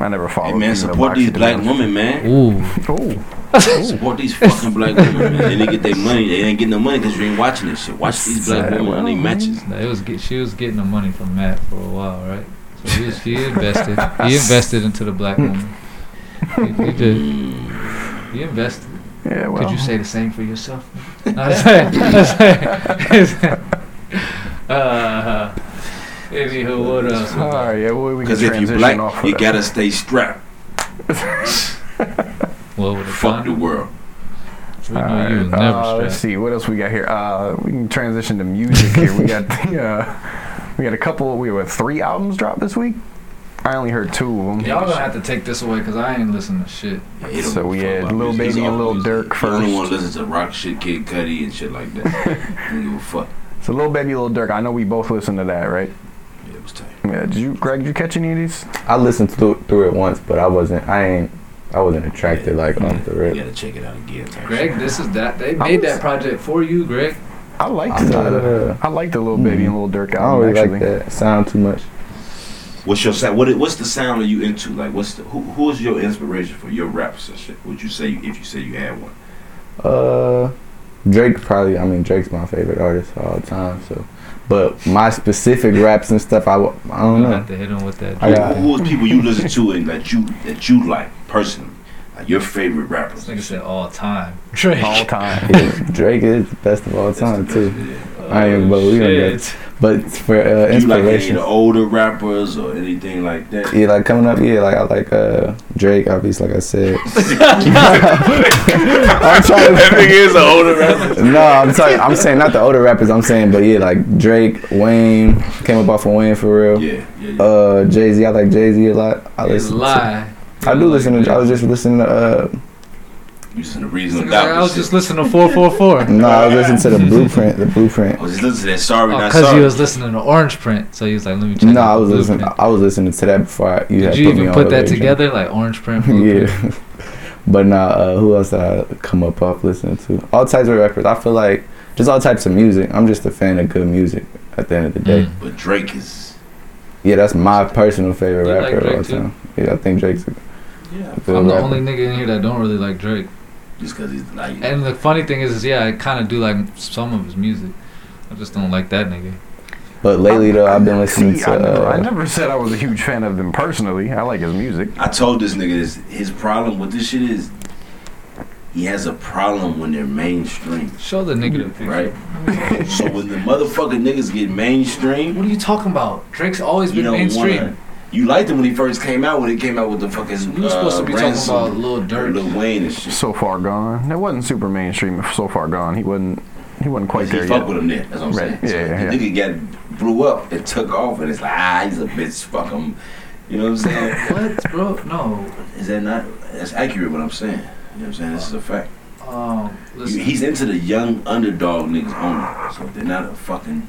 Speaker 1: I never followed.
Speaker 2: Hey man,
Speaker 1: either boxing, Oh,
Speaker 2: support these
Speaker 1: to be
Speaker 2: black
Speaker 1: honest.
Speaker 2: women, man.
Speaker 3: Ooh.
Speaker 1: Ooh,
Speaker 2: Support these fucking black women, man. They didn't get their money. They ain't getting no money because you ain't watching this shit. Watch these black
Speaker 1: Sad
Speaker 2: women on their
Speaker 1: world,
Speaker 2: matches.
Speaker 3: No, it was get, she was getting the money from Matt for a while, right? So he, was, he invested. He invested into the black woman. He, he did.
Speaker 2: Mm.
Speaker 3: He invested.
Speaker 1: yeah. Well,
Speaker 3: Could you say the same for yourself? No, I'm saying. I'm saying. uh, anywho, what else?
Speaker 1: All right, yeah. Well, we can
Speaker 2: Because if you
Speaker 1: transition
Speaker 2: black,
Speaker 1: off.
Speaker 2: you
Speaker 1: of that.
Speaker 2: gotta stay strapped.
Speaker 3: What would it
Speaker 2: Fuck the world.
Speaker 3: We
Speaker 1: All
Speaker 3: know you was
Speaker 1: right,
Speaker 3: never
Speaker 1: uh,
Speaker 3: strapped.
Speaker 1: let's see what else we got here. Uh, we can transition to music here. We got the, uh, we got a couple. We were three albums dropped this week. I only heard two of them.
Speaker 3: Y'all gonna have to take this away because I ain't listening to shit.
Speaker 2: Yeah, he don't
Speaker 1: So
Speaker 2: give a
Speaker 1: we
Speaker 2: fuck
Speaker 1: had
Speaker 2: about
Speaker 1: Lil
Speaker 2: music. He's
Speaker 1: Baby and
Speaker 2: off
Speaker 1: Lil
Speaker 2: music.
Speaker 1: Durk
Speaker 2: He only
Speaker 1: first.
Speaker 2: want to listen to rock shit, Kid Cudi and shit like that. don't give a fuck.
Speaker 1: So little baby, little Dirk. I know we both listened to that, right?
Speaker 2: Yeah, it was tight.
Speaker 1: Yeah. Did you, Greg? Did you catch any of these?
Speaker 4: I listened to through it once, but I wasn't. I ain't. I wasn't attracted like on the
Speaker 2: You
Speaker 4: rip.
Speaker 2: gotta check it out again. type
Speaker 3: Greg,
Speaker 2: shit.
Speaker 3: this is that they
Speaker 1: I
Speaker 3: made
Speaker 1: was-
Speaker 3: that project for you, Greg.
Speaker 1: I liked
Speaker 4: I'm not,
Speaker 1: the
Speaker 4: uh,
Speaker 1: I liked the little baby and little Dirk
Speaker 4: I don't
Speaker 1: album
Speaker 4: really
Speaker 1: actually.
Speaker 4: like that sound too much.
Speaker 2: What's your sound? What, what's the sound are you into? Like, what's the, who, who is your inspiration for your raps and shit? Would you say if you say you had one?
Speaker 4: Uh, Drake probably. I mean, Drake's my favorite artist of all time. So, but my specific raps and stuff, I, w- I
Speaker 3: I
Speaker 4: don't know.
Speaker 3: have to hit him with that.
Speaker 4: I
Speaker 2: Who,
Speaker 4: got-
Speaker 2: who is people you listen to and that you that you like personally? Like your favorite rappers.
Speaker 3: This nigga said all time. Drake.
Speaker 1: All time.
Speaker 4: Yeah, Drake is the best of all
Speaker 2: That's the
Speaker 4: time
Speaker 2: best,
Speaker 4: too.
Speaker 2: yeah.
Speaker 4: I ain't but we don't get.
Speaker 3: Shit.
Speaker 4: But for uh,
Speaker 2: Do you like any of
Speaker 4: inspiration,
Speaker 2: the older rappers or anything like that?
Speaker 4: yeah, like coming up, yeah, like I like uh Drake, obviously, like I said. I'm trying to.
Speaker 2: nigga is an older rapper.
Speaker 4: No, I'm talking. I'm saying not the older rappers. I'm saying, but yeah, like Drake, Wayne came up off of Wayne for real.
Speaker 2: Yeah, yeah, yeah.
Speaker 4: Uh, Jay Z. I like Jay Z a lot. I
Speaker 3: It's
Speaker 4: listen. To,
Speaker 3: lie.
Speaker 4: I do listen to. I was just listening to. Uh,
Speaker 2: you listen to Reason
Speaker 3: Nigga,
Speaker 2: Without
Speaker 3: I was
Speaker 2: shit.
Speaker 3: just listening to 444.
Speaker 4: no, I was listening to the Blueprint. The Blueprint.
Speaker 2: I was just listening to that. Sorry, not
Speaker 3: Because
Speaker 2: sorry.
Speaker 3: he Oh, was listening to Orange Print, so he was like, "Let me check."
Speaker 4: No,
Speaker 3: out
Speaker 4: I
Speaker 3: the
Speaker 4: was listening.
Speaker 3: Blueprint.
Speaker 4: I was listening to that before I, you had
Speaker 3: Did you
Speaker 4: put me
Speaker 3: even
Speaker 4: on
Speaker 3: put
Speaker 4: the
Speaker 3: that
Speaker 4: radio.
Speaker 3: together, like Orange Print? Blueprint?
Speaker 4: yeah. but nah, uh, who else did I come up off listening to? All types of records. I feel like just all types of music. I'm just a fan of good music. At the end of the day,
Speaker 3: Mm.
Speaker 2: but Drake is.
Speaker 4: yeah, that's my personal favorite
Speaker 3: You like
Speaker 4: rapper
Speaker 3: Drake
Speaker 4: of all
Speaker 3: too?
Speaker 4: time. Yeah, I think Drake's a
Speaker 2: Yeah.
Speaker 4: good
Speaker 3: I'm the
Speaker 4: rapper.
Speaker 3: only nigga in here that don't really like Drake.
Speaker 2: Just because he's like.
Speaker 3: And the funny thing is, is yeah, I kind of do like some of his music. I just don't like that nigga.
Speaker 4: But lately though, I've been listening
Speaker 1: See,
Speaker 4: to.
Speaker 1: I, never, I
Speaker 4: Uh,
Speaker 1: never said I was a huge fan of him personally. I like his music.
Speaker 2: I told this nigga this. His problem with this shit is he has a problem when they're mainstream,
Speaker 3: Show the nigga the picture.
Speaker 2: right? so when the motherfucking niggas get mainstream,
Speaker 3: What are you talking about? Drake's always
Speaker 2: you
Speaker 3: been
Speaker 2: don't
Speaker 3: mainstream.
Speaker 2: want You liked him when he first came out. When he came out with the fucking. uh,
Speaker 3: You were supposed to be talking about Lil Durk.
Speaker 2: Lil Wayne and shit.
Speaker 1: So far gone. That wasn't super mainstream. So far gone. He wasn't. He wasn't quite
Speaker 2: Cause he
Speaker 1: there
Speaker 2: fuck
Speaker 1: yet.
Speaker 2: with him there. That's what I'm
Speaker 1: Right.
Speaker 2: saying. So
Speaker 1: Yeah, yeah,
Speaker 2: the nigga got blew up and took off, and it's like ah, he's a bitch. Fuck him. You know what I'm saying?
Speaker 3: what, bro? No.
Speaker 2: Is that not? That's accurate. What I'm saying. You know what I'm saying? This is a fact.
Speaker 3: Um, listen.
Speaker 2: You- He's into the young underdog niggas only. So they're not a fucking.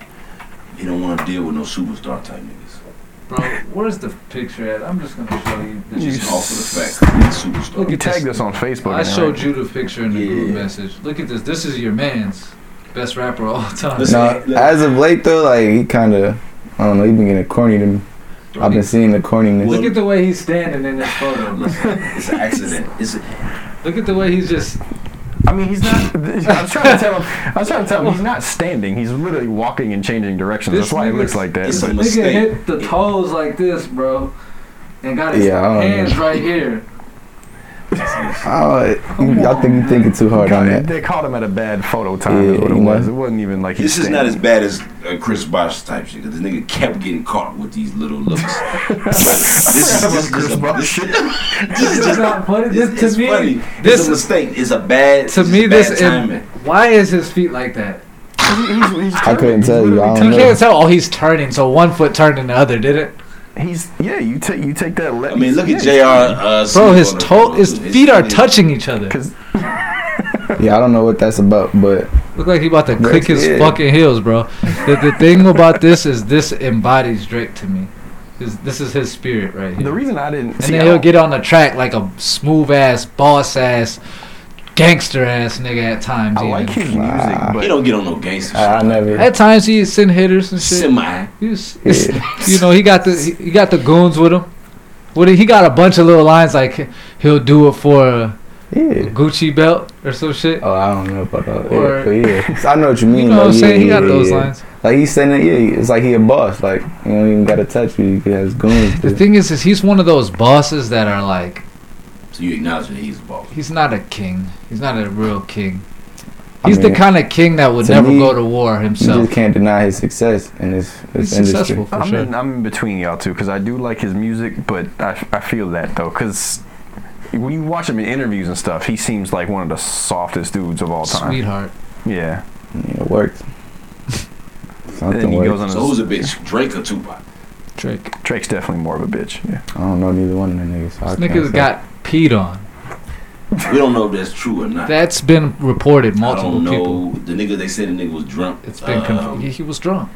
Speaker 2: He don't want to deal with no superstar type niggas.
Speaker 3: Bro, where's the picture at? I'm just gonna show you. This
Speaker 1: You
Speaker 3: is
Speaker 2: It's
Speaker 1: s-
Speaker 2: all for the fact that he's a
Speaker 3: Look
Speaker 2: superstar.
Speaker 1: You
Speaker 3: at this.
Speaker 1: tagged us on Facebook.
Speaker 3: I
Speaker 1: and
Speaker 3: showed
Speaker 1: everything.
Speaker 3: you the picture in the group
Speaker 2: Yeah.
Speaker 3: message. Look at this. This is your man's best rapper of all time.
Speaker 2: Listen,
Speaker 4: no, as of late though, like he kind of, I don't know, he been getting corny to me. I've been seeing the corniness.
Speaker 3: Look at the way he's standing in this photo. Listen.
Speaker 2: It's an accident. It's a,
Speaker 3: Look at the way he's just.
Speaker 1: I mean, he's not. I was trying to tell him. I was trying to tell him he's not standing. He's literally walking and changing directions.
Speaker 3: This
Speaker 1: That's why it
Speaker 3: nigga's-
Speaker 1: looks like that.
Speaker 2: it's
Speaker 1: but-
Speaker 2: a
Speaker 3: Nigga
Speaker 2: mistake.
Speaker 3: hit the toes like this, bro, and got his
Speaker 4: Yeah, I don't
Speaker 3: hands
Speaker 4: know.
Speaker 3: right here.
Speaker 4: Oh, it-
Speaker 3: Come
Speaker 4: y'all think you
Speaker 3: on,
Speaker 4: thinking too hard
Speaker 1: God,
Speaker 4: on that?
Speaker 1: They caught him at a bad photo time. is
Speaker 4: Yeah,
Speaker 1: what it
Speaker 4: you know.
Speaker 1: was. It wasn't even like he's
Speaker 2: This is
Speaker 1: standing.
Speaker 2: not as bad as uh, Chris Bosh type shit. Cause the nigga kept getting caught with these little looks. this is
Speaker 1: About
Speaker 2: this is
Speaker 1: Chris
Speaker 2: a-
Speaker 1: Bosh.
Speaker 2: this- this is
Speaker 3: It's
Speaker 2: just
Speaker 3: not funny. This,
Speaker 2: It's,
Speaker 3: to
Speaker 2: it's
Speaker 3: me,
Speaker 2: funny.
Speaker 3: this
Speaker 2: it's a mistake. It's a bad.
Speaker 3: to
Speaker 2: it's
Speaker 3: me
Speaker 2: bad
Speaker 3: this and
Speaker 2: timing.
Speaker 3: why is his feet like that?
Speaker 1: He's- he's
Speaker 4: I
Speaker 1: turning.
Speaker 4: couldn't tell you. I
Speaker 3: You
Speaker 4: don't know.
Speaker 3: can't tell. Oh, he's turning. So one foot turned and the other did it.
Speaker 1: He's yeah. You take you take that.
Speaker 2: I mean, look at Jr.
Speaker 1: yeah,
Speaker 2: Uh,
Speaker 3: Bro,
Speaker 2: Smith
Speaker 3: his
Speaker 2: on the
Speaker 3: toe,
Speaker 2: phone,
Speaker 3: his
Speaker 2: too.
Speaker 3: feet are
Speaker 2: His-
Speaker 3: touching each other.
Speaker 1: Cause
Speaker 4: Yeah, I don't know what that's about, but
Speaker 3: Look like he about to
Speaker 4: That's
Speaker 3: click his
Speaker 4: it.
Speaker 3: fucking heels, bro. The, the thing about this is this embodies Drake to me. This, this is his spirit right here.
Speaker 1: the reason I didn't.
Speaker 3: and
Speaker 1: see,
Speaker 3: then
Speaker 1: I
Speaker 3: he'll
Speaker 1: don't-
Speaker 3: get on the track like a smooth ass, boss ass, gangster ass nigga at times.
Speaker 1: I
Speaker 3: even.
Speaker 1: like his music,
Speaker 4: Nah.
Speaker 1: but
Speaker 2: He don't get on no gangster shit.
Speaker 4: I, I never.
Speaker 3: At times he send hitters and Ah, shit.
Speaker 2: Semi.
Speaker 3: He was, You know, he got the he got the goons with him. What he got a bunch of little lines like he'll do it for a
Speaker 4: Yeah.
Speaker 3: Gucci belt or some shit.
Speaker 4: Oh, I don't know about that.
Speaker 3: Or-
Speaker 4: Yeah, but yeah. I know what you
Speaker 3: You
Speaker 4: mean.
Speaker 3: know what
Speaker 4: though.
Speaker 3: I'm
Speaker 4: Yeah,
Speaker 3: saying? He
Speaker 4: yeah,
Speaker 3: got those
Speaker 4: yeah.
Speaker 3: lines.
Speaker 4: Like he's saying that, yeah, it's like he a boss. Like you don't even gotta touch you. He has goons.
Speaker 3: The
Speaker 4: to-
Speaker 3: thing is, is he's one of those bosses that are like
Speaker 2: So you acknowledge that he's a boss.
Speaker 3: he's not a king. He's not a real king.
Speaker 4: I
Speaker 3: He's
Speaker 4: mean,
Speaker 3: the kind of king that would
Speaker 4: to
Speaker 3: never
Speaker 4: me,
Speaker 3: go to war
Speaker 4: You
Speaker 3: himself.
Speaker 4: just can't deny his success in this,
Speaker 3: He's
Speaker 4: this industry.
Speaker 3: successful for
Speaker 1: I'm
Speaker 3: sure.
Speaker 1: in, I'm in between y'all two because I do like his music, but I, I feel that though because when you watch him in interviews and stuff, he seems like one of the softest dudes of all time.
Speaker 3: Sweetheart.
Speaker 1: Yeah,
Speaker 4: You know, it worked.
Speaker 1: and then
Speaker 4: Something
Speaker 1: he
Speaker 4: worked.
Speaker 1: goes on.
Speaker 2: So
Speaker 1: his,
Speaker 2: who's a bitch? Drake or Tupac?
Speaker 3: Drake.
Speaker 1: Drake's definitely more of a bitch. Yeah.
Speaker 4: I don't know neither one of them niggas. So I
Speaker 3: This
Speaker 4: can't
Speaker 3: nigga's
Speaker 4: say.
Speaker 3: got peed on.
Speaker 2: We don't know if that's true or not.
Speaker 3: That's been reported multiple
Speaker 2: I don't know.
Speaker 3: people.
Speaker 2: The nigga they said the nigga was drunk.
Speaker 3: It's been
Speaker 2: Um,
Speaker 3: confirmed. He, he was drunk.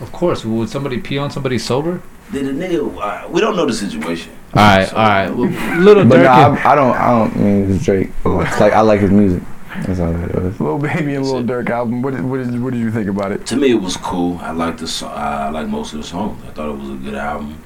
Speaker 3: Of course. Would somebody pee on somebody sober?
Speaker 2: Did the nigga? Uh, we don't know the situation.
Speaker 3: All right,
Speaker 2: So-
Speaker 3: all right. Well, little
Speaker 4: But
Speaker 3: Durkin.
Speaker 4: no, I, I don't. I don't I mean it's Drake.
Speaker 1: Oh.
Speaker 4: It's like I like his music. That's all that was.
Speaker 1: Little Baby and Little
Speaker 2: Shit.
Speaker 1: Dirk album. What did, what, did, what did you think about it?
Speaker 2: To me, it was cool. I liked the song. I liked most of the songs. I thought it was a good album.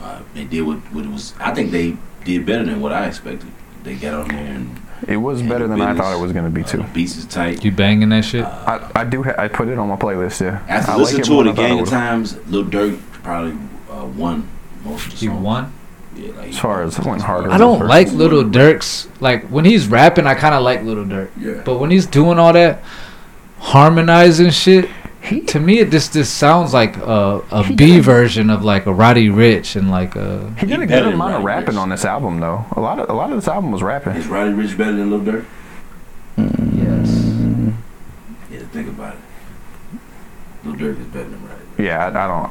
Speaker 2: Uh, they did what, what it was. I think they did better than what I expected. They got on there and
Speaker 1: It was
Speaker 2: And
Speaker 1: better
Speaker 2: the
Speaker 1: than I thought
Speaker 2: business,
Speaker 1: it was gonna be
Speaker 2: uh,
Speaker 1: too.
Speaker 2: the beats is tight.
Speaker 3: you banging that shit?
Speaker 1: I, I do ha- I put it on my playlist. Yeah.
Speaker 2: After
Speaker 1: I
Speaker 2: listening
Speaker 1: more
Speaker 2: to it a
Speaker 1: than I thought
Speaker 2: gang of
Speaker 1: would.
Speaker 2: times, Lil Durk probably uh, won most of the
Speaker 3: He
Speaker 2: songs.
Speaker 3: won.
Speaker 2: Yeah, like,
Speaker 1: As far as- it went harder.
Speaker 3: I don't like Little Dirk's. Like when he's rapping, I kind of like Little Dirk.
Speaker 2: Yeah.
Speaker 3: But when he's doing all that harmonizing shit, to me it just this sounds like a, a B version of like a Roddy Rich and like a
Speaker 1: He did
Speaker 2: He
Speaker 1: a
Speaker 2: better
Speaker 1: good
Speaker 2: than
Speaker 1: amount of
Speaker 2: Roddy
Speaker 1: rapping
Speaker 2: Rich.
Speaker 1: on this album though. A lot of a lot of this album was rapping.
Speaker 2: Is Roddy Rich better than Lil Durk?
Speaker 3: yes.
Speaker 2: Yeah, think about it. Lil Durk is better than Roddy.
Speaker 1: Yeah, I,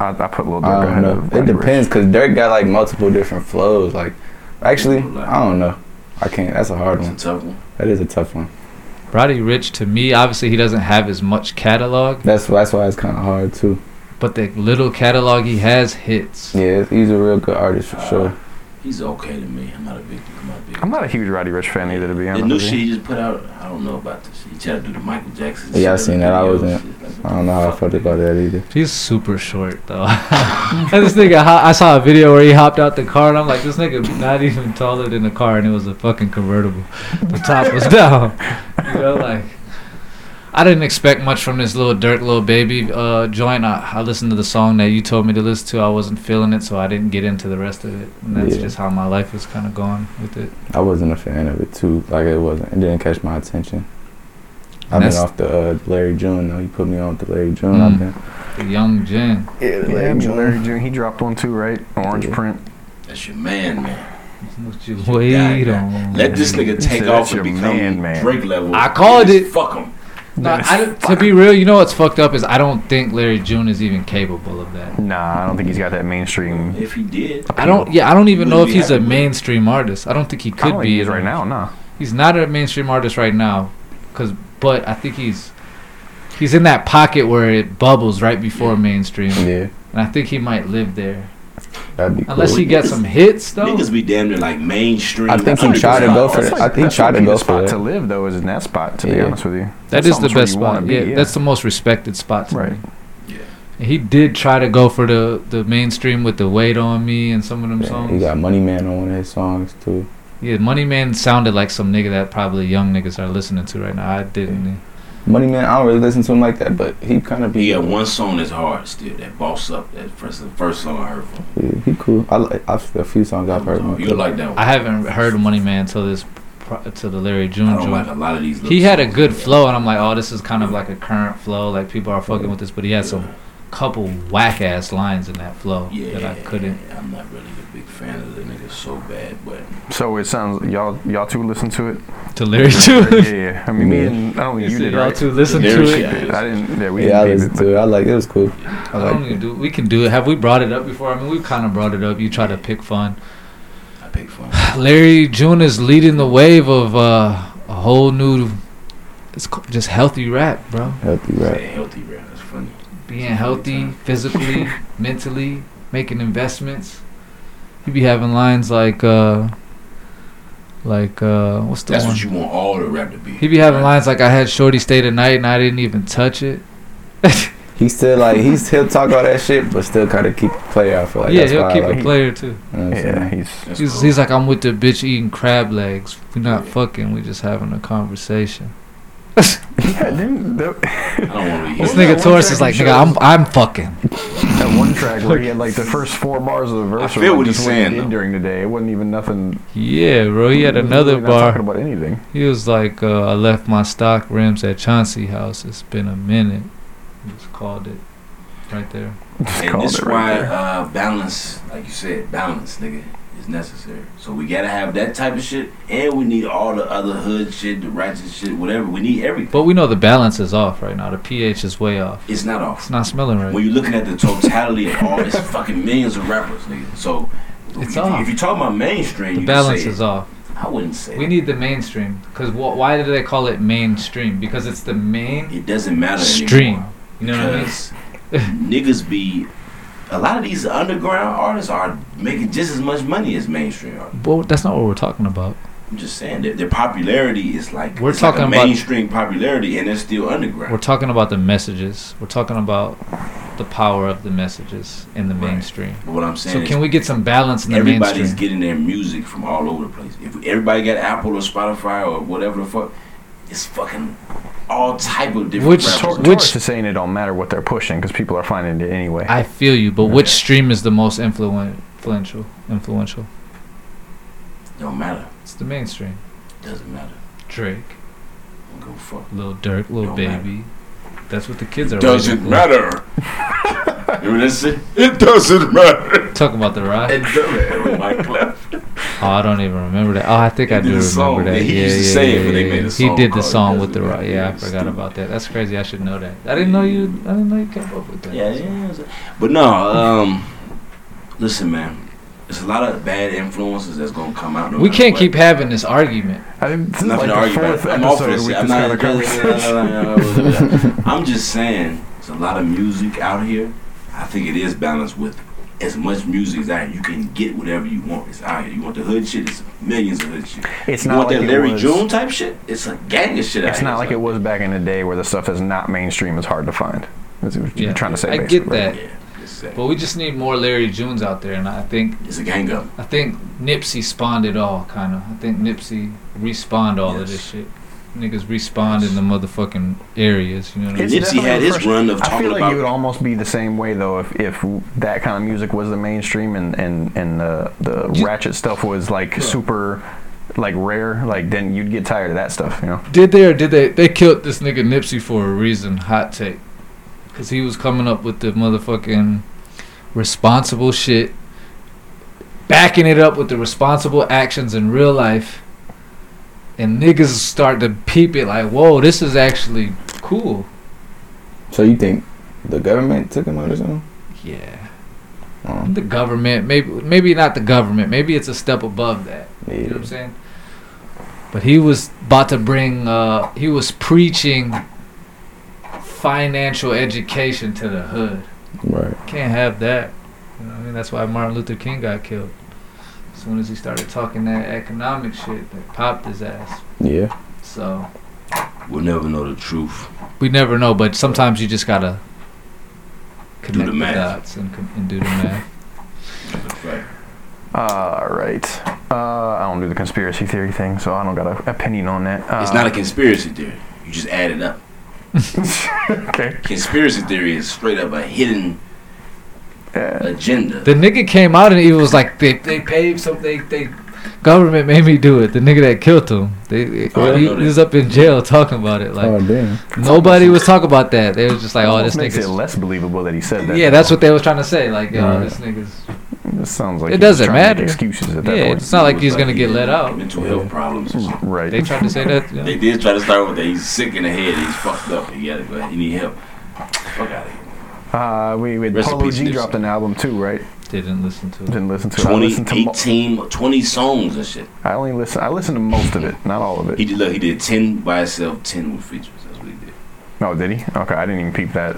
Speaker 1: I don't. I, I put Little Dirk
Speaker 4: I
Speaker 1: ahead
Speaker 4: don't know.
Speaker 1: of.
Speaker 4: It
Speaker 1: Roddy Ricch.
Speaker 4: depends because Dirk got like multiple different flows. Like, actually, I don't know. I can't. That's a hard
Speaker 2: It's
Speaker 4: one.
Speaker 2: a tough one.
Speaker 4: That is a tough one.
Speaker 3: Roddy Rich to me, obviously he doesn't have as much catalog,
Speaker 4: That's that's why it's kind of hard too.
Speaker 3: but the little catalog he has hits.
Speaker 4: Yeah, he's a real good artist for sure.
Speaker 2: He's okay to me. I'm not a victim. I'm not a victim.
Speaker 1: I'm not a huge Roddy Rich fan either, to be honest.
Speaker 2: The new
Speaker 1: with you.
Speaker 2: shit he just put out, I don't know about this. He tried to do the Michael Jackson.
Speaker 4: Yeah, I
Speaker 2: shit,
Speaker 4: seen that. I
Speaker 2: video
Speaker 4: wasn't-
Speaker 2: shit.
Speaker 4: I don't know how I felt about that either.
Speaker 3: He's super short though. this nigga, ho- I saw a video where he hopped out the car and I'm like, this nigga not even taller than the car and it was a fucking convertible. The top was down. You know, like I didn't expect much from this little Dirk little baby uh, joint. I, I listened to the song that you told me to listen to. I wasn't feeling it, so I didn't get into the rest of it. And that's
Speaker 4: Yeah.
Speaker 3: just how my life is kind of going with it.
Speaker 4: I wasn't a fan of it too. Like it wasn't. It didn't catch my attention. I've been
Speaker 3: That's-
Speaker 4: off the uh, Larry June though. He put me on with the Larry June.
Speaker 3: Mm.
Speaker 4: I've been.
Speaker 3: The young Jin,
Speaker 4: Yeah, the
Speaker 1: Yeah, I
Speaker 4: Larry
Speaker 1: mean,
Speaker 4: June.
Speaker 1: Larry June, he dropped one too, right? Orange
Speaker 4: Yeah.
Speaker 1: print.
Speaker 2: That's your man, man.
Speaker 3: what you wait on?
Speaker 2: Let this nigga
Speaker 1: He
Speaker 2: take
Speaker 1: said that's
Speaker 2: off and
Speaker 1: your
Speaker 2: become
Speaker 1: man, man.
Speaker 2: Drake level.
Speaker 3: I called
Speaker 2: Just
Speaker 3: it.
Speaker 2: Fuck him.
Speaker 3: No,
Speaker 1: Yes.
Speaker 3: I don't- to be real, you know what's fucked up is I don't think Larry June is even capable of that.
Speaker 1: Nah, I don't think he's got that mainstream.
Speaker 2: If he did,
Speaker 3: I don't. Yeah, I don't even know if
Speaker 2: Wouldn't be
Speaker 3: he's a
Speaker 2: happy with it.
Speaker 3: mainstream artist. I don't think he
Speaker 1: I
Speaker 3: could
Speaker 1: don't think
Speaker 3: be.
Speaker 1: he is right now. Nah.
Speaker 3: He's not a mainstream artist right now, cause but I think he's he's in that pocket where it bubbles right before mainstream,
Speaker 4: Yeah,
Speaker 3: and I think he might live there
Speaker 4: that'd be cool.
Speaker 3: unless he gets some hits though.
Speaker 2: niggas be damn near like mainstream.
Speaker 4: I think
Speaker 2: That's
Speaker 4: he
Speaker 2: like
Speaker 4: tried to
Speaker 2: the
Speaker 4: go
Speaker 2: top.
Speaker 4: for
Speaker 1: That's
Speaker 4: it. I think he
Speaker 1: that's
Speaker 4: tried
Speaker 1: gonna
Speaker 4: to
Speaker 1: be
Speaker 4: go
Speaker 1: the spot
Speaker 4: for
Speaker 1: to
Speaker 4: it.
Speaker 1: live though is in that spot. To be
Speaker 4: Yeah.
Speaker 1: honest with you,
Speaker 3: That
Speaker 1: That's
Speaker 3: is the
Speaker 1: almost where
Speaker 3: best
Speaker 1: you wanna
Speaker 3: spot.
Speaker 1: be,
Speaker 3: yeah, that's the most respected spot. To
Speaker 1: Right.
Speaker 3: Me.
Speaker 2: Yeah.
Speaker 3: And he did try to go for the the mainstream with the weight on me and some of them
Speaker 4: Yeah,
Speaker 3: songs.
Speaker 4: he got Money Man on one of his songs too.
Speaker 3: Yeah, Money Man sounded like some nigga that probably young niggas are listening to right now. I didn't.
Speaker 4: Money Man, I don't really listen to him like that, but he kind of be.
Speaker 2: He got one song that's hard still. That boss up. That first, the first song I heard from.
Speaker 4: Yeah, he cool. I like I've, a few songs I've heard. him.
Speaker 2: You like that one?
Speaker 3: I haven't heard of Money Man till this, pro- till the Larry
Speaker 2: I
Speaker 3: June
Speaker 2: don't like
Speaker 3: joint.
Speaker 2: a lot of these. little
Speaker 3: Mm. He had a
Speaker 2: songs.
Speaker 3: good flow, and I'm like, oh, this is kind of like a current flow. Like people are fucking with this, but he had some couple whack ass lines in that flow
Speaker 2: Yeah,
Speaker 3: that I couldn't.
Speaker 2: I'm not really a big fan of the nigga so bad, but
Speaker 1: So it sounds y'all y'all two listen to it.
Speaker 3: To Larry
Speaker 1: yeah,
Speaker 3: June,
Speaker 1: yeah. I mean, me and I don't think you did
Speaker 3: y'all
Speaker 1: right.
Speaker 3: to listen
Speaker 2: Yeah,
Speaker 3: to
Speaker 2: Larry
Speaker 3: it.
Speaker 2: June.
Speaker 1: I didn't. Yeah, we
Speaker 4: yeah, I
Speaker 1: didn't.
Speaker 4: listened
Speaker 1: Did,
Speaker 4: to it. I like it was cool. I
Speaker 3: I don't
Speaker 4: like
Speaker 3: even
Speaker 4: it.
Speaker 3: do. We can do it. Have we brought it up before? I mean, we kind of brought it up. You try to pick fun.
Speaker 2: I pick fun.
Speaker 3: Larry June is leading the wave of uh, a whole new, it's co- just healthy rap, bro.
Speaker 4: healthy
Speaker 2: Right.
Speaker 4: rap.
Speaker 2: Healthy rap. That's funny.
Speaker 3: Being healthy physically, mentally, making investments. He be having lines like, uh, like uh, what's the
Speaker 2: That's
Speaker 3: one?
Speaker 2: what you want all the rap to be.
Speaker 3: he be having lines like, "I had Shorty stay the night and I didn't even touch it."
Speaker 4: He still like he's he'll talk all that shit, but still kind of keep the player out for like
Speaker 3: yeah,
Speaker 4: that's
Speaker 3: he'll
Speaker 4: why
Speaker 3: keep
Speaker 4: I
Speaker 3: a
Speaker 4: like,
Speaker 3: player too.
Speaker 4: you know what I'm saying?
Speaker 1: Yeah, he's
Speaker 2: That's
Speaker 3: He's,
Speaker 2: cool.
Speaker 3: he's like, I'm with the bitch eating crab legs. We're not fucking. We're just having a conversation.
Speaker 1: yeah. Didn't the,
Speaker 2: I don't want to be
Speaker 3: This
Speaker 1: was that
Speaker 2: here.
Speaker 3: nigga
Speaker 1: one
Speaker 3: Taurus
Speaker 1: track
Speaker 3: is
Speaker 1: he
Speaker 3: like,
Speaker 1: showed
Speaker 3: nigga, I'm
Speaker 1: us?
Speaker 3: I'm fucking.
Speaker 1: that one track where he had like the first four bars of the verse.
Speaker 2: feel
Speaker 1: were, like,
Speaker 2: what
Speaker 1: just
Speaker 2: he's
Speaker 1: he
Speaker 2: saying,
Speaker 1: did
Speaker 2: though.
Speaker 1: during the day. It wasn't even nothing.
Speaker 3: Yeah, bro. He had
Speaker 1: it was
Speaker 3: another
Speaker 1: really not talking
Speaker 3: bar.
Speaker 1: about anything.
Speaker 3: He was like, uh, I left my stock rims at Chauncey House. It's been a minute. He just called it right there.
Speaker 1: Just
Speaker 2: And
Speaker 1: called
Speaker 2: this
Speaker 1: it
Speaker 2: is
Speaker 1: right
Speaker 2: why
Speaker 1: there.
Speaker 2: uh, balance, like you said, balance, nigga, is necessary. So we gotta have that type of shit, and we need all the other hood shit, the righteous shit, whatever. We need everything.
Speaker 3: But we know the balance is off right now. The pH is way off.
Speaker 2: It's not off.
Speaker 3: It's not smelling right.
Speaker 2: When you're looking at the totality of all this fucking millions of rappers, nigga. So
Speaker 3: It's
Speaker 2: if,
Speaker 3: off.
Speaker 2: if you talk about mainstream,
Speaker 3: The
Speaker 2: you balance
Speaker 3: balance
Speaker 2: say
Speaker 3: is
Speaker 2: is
Speaker 3: off.
Speaker 2: I wouldn't say
Speaker 3: We
Speaker 2: it.
Speaker 3: need the mainstream. Cause wh- why do they call it mainstream? Because it's the main
Speaker 2: it doesn't matter
Speaker 3: stream.
Speaker 2: anymore.
Speaker 3: You know what I mean?
Speaker 2: Because niggas be a lot of these underground artists are making just as much money as mainstream artists.
Speaker 3: Well, that's not what we're talking about.
Speaker 2: I'm just saying that their popularity is like
Speaker 3: We're
Speaker 2: it's like a
Speaker 3: talking about-
Speaker 2: mainstream popularity, and they're still underground.
Speaker 3: We're talking about the messages. We're talking about the power of the messages in the
Speaker 2: Right.
Speaker 3: mainstream.
Speaker 2: But what I'm saying
Speaker 3: So
Speaker 2: is
Speaker 3: can we get some balance in the
Speaker 2: everybody's
Speaker 3: mainstream?
Speaker 2: getting their music from all over the place. If everybody got Apple or Spotify or whatever the fuck, it's fucking all type of different.
Speaker 3: Which-
Speaker 1: Tor-
Speaker 2: rappers.
Speaker 3: which-
Speaker 1: Taurus is saying it don't matter what they're pushing because people are finding it anyway.
Speaker 3: I feel you, but which stream is the most influen- influential? Influential.
Speaker 2: don't matter.
Speaker 3: It's the mainstream.
Speaker 2: Doesn't matter.
Speaker 3: Drake,
Speaker 2: Don't go fuck.
Speaker 3: Lil Durk, Lil
Speaker 2: Don't matter.
Speaker 3: Baby. That's what the kids are.
Speaker 2: Doesn't
Speaker 3: raising.
Speaker 2: matter. Remember that shit? It doesn't matter.
Speaker 3: Talking about the rock.
Speaker 2: It doesn't matter.
Speaker 3: Oh, I don't even remember that. Oh, I think
Speaker 2: He
Speaker 3: I
Speaker 2: did
Speaker 3: do
Speaker 2: the
Speaker 3: remember
Speaker 2: song.
Speaker 3: that.
Speaker 2: He
Speaker 3: yeah,
Speaker 2: used to
Speaker 3: yeah,
Speaker 2: say it,
Speaker 3: yeah,
Speaker 2: but they
Speaker 3: yeah,
Speaker 2: made a
Speaker 3: yeah.
Speaker 2: song
Speaker 3: He did the
Speaker 2: called It
Speaker 3: song with the
Speaker 2: Doesn't
Speaker 3: rock.
Speaker 2: Matter.
Speaker 3: Yeah, I
Speaker 2: It's
Speaker 3: forgot
Speaker 2: stupid.
Speaker 3: about that. That's crazy. I should know that. I didn't know you. I didn't know you came up with that.
Speaker 2: Yeah, yeah. But no, um, listen, man. There's a lot of bad influences that's gonna come out. No
Speaker 3: We
Speaker 2: matter
Speaker 3: can't
Speaker 2: what.
Speaker 3: keep having this argument.
Speaker 1: I think this is
Speaker 2: Nothing
Speaker 1: like
Speaker 2: to
Speaker 1: the
Speaker 2: argue
Speaker 1: fourth
Speaker 2: about. I'm off
Speaker 1: episode
Speaker 2: this
Speaker 1: with
Speaker 2: shit.
Speaker 1: this
Speaker 2: I'm
Speaker 1: kind
Speaker 2: not. uh,
Speaker 1: of conversation.
Speaker 2: I'm just saying, there's a lot of music out here. I think it is balanced with as much music as out here. You can get whatever you want. It's out here. You want the hood shit? It's millions of hood shit.
Speaker 1: It's
Speaker 2: you
Speaker 1: not
Speaker 2: want
Speaker 1: like
Speaker 2: that
Speaker 1: it
Speaker 2: Larry
Speaker 1: was.
Speaker 2: June type shit? It's a gang of shit. out
Speaker 1: It's
Speaker 2: here.
Speaker 1: not like it was back in the day where the stuff that's not mainstream is hard to find. That's what you're
Speaker 3: Yeah,
Speaker 1: trying to say.
Speaker 3: I get
Speaker 1: basically.
Speaker 3: that.
Speaker 2: Yeah, it's a-
Speaker 3: But we just need more Larry Junes out there, and I think
Speaker 2: it's a gang up.
Speaker 3: I think Nipsey spawned it all, kind of. I think Nipsey respawned all of
Speaker 2: Yes.
Speaker 3: this shit. Niggas respawned in the motherfucking areas. You know what I
Speaker 1: It's
Speaker 3: mean?
Speaker 2: Nipsey
Speaker 1: definitely
Speaker 2: had his
Speaker 1: refreshing.
Speaker 2: run of
Speaker 1: I
Speaker 2: talking
Speaker 1: feel like
Speaker 2: about-
Speaker 1: it would almost be the same way though if, if that kind of music was the mainstream and and and the the
Speaker 3: You-
Speaker 1: ratchet stuff was like super like rare like then you'd get tired of that stuff you know.
Speaker 3: Did they or did they? They killed this nigga Nipsey for a reason. Hot take. Because he was coming up with the motherfucking responsible shit, backing it up with the responsible actions in real life. And niggas start to peep it like, whoa, this is actually cool.
Speaker 4: So you think the government took him out or something?
Speaker 3: Yeah.
Speaker 4: Um,
Speaker 3: The government, maybe maybe not the government. Maybe it's a step above that. You know what I'm saying? But he was about to bring, uh, he was preaching financial education to the hood.
Speaker 4: Right.
Speaker 3: Can't have that. You know what I mean? That's why Martin Luther King got killed. As soon as he started talking that economic shit, that popped his ass.
Speaker 4: Yeah.
Speaker 3: So
Speaker 2: We'll never know the truth.
Speaker 3: we never know, but sometimes you just gotta connect the,
Speaker 2: math.
Speaker 3: dots and, con- and do the math.
Speaker 2: Right.
Speaker 1: All Ah, right. Uh, I don't do the conspiracy theory thing, so I don't got an opinion on that. Uh,
Speaker 2: It's not a conspiracy theory. You just add it up.
Speaker 1: Uh, okay.
Speaker 2: Conspiracy theory is straight up a hidden
Speaker 1: uh,
Speaker 2: agenda.
Speaker 3: The nigga came out and he was like, they they paid some, they they government made me do it. The nigga that killed him, they
Speaker 2: Oh, I
Speaker 3: he,
Speaker 2: know
Speaker 3: he was up in jail talking about it. Like
Speaker 4: oh damn.
Speaker 3: nobody was talking about that. They was just like, oh, this
Speaker 1: Almost makes it
Speaker 3: nigga's.
Speaker 1: less believable that he said that.
Speaker 3: Yeah, that's what they was trying to say. Like, yo,
Speaker 4: Right.
Speaker 3: this nigga's.
Speaker 1: It sounds like
Speaker 3: It
Speaker 1: he was
Speaker 3: doesn't
Speaker 1: trying to make
Speaker 3: matter.
Speaker 1: Excuses at that
Speaker 3: Yeah,
Speaker 1: point.
Speaker 3: it's not like
Speaker 2: was
Speaker 3: he's gonna get
Speaker 2: he
Speaker 3: let
Speaker 2: had
Speaker 3: out.
Speaker 2: Mental health problems. or something.
Speaker 1: right.
Speaker 3: They tried to say that. yeah.
Speaker 2: They did try to start with that he's sick in the head. He's fucked up. He gotta go. He need help. Fuck out of here.
Speaker 1: uh, we we
Speaker 2: Rest in
Speaker 1: Polo
Speaker 2: peace,
Speaker 1: G
Speaker 2: Nipsey.
Speaker 1: dropped an album too, right?
Speaker 3: Didn't listen to it.
Speaker 1: Didn't listen to it. I listened to. Mo-
Speaker 2: 2018, 20 songs and shit.
Speaker 1: I only listen. I listened to most of it, not all of it.
Speaker 2: He did. Look, he did ten by himself, ten with features. That's what he did.
Speaker 1: Oh, No, did he? Okay, I didn't even peep that.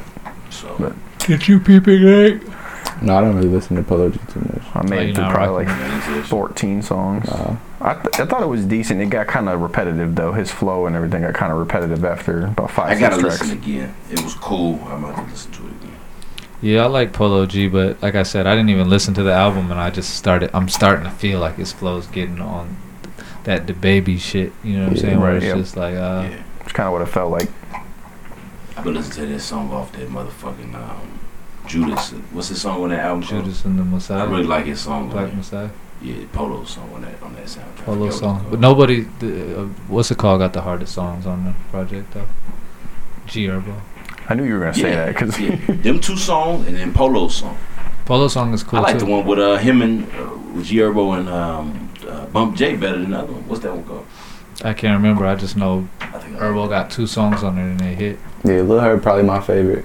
Speaker 2: So
Speaker 1: But-
Speaker 3: Did you peep it, Greg?
Speaker 4: No, I don't really listen to Polo G too much.
Speaker 1: I made
Speaker 3: Like,
Speaker 1: it
Speaker 3: you're
Speaker 1: through
Speaker 3: not
Speaker 1: probably
Speaker 3: rocking
Speaker 1: like 14 songs.
Speaker 3: Uh-huh.
Speaker 4: Uh,
Speaker 1: I, th- I thought it was decent. It got kind of repetitive though. His flow and everything got kind of repetitive after about
Speaker 2: I
Speaker 1: five,
Speaker 2: gotta
Speaker 1: six tracks.
Speaker 2: listen again. It was cool. I might have to listen to it again.
Speaker 3: Yeah, I like Polo G, but like I said, I didn't even listen to the album, and I just started. I'm starting to feel like his flow's getting on that the baby shit. You know what I'm
Speaker 4: Yeah,
Speaker 3: saying? Where
Speaker 1: right,
Speaker 3: it's
Speaker 1: yeah.
Speaker 3: just like, uh,
Speaker 2: yeah,
Speaker 1: It's kind of what it felt like.
Speaker 2: I've been listening to that song off that motherfucking um, Judas. What's his song on that album? called?
Speaker 3: Judas and the
Speaker 2: I
Speaker 3: Messiah,
Speaker 2: really like his song.
Speaker 3: Black
Speaker 2: on
Speaker 3: Messiah,
Speaker 2: that. Yeah, Polo song on that on that soundtrack.
Speaker 3: Polo
Speaker 2: Yo,
Speaker 3: song.
Speaker 2: uh,
Speaker 3: But nobody, the, uh, what's it called? Got the hardest songs on the project though. G Herbo.
Speaker 1: I knew you were gonna say
Speaker 2: Yeah,
Speaker 1: that 'cause that
Speaker 2: yeah. them two songs and then Polo's song.
Speaker 3: Polo song is cool
Speaker 2: I like
Speaker 3: too.
Speaker 2: the one with uh, him and uh, with Gierbo and um, uh, Bump J better than the other one. What's that one called?
Speaker 3: I can't remember. I just know
Speaker 2: I think
Speaker 1: Um,
Speaker 2: I
Speaker 3: Herbo got two songs on there and they hit.
Speaker 4: yeah, Lil Herb probably my favorite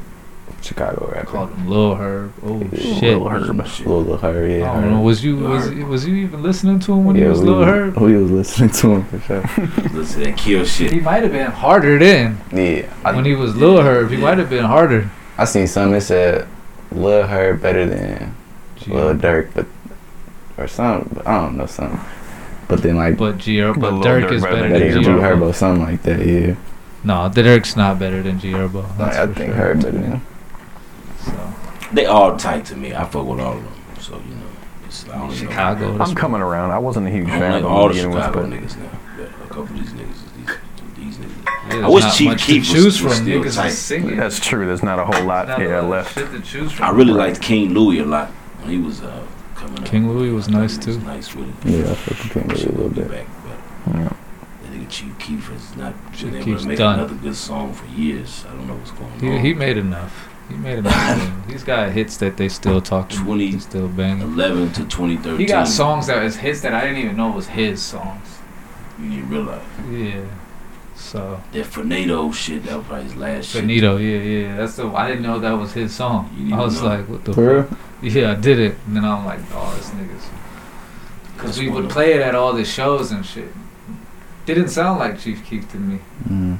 Speaker 4: Chicago rapper.
Speaker 3: Called him Lil Herb. Oh
Speaker 4: Yeah.
Speaker 3: shit.
Speaker 1: Lil Herb.
Speaker 2: Shit.
Speaker 4: Lil, Lil Herb, yeah.
Speaker 3: I
Speaker 4: Herb.
Speaker 3: don't know. Was you was
Speaker 2: Herb.
Speaker 3: was you even listening to him when he was
Speaker 4: we,
Speaker 3: Lil Herb?
Speaker 4: we was listening to him for sure.
Speaker 2: Listen to that kill shit.
Speaker 3: He might have been harder then.
Speaker 4: Yeah, I,
Speaker 3: when he was Lil Herb, he
Speaker 2: yeah.
Speaker 3: might have been harder.
Speaker 4: I seen something that said Lil Herb better than
Speaker 3: G-
Speaker 4: Lil Durk, but or something. I don't know something. But then like
Speaker 3: But G Herbo,
Speaker 1: But
Speaker 3: but
Speaker 1: Lil
Speaker 3: Dirk
Speaker 1: Durk
Speaker 3: is
Speaker 1: better
Speaker 3: better
Speaker 1: than
Speaker 4: better
Speaker 3: than
Speaker 4: than
Speaker 3: G
Speaker 4: Lil
Speaker 3: Herbo.
Speaker 4: Herbo, something like that. Yeah,
Speaker 3: No, Dirk's not better than G Herbo.
Speaker 4: like,
Speaker 3: That's
Speaker 4: I
Speaker 3: for
Speaker 4: think
Speaker 3: sure.
Speaker 4: Herb better than. him.
Speaker 3: So,
Speaker 2: They all tight to me. I fuck with all of them. So you know, it's, I don't
Speaker 3: Chicago.
Speaker 2: Know.
Speaker 3: that's
Speaker 1: I'm coming around. I wasn't a huge
Speaker 2: I
Speaker 1: fan of
Speaker 2: don't like
Speaker 1: him
Speaker 2: all the
Speaker 1: to begin
Speaker 2: Chicago
Speaker 1: with,
Speaker 2: niggas now. But a couple of these niggas, is these, these niggas.
Speaker 3: there's
Speaker 2: I wish
Speaker 3: not
Speaker 2: Chief
Speaker 3: much to
Speaker 2: Keef was-
Speaker 3: choose
Speaker 2: was
Speaker 3: from.
Speaker 2: still
Speaker 3: Niggas
Speaker 2: tight.
Speaker 1: but
Speaker 3: was singing.
Speaker 1: that's true. There's not a whole lot.
Speaker 3: Not a
Speaker 1: Yeah,
Speaker 3: lot of
Speaker 1: left.
Speaker 3: shit to choose from.
Speaker 2: I really liked King Louis a lot when he was uh, coming up.
Speaker 3: King Louis was nice
Speaker 2: He was
Speaker 3: too.
Speaker 2: Nice with it.
Speaker 4: Yeah, I fucking with
Speaker 2: She
Speaker 4: you a little
Speaker 2: will be
Speaker 4: bit.
Speaker 2: back, but
Speaker 1: Yeah.
Speaker 2: that nigga Chief Keef has not been able
Speaker 3: Keef's
Speaker 2: to make
Speaker 3: done.
Speaker 2: another good song for years. I don't know what's going
Speaker 3: He,
Speaker 2: on.
Speaker 3: he made enough. He made enough. He's got hits that they still talk to.
Speaker 2: 20
Speaker 3: they still banging.
Speaker 2: 11 to 2013.
Speaker 3: He got songs that was hits that I didn't even know was his songs.
Speaker 2: You didn't realize.
Speaker 3: Yeah. So
Speaker 2: That Finado shit, that was probably his last shit.
Speaker 3: Benito, yeah, yeah. That's the I didn't know that was his song.
Speaker 2: You didn't
Speaker 3: I was
Speaker 2: know?
Speaker 3: like, what the
Speaker 4: For real?
Speaker 3: Yeah, I did it. And then I'm like, oh, this niggas. Because
Speaker 2: That's
Speaker 3: we
Speaker 2: one
Speaker 3: would
Speaker 2: of-
Speaker 3: play it at all the shows and shit. Didn't sound like Chief Keef to me.
Speaker 4: Mm.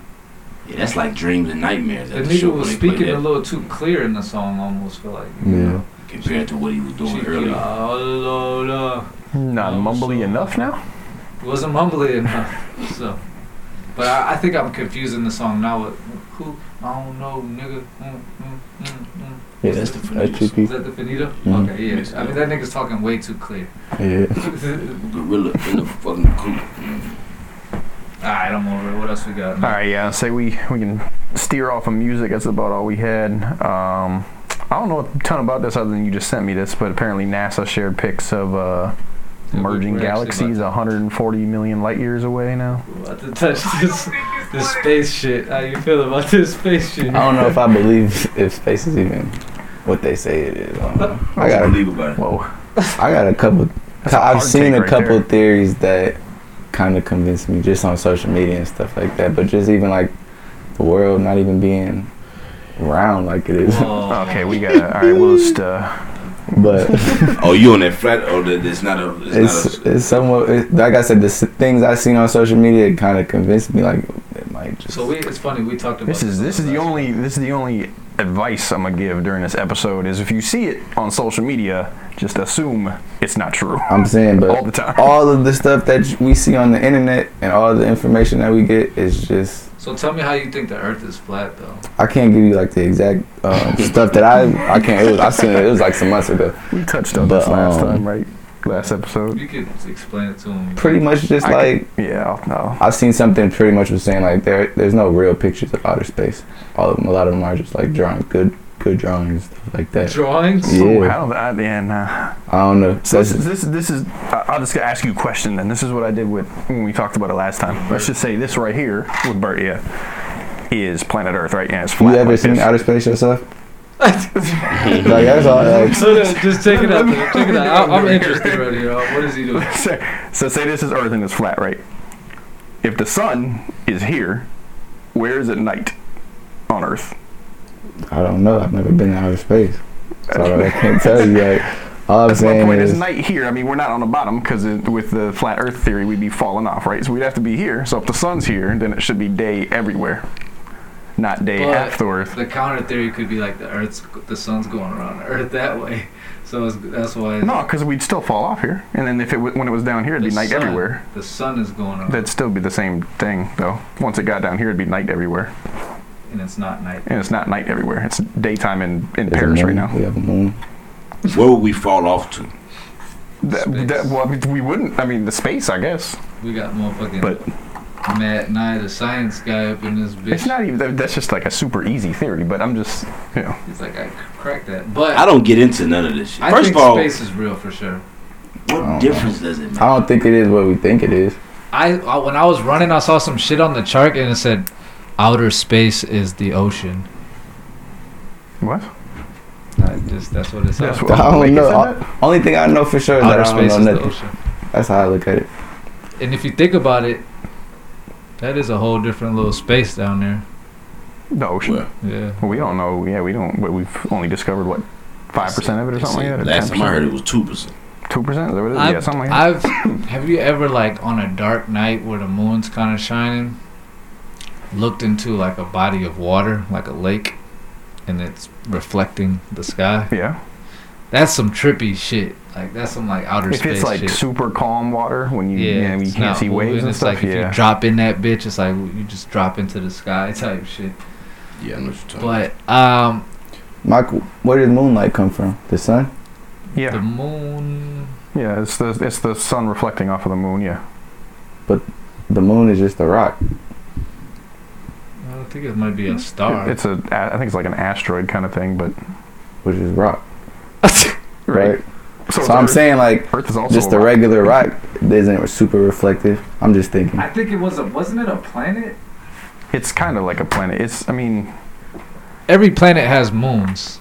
Speaker 2: Yeah, that's like Dreams and Nightmares.
Speaker 3: The
Speaker 2: That the show
Speaker 3: nigga
Speaker 2: when
Speaker 3: was
Speaker 2: they play
Speaker 3: speaking
Speaker 2: that
Speaker 3: a little too clear in the song, almost feel like.
Speaker 4: Yeah.
Speaker 3: You know?
Speaker 2: compared to what he was doing
Speaker 3: Chief Keef,
Speaker 2: earlier.
Speaker 3: "Ah, la, la."
Speaker 1: Not
Speaker 3: Oh,
Speaker 1: mumbly
Speaker 3: so-
Speaker 1: enough now.
Speaker 3: It wasn't mumbly enough. so. But I, I think I'm confusing the song now with who? I don't know, nigga. Mm, mm, mm, mm.
Speaker 4: Yeah,
Speaker 2: That's the
Speaker 4: that's
Speaker 2: Finito
Speaker 3: Is
Speaker 4: Chief
Speaker 3: that the finito?
Speaker 1: Mm-hmm.
Speaker 4: Mhm.
Speaker 3: Okay, yeah. I mean, that nigga's talking way too clear.
Speaker 4: Keef. Yeah,
Speaker 2: Gorilla in the fucking coop.
Speaker 3: Alright, I'm over it. What else we got?
Speaker 1: All right, yeah. Say we we can steer off of music. That's about all we had. Um, I don't know a ton about this other than you just sent me this, but apparently NASA shared pics of uh,
Speaker 3: we-
Speaker 1: merging
Speaker 3: we're actually
Speaker 1: galaxies 140 million light years away now.
Speaker 3: We're about to touch this, this space shit. How you feel about this space shit?
Speaker 4: I don't know if I believe if space is even what they say it is. I, don't know. I got a
Speaker 2: believe about it.
Speaker 1: Whoa.
Speaker 4: I got a couple.
Speaker 1: That's a
Speaker 4: I've
Speaker 1: hard
Speaker 4: seen
Speaker 1: take
Speaker 4: a
Speaker 1: right
Speaker 4: couple
Speaker 1: there.
Speaker 4: theories that kind of convinced me just on social media and stuff like that. But just even like the world not even being round like it is.
Speaker 3: Whoa.
Speaker 1: Okay, we got. All right, we'll just. Uh,
Speaker 4: but
Speaker 2: Oh, you on that flat? Oh, that it's not a. It's,
Speaker 4: it's
Speaker 2: not a.
Speaker 4: it's somewhat it, like I said. The s- things I seen on social media kind of convinced me like it might just.
Speaker 3: So we, it's funny, we talked about
Speaker 1: this is this is the
Speaker 3: last-
Speaker 1: only this is the only advice I'm gonna give during this episode is if you see it on social media, just assume it's not true.
Speaker 4: I'm saying, but uh,
Speaker 1: All the time.
Speaker 4: all of the stuff that j- we see on the internet and all the information that we get is just.
Speaker 3: So tell me how you think the earth is flat, though.
Speaker 4: I can't give you like the exact um, stuff that I I can't. It was, I seen it. It was like some months ago.
Speaker 1: We touched on
Speaker 4: But,
Speaker 1: this last
Speaker 4: um,
Speaker 1: time, right? Last episode.
Speaker 3: You could explain it to him.
Speaker 4: Pretty much just
Speaker 1: I
Speaker 4: like
Speaker 1: could- yeah, I'll- no.
Speaker 4: I've seen something pretty much was saying like there there's no real pictures of outer space. All of them, a lot of them are just like drawing good good drawings stuff like that.
Speaker 3: Drawings?
Speaker 4: Yeah.
Speaker 1: Oh, how the- I, yeah, nah.
Speaker 4: I don't know.
Speaker 1: So this,
Speaker 4: That's-
Speaker 1: this, this is. I- I'll just ask you a question. Then this is what I did with when we talked about it last time. Let's just say this right here with Bert. Yeah, is planet Earth right? Yeah, it's
Speaker 4: you
Speaker 1: flat.
Speaker 4: ever
Speaker 1: like
Speaker 4: seen
Speaker 1: this.
Speaker 4: outer space yourself? like that's all. Like,
Speaker 3: So then, just take it out. there. Take it out. I- I'm
Speaker 1: Right
Speaker 3: interested right here. What is he doing?
Speaker 1: So, so say this is Earth and it's flat, right? If the sun is here, where is it night on Earth?
Speaker 4: I don't know. I've never been in outer space, so I can't tell you. Like all I'm
Speaker 1: That's my
Speaker 4: saying
Speaker 1: point.
Speaker 4: is,
Speaker 1: Is night here? I mean, we're not on the bottom because with the flat Earth theory, we'd be falling off, right? So we'd have to be here. So if the sun's here, then it should be day everywhere. not Day
Speaker 3: But-
Speaker 1: Hafthorpe.
Speaker 3: The counter theory could be like the Earth's, the sun's going around the Earth that way, so it's, that's why.
Speaker 1: No, because we'd still fall off here, and then if it w- when it was down here, it'd
Speaker 3: the
Speaker 1: be night
Speaker 3: sun-
Speaker 1: everywhere.
Speaker 3: The sun is going around,
Speaker 1: That'd still be the same thing though. Once it got down here, it'd be night everywhere,
Speaker 3: and it's not night.
Speaker 1: and it's not night everywhere. It's daytime in in
Speaker 4: There's a
Speaker 1: Paris right
Speaker 4: moon.
Speaker 1: now.
Speaker 4: We have a moon.
Speaker 2: Where would we fall off to?
Speaker 1: That,
Speaker 3: Space.
Speaker 1: that, well, I mean, we wouldn't. I mean, the space, I guess,
Speaker 3: We got motherfucking
Speaker 1: but
Speaker 3: Matt Nye, the science guy, up in this bitch.
Speaker 1: it's not even. that- That's just like a super easy theory. But I'm just, you know,
Speaker 3: He's like, I cracked that, but
Speaker 2: I don't get into none of this shit.
Speaker 3: I
Speaker 2: First
Speaker 3: think
Speaker 2: of all,
Speaker 3: space is real for sure.
Speaker 2: what
Speaker 4: I don't
Speaker 2: difference does it make?
Speaker 4: I don't think it is what we think it is.
Speaker 3: I, I when I was running, I saw some shit on the chart, and it said, "Outer space is the ocean."
Speaker 1: what?
Speaker 3: I just that's what it said.
Speaker 1: That's what-
Speaker 4: I don't
Speaker 1: Lincoln
Speaker 4: know.
Speaker 1: said
Speaker 4: O- Only thing I know for sure is that
Speaker 3: Outer
Speaker 4: I don't
Speaker 3: space
Speaker 4: know
Speaker 3: is the
Speaker 4: nothing.
Speaker 3: ocean.
Speaker 4: That's how I look at it.
Speaker 3: And if you think about it, that is a whole different little space down there.
Speaker 1: The ocean.
Speaker 2: Well,
Speaker 3: Yeah.
Speaker 1: Well, we don't know. Yeah, we don't. but We've only discovered what five percent of it or
Speaker 2: they
Speaker 1: something
Speaker 2: say
Speaker 1: like that.
Speaker 2: Last time I heard it was two percent.
Speaker 1: two percent. Is that what it is?
Speaker 3: I've,
Speaker 1: yeah, something like that.
Speaker 3: I've have you ever like on a dark night where the moon's kind of shining, looked into like a body of water, like a lake, and it's reflecting the sky.
Speaker 1: yeah.
Speaker 3: That's some trippy shit. Like that's some like outer
Speaker 1: If
Speaker 3: space
Speaker 1: it's like
Speaker 3: shit.
Speaker 1: super calm water when you yeah, you
Speaker 3: it's
Speaker 1: can't
Speaker 3: not
Speaker 1: see waves
Speaker 3: moving.
Speaker 1: and
Speaker 3: it's
Speaker 1: stuff,
Speaker 3: Like if
Speaker 1: yeah.
Speaker 3: you drop in that bitch, it's like you just drop into the sky type shit.
Speaker 2: Yeah, I know what you're talking about.
Speaker 3: But um,
Speaker 4: Mike, where did moonlight come from? The sun?
Speaker 3: the
Speaker 1: yeah,
Speaker 3: moon.
Speaker 1: yeah. It's the it's the sun reflecting off of the moon. Yeah,
Speaker 4: The moon is just a rock.
Speaker 3: I don't think it might be a star.
Speaker 1: It- it's a I think it's like an asteroid kind of thing, but
Speaker 4: which is rock,
Speaker 1: right.
Speaker 4: right?
Speaker 1: it's
Speaker 4: So I'm
Speaker 1: Earth-
Speaker 4: saying like
Speaker 1: Earth is also
Speaker 4: just
Speaker 1: a
Speaker 4: the
Speaker 1: rock.
Speaker 4: regular rock isn't super reflective. I'm just thinking.
Speaker 3: I think it was a wasn't it a planet?
Speaker 1: It's kind of like a planet. It's I mean,
Speaker 3: Every planet has moons.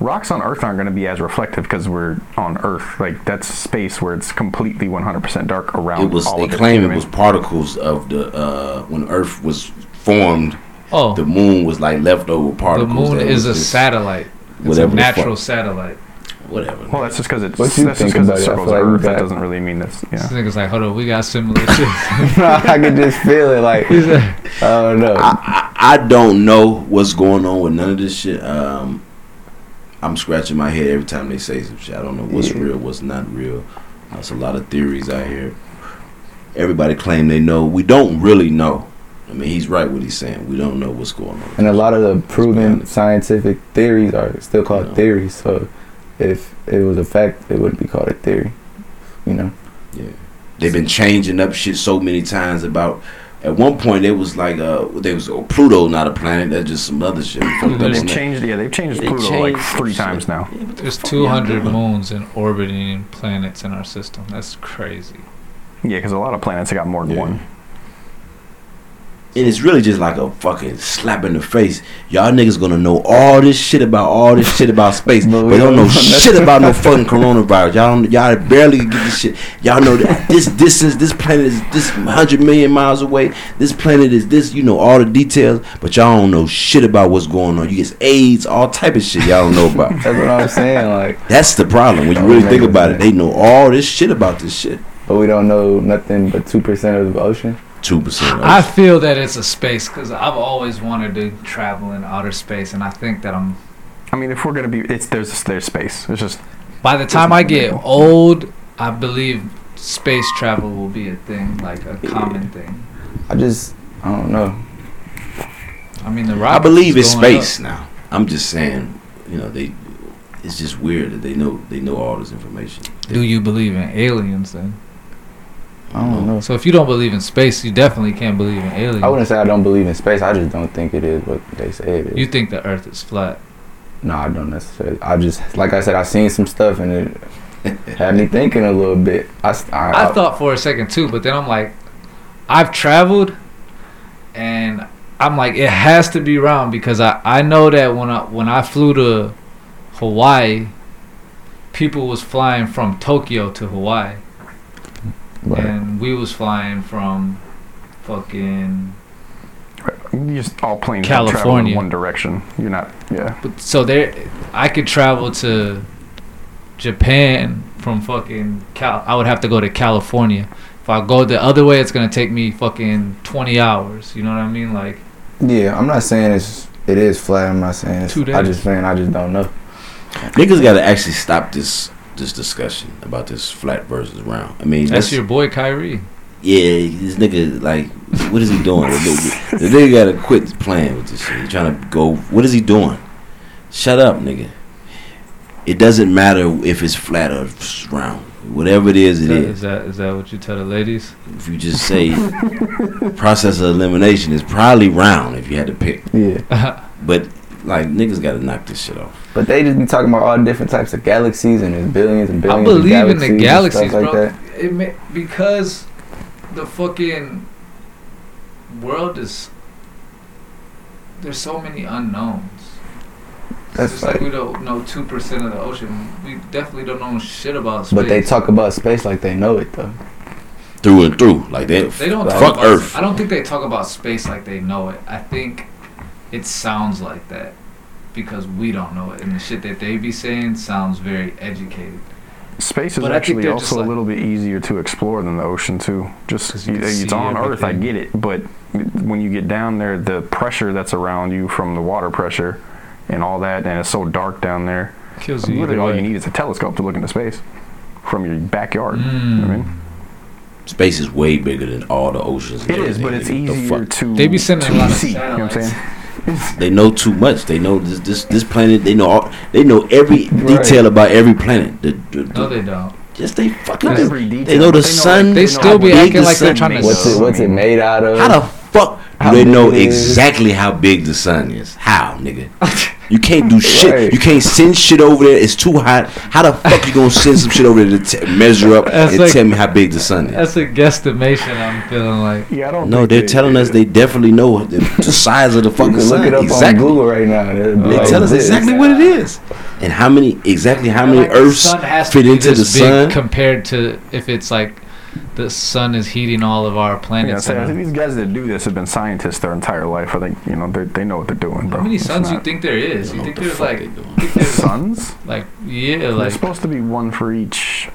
Speaker 1: rocks on Earth aren't going to be as reflective because we're on Earth. Like that's space where it's completely 100% dark around.
Speaker 2: It was.
Speaker 1: all
Speaker 2: They
Speaker 1: of
Speaker 2: claim
Speaker 1: I
Speaker 2: it
Speaker 1: mean,
Speaker 2: was particles of the uh, when Earth was formed.
Speaker 3: Oh,
Speaker 2: The
Speaker 3: the,
Speaker 2: moon was like leftover particles.
Speaker 3: moon
Speaker 2: that
Speaker 3: is a
Speaker 2: was just
Speaker 3: satellite. It's
Speaker 2: whatever
Speaker 3: a
Speaker 2: the
Speaker 3: natural
Speaker 2: fuck-
Speaker 3: satellite.
Speaker 2: Whatever.
Speaker 1: Well, that's just because it's
Speaker 4: What
Speaker 1: that's
Speaker 4: you
Speaker 1: just
Speaker 4: think
Speaker 1: because it
Speaker 4: about it? I
Speaker 1: circles
Speaker 4: feel like we
Speaker 1: Earth. That
Speaker 4: got-
Speaker 1: doesn't really mean that's yeah.
Speaker 3: This nigga's like, hold on, we got similar shit.
Speaker 4: I could just feel it. Like
Speaker 3: He's like,
Speaker 4: I don't know.
Speaker 2: I, I I don't know what's going on with none of this shit. Um, I'm scratching my head every time they say some shit. I don't know what's
Speaker 4: Yeah.
Speaker 2: real, what's not real. There's a lot of theories out here. Everybody claim they know. We don't really know. I mean, he's right what he's saying. We don't know what's going on.
Speaker 4: and a lot of the proven scientific theories are still called
Speaker 2: Yeah.
Speaker 4: theories. So if it was a fact, it wouldn't be called a theory. You know,
Speaker 2: They've been changing up shit so many times about. At one point, it was like uh, they was oh, Pluto, not a planet. That's just some other shit. Fucked up on
Speaker 1: They've
Speaker 2: that.
Speaker 1: changed, yeah, they've changed
Speaker 2: They
Speaker 1: Pluto
Speaker 2: changed
Speaker 1: like three
Speaker 2: shit.
Speaker 1: times now.
Speaker 2: Yeah, what the
Speaker 3: There's
Speaker 2: fuck y'all
Speaker 3: 200
Speaker 2: doing?
Speaker 3: moons and orbiting planets in our system. That's crazy.
Speaker 1: Yeah, because a lot of planets have got more than
Speaker 2: Yeah.
Speaker 1: one.
Speaker 2: And it's really just like a fucking slap in the face. Y'all niggas gonna know all this shit about all this shit about space,
Speaker 4: But
Speaker 2: but,
Speaker 4: we
Speaker 2: don't
Speaker 4: don't
Speaker 2: know
Speaker 4: know
Speaker 2: shit about no fucking coronavirus. Y'all don't- y'all barely get this shit. Y'all know that this distance, this planet is this hundred million miles away. This planet is this. You know all the details, but y'all don't know shit about what's going on. You get AIDS, all type of shit y'all don't know about.
Speaker 4: that's what I'm saying. Like,
Speaker 2: That's the problem when you really think about it. They know all this shit about this shit.
Speaker 4: but we don't know nothing but two percent of the ocean.
Speaker 2: Two percent.
Speaker 3: I feel that it's a space because I've always wanted to travel in outer space, and I think that I'm.
Speaker 1: I mean, if we're gonna be, it's there's there's space. It's just
Speaker 3: By the time I get old, I believe space travel will be a thing, like a common thing.
Speaker 4: I just, I don't know.
Speaker 3: I mean, the
Speaker 2: I
Speaker 3: rocket
Speaker 2: believe it's
Speaker 3: is going
Speaker 2: space now. I'm just saying, you know, they. It's just weird that they know they know all this information.
Speaker 3: up. Do you believe in aliens then?
Speaker 4: I don't know.
Speaker 3: So if you don't believe in space, you definitely can't believe in aliens.
Speaker 4: I wouldn't say I don't believe in space. I just don't think it is what they say it is.
Speaker 3: You think the Earth is flat?
Speaker 4: No, I don't necessarily. I just like I said, I seen some stuff and it had me thinking a little bit. I, s- I-
Speaker 3: I
Speaker 4: I-
Speaker 3: thought for a second too, but then I'm like, I've traveled, and I'm like, it has to be round because I I know that when I when I flew to Hawaii, people was flying from Tokyo to Hawaii,
Speaker 4: right.
Speaker 3: and we was flying from fucking.
Speaker 1: you just all planes don't travel in
Speaker 3: California.
Speaker 1: one direction. You're not, yeah.
Speaker 3: But so there, I could travel to Japan from fucking Cal. I would have to go to California. If I go the other way, it's gonna take me fucking twenty hours. You know what I mean? Like.
Speaker 4: Yeah, I'm not saying it's it is flat. I'm not saying it's.
Speaker 3: Two days.
Speaker 4: I just saying I just don't know.
Speaker 2: Niggas gotta actually stop this this discussion about this flat versus round. I mean,
Speaker 3: That's
Speaker 2: that's
Speaker 3: your boy Kyrie.
Speaker 2: yeah. This nigga like, what is he doing? the nigga the nigga gotta quit playing with this shit. He trying to go. What is he doing? Shut up, nigga. It doesn't matter if it's flat or round. Whatever it is,
Speaker 3: Is
Speaker 2: it
Speaker 3: that,
Speaker 2: is.
Speaker 3: is that is that what you tell the ladies?
Speaker 2: If you just say process of elimination is probably round if you had to pick.
Speaker 4: Yeah,
Speaker 2: But like niggas gotta knock this shit off.
Speaker 4: but they just be talking about all different types of galaxies and there's billions and
Speaker 3: I
Speaker 4: billions. of
Speaker 3: believe in the
Speaker 4: and
Speaker 3: galaxies,
Speaker 4: stuff
Speaker 3: bro. It ma- because the fucking world is there's so many unknowns. it's
Speaker 4: That's
Speaker 3: just like
Speaker 4: right.
Speaker 3: we don't know two percent of the ocean. We definitely don't know shit about space.
Speaker 4: But they talk about space like they know it though.
Speaker 2: Through and through. Like that
Speaker 3: They don't
Speaker 4: Fuck
Speaker 3: talk about,
Speaker 2: Earth.
Speaker 3: I don't think they talk about space like they know it. I think it sounds like that because we don't know it, and the shit that they be saying sounds very educated.
Speaker 1: Space is
Speaker 3: But I think
Speaker 1: actually
Speaker 3: they're just
Speaker 1: also
Speaker 3: like-
Speaker 1: a little bit easier to explore than the ocean too.
Speaker 3: 'Cause
Speaker 1: Just
Speaker 3: you can
Speaker 1: it's
Speaker 3: see
Speaker 1: on Earth, I
Speaker 3: everything.
Speaker 1: get it, but when you get down there, the pressure that's around you from the water pressure and all that, and it's so dark down there.
Speaker 3: Kills
Speaker 1: Literally, all you need is a telescope to look into space from your backyard.
Speaker 3: Hmm.
Speaker 1: I mean,
Speaker 2: Space is way bigger than all the oceans. and
Speaker 1: it is, but it's
Speaker 2: everything. The
Speaker 1: easier
Speaker 2: fuck?
Speaker 1: to
Speaker 3: They be sending
Speaker 1: to
Speaker 3: a lot of
Speaker 1: see. You know what I'm
Speaker 3: satellites.
Speaker 1: saying?
Speaker 2: They know too much. They know this this, this planet. They know all, they know every detail about every planet. The, the, the,
Speaker 3: No, they don't.
Speaker 2: just they fucking.
Speaker 1: Not every detail.
Speaker 2: they know
Speaker 1: but
Speaker 2: the sun.
Speaker 3: They still be
Speaker 2: big
Speaker 3: acting
Speaker 2: the
Speaker 3: like they're trying
Speaker 2: sun
Speaker 3: to-
Speaker 2: is.
Speaker 4: What's it? What's it made out of?
Speaker 2: How the fuck do
Speaker 4: How
Speaker 2: they
Speaker 4: big
Speaker 2: know
Speaker 4: it is?
Speaker 2: exactly how big the sun is? How, nigga? You can't do shit.
Speaker 4: Right.
Speaker 2: You can't send shit over there. It's too hot. How the fuck you gonna send some shit over there to t- measure up
Speaker 3: That's
Speaker 2: and
Speaker 3: like-
Speaker 2: tell me how big the sun is?
Speaker 3: That's a guesstimation. I'm feeling like
Speaker 1: Yeah, I don't.
Speaker 2: No,
Speaker 1: think
Speaker 2: they're
Speaker 1: they-
Speaker 2: telling us they definitely know the, the size of the
Speaker 4: You
Speaker 2: fucking
Speaker 4: can
Speaker 2: sun.
Speaker 4: look it up
Speaker 2: exactly.
Speaker 4: on Google right now. They
Speaker 2: They tell us exactly what it is and how many exactly how many
Speaker 3: Like, the
Speaker 2: Earths
Speaker 3: sun has to
Speaker 2: fit
Speaker 3: be
Speaker 2: into the
Speaker 3: this big
Speaker 2: sun.
Speaker 3: compared to if it's like the sun is heating all of our
Speaker 1: Yeah,
Speaker 3: planets.
Speaker 1: so I
Speaker 3: and
Speaker 1: think
Speaker 2: uh,
Speaker 1: these guys that do this have been scientists their entire life. I think you know they, they know what they're doing. Bro.
Speaker 3: How many
Speaker 1: It's
Speaker 3: suns you
Speaker 1: not-
Speaker 3: think there is?
Speaker 2: I don't
Speaker 3: You think
Speaker 2: know what the
Speaker 3: there's
Speaker 2: fuck
Speaker 3: like,
Speaker 2: they doing.
Speaker 3: you think there's
Speaker 1: Suns?
Speaker 3: like, yeah,
Speaker 1: There's
Speaker 3: like
Speaker 1: supposed to be one for each,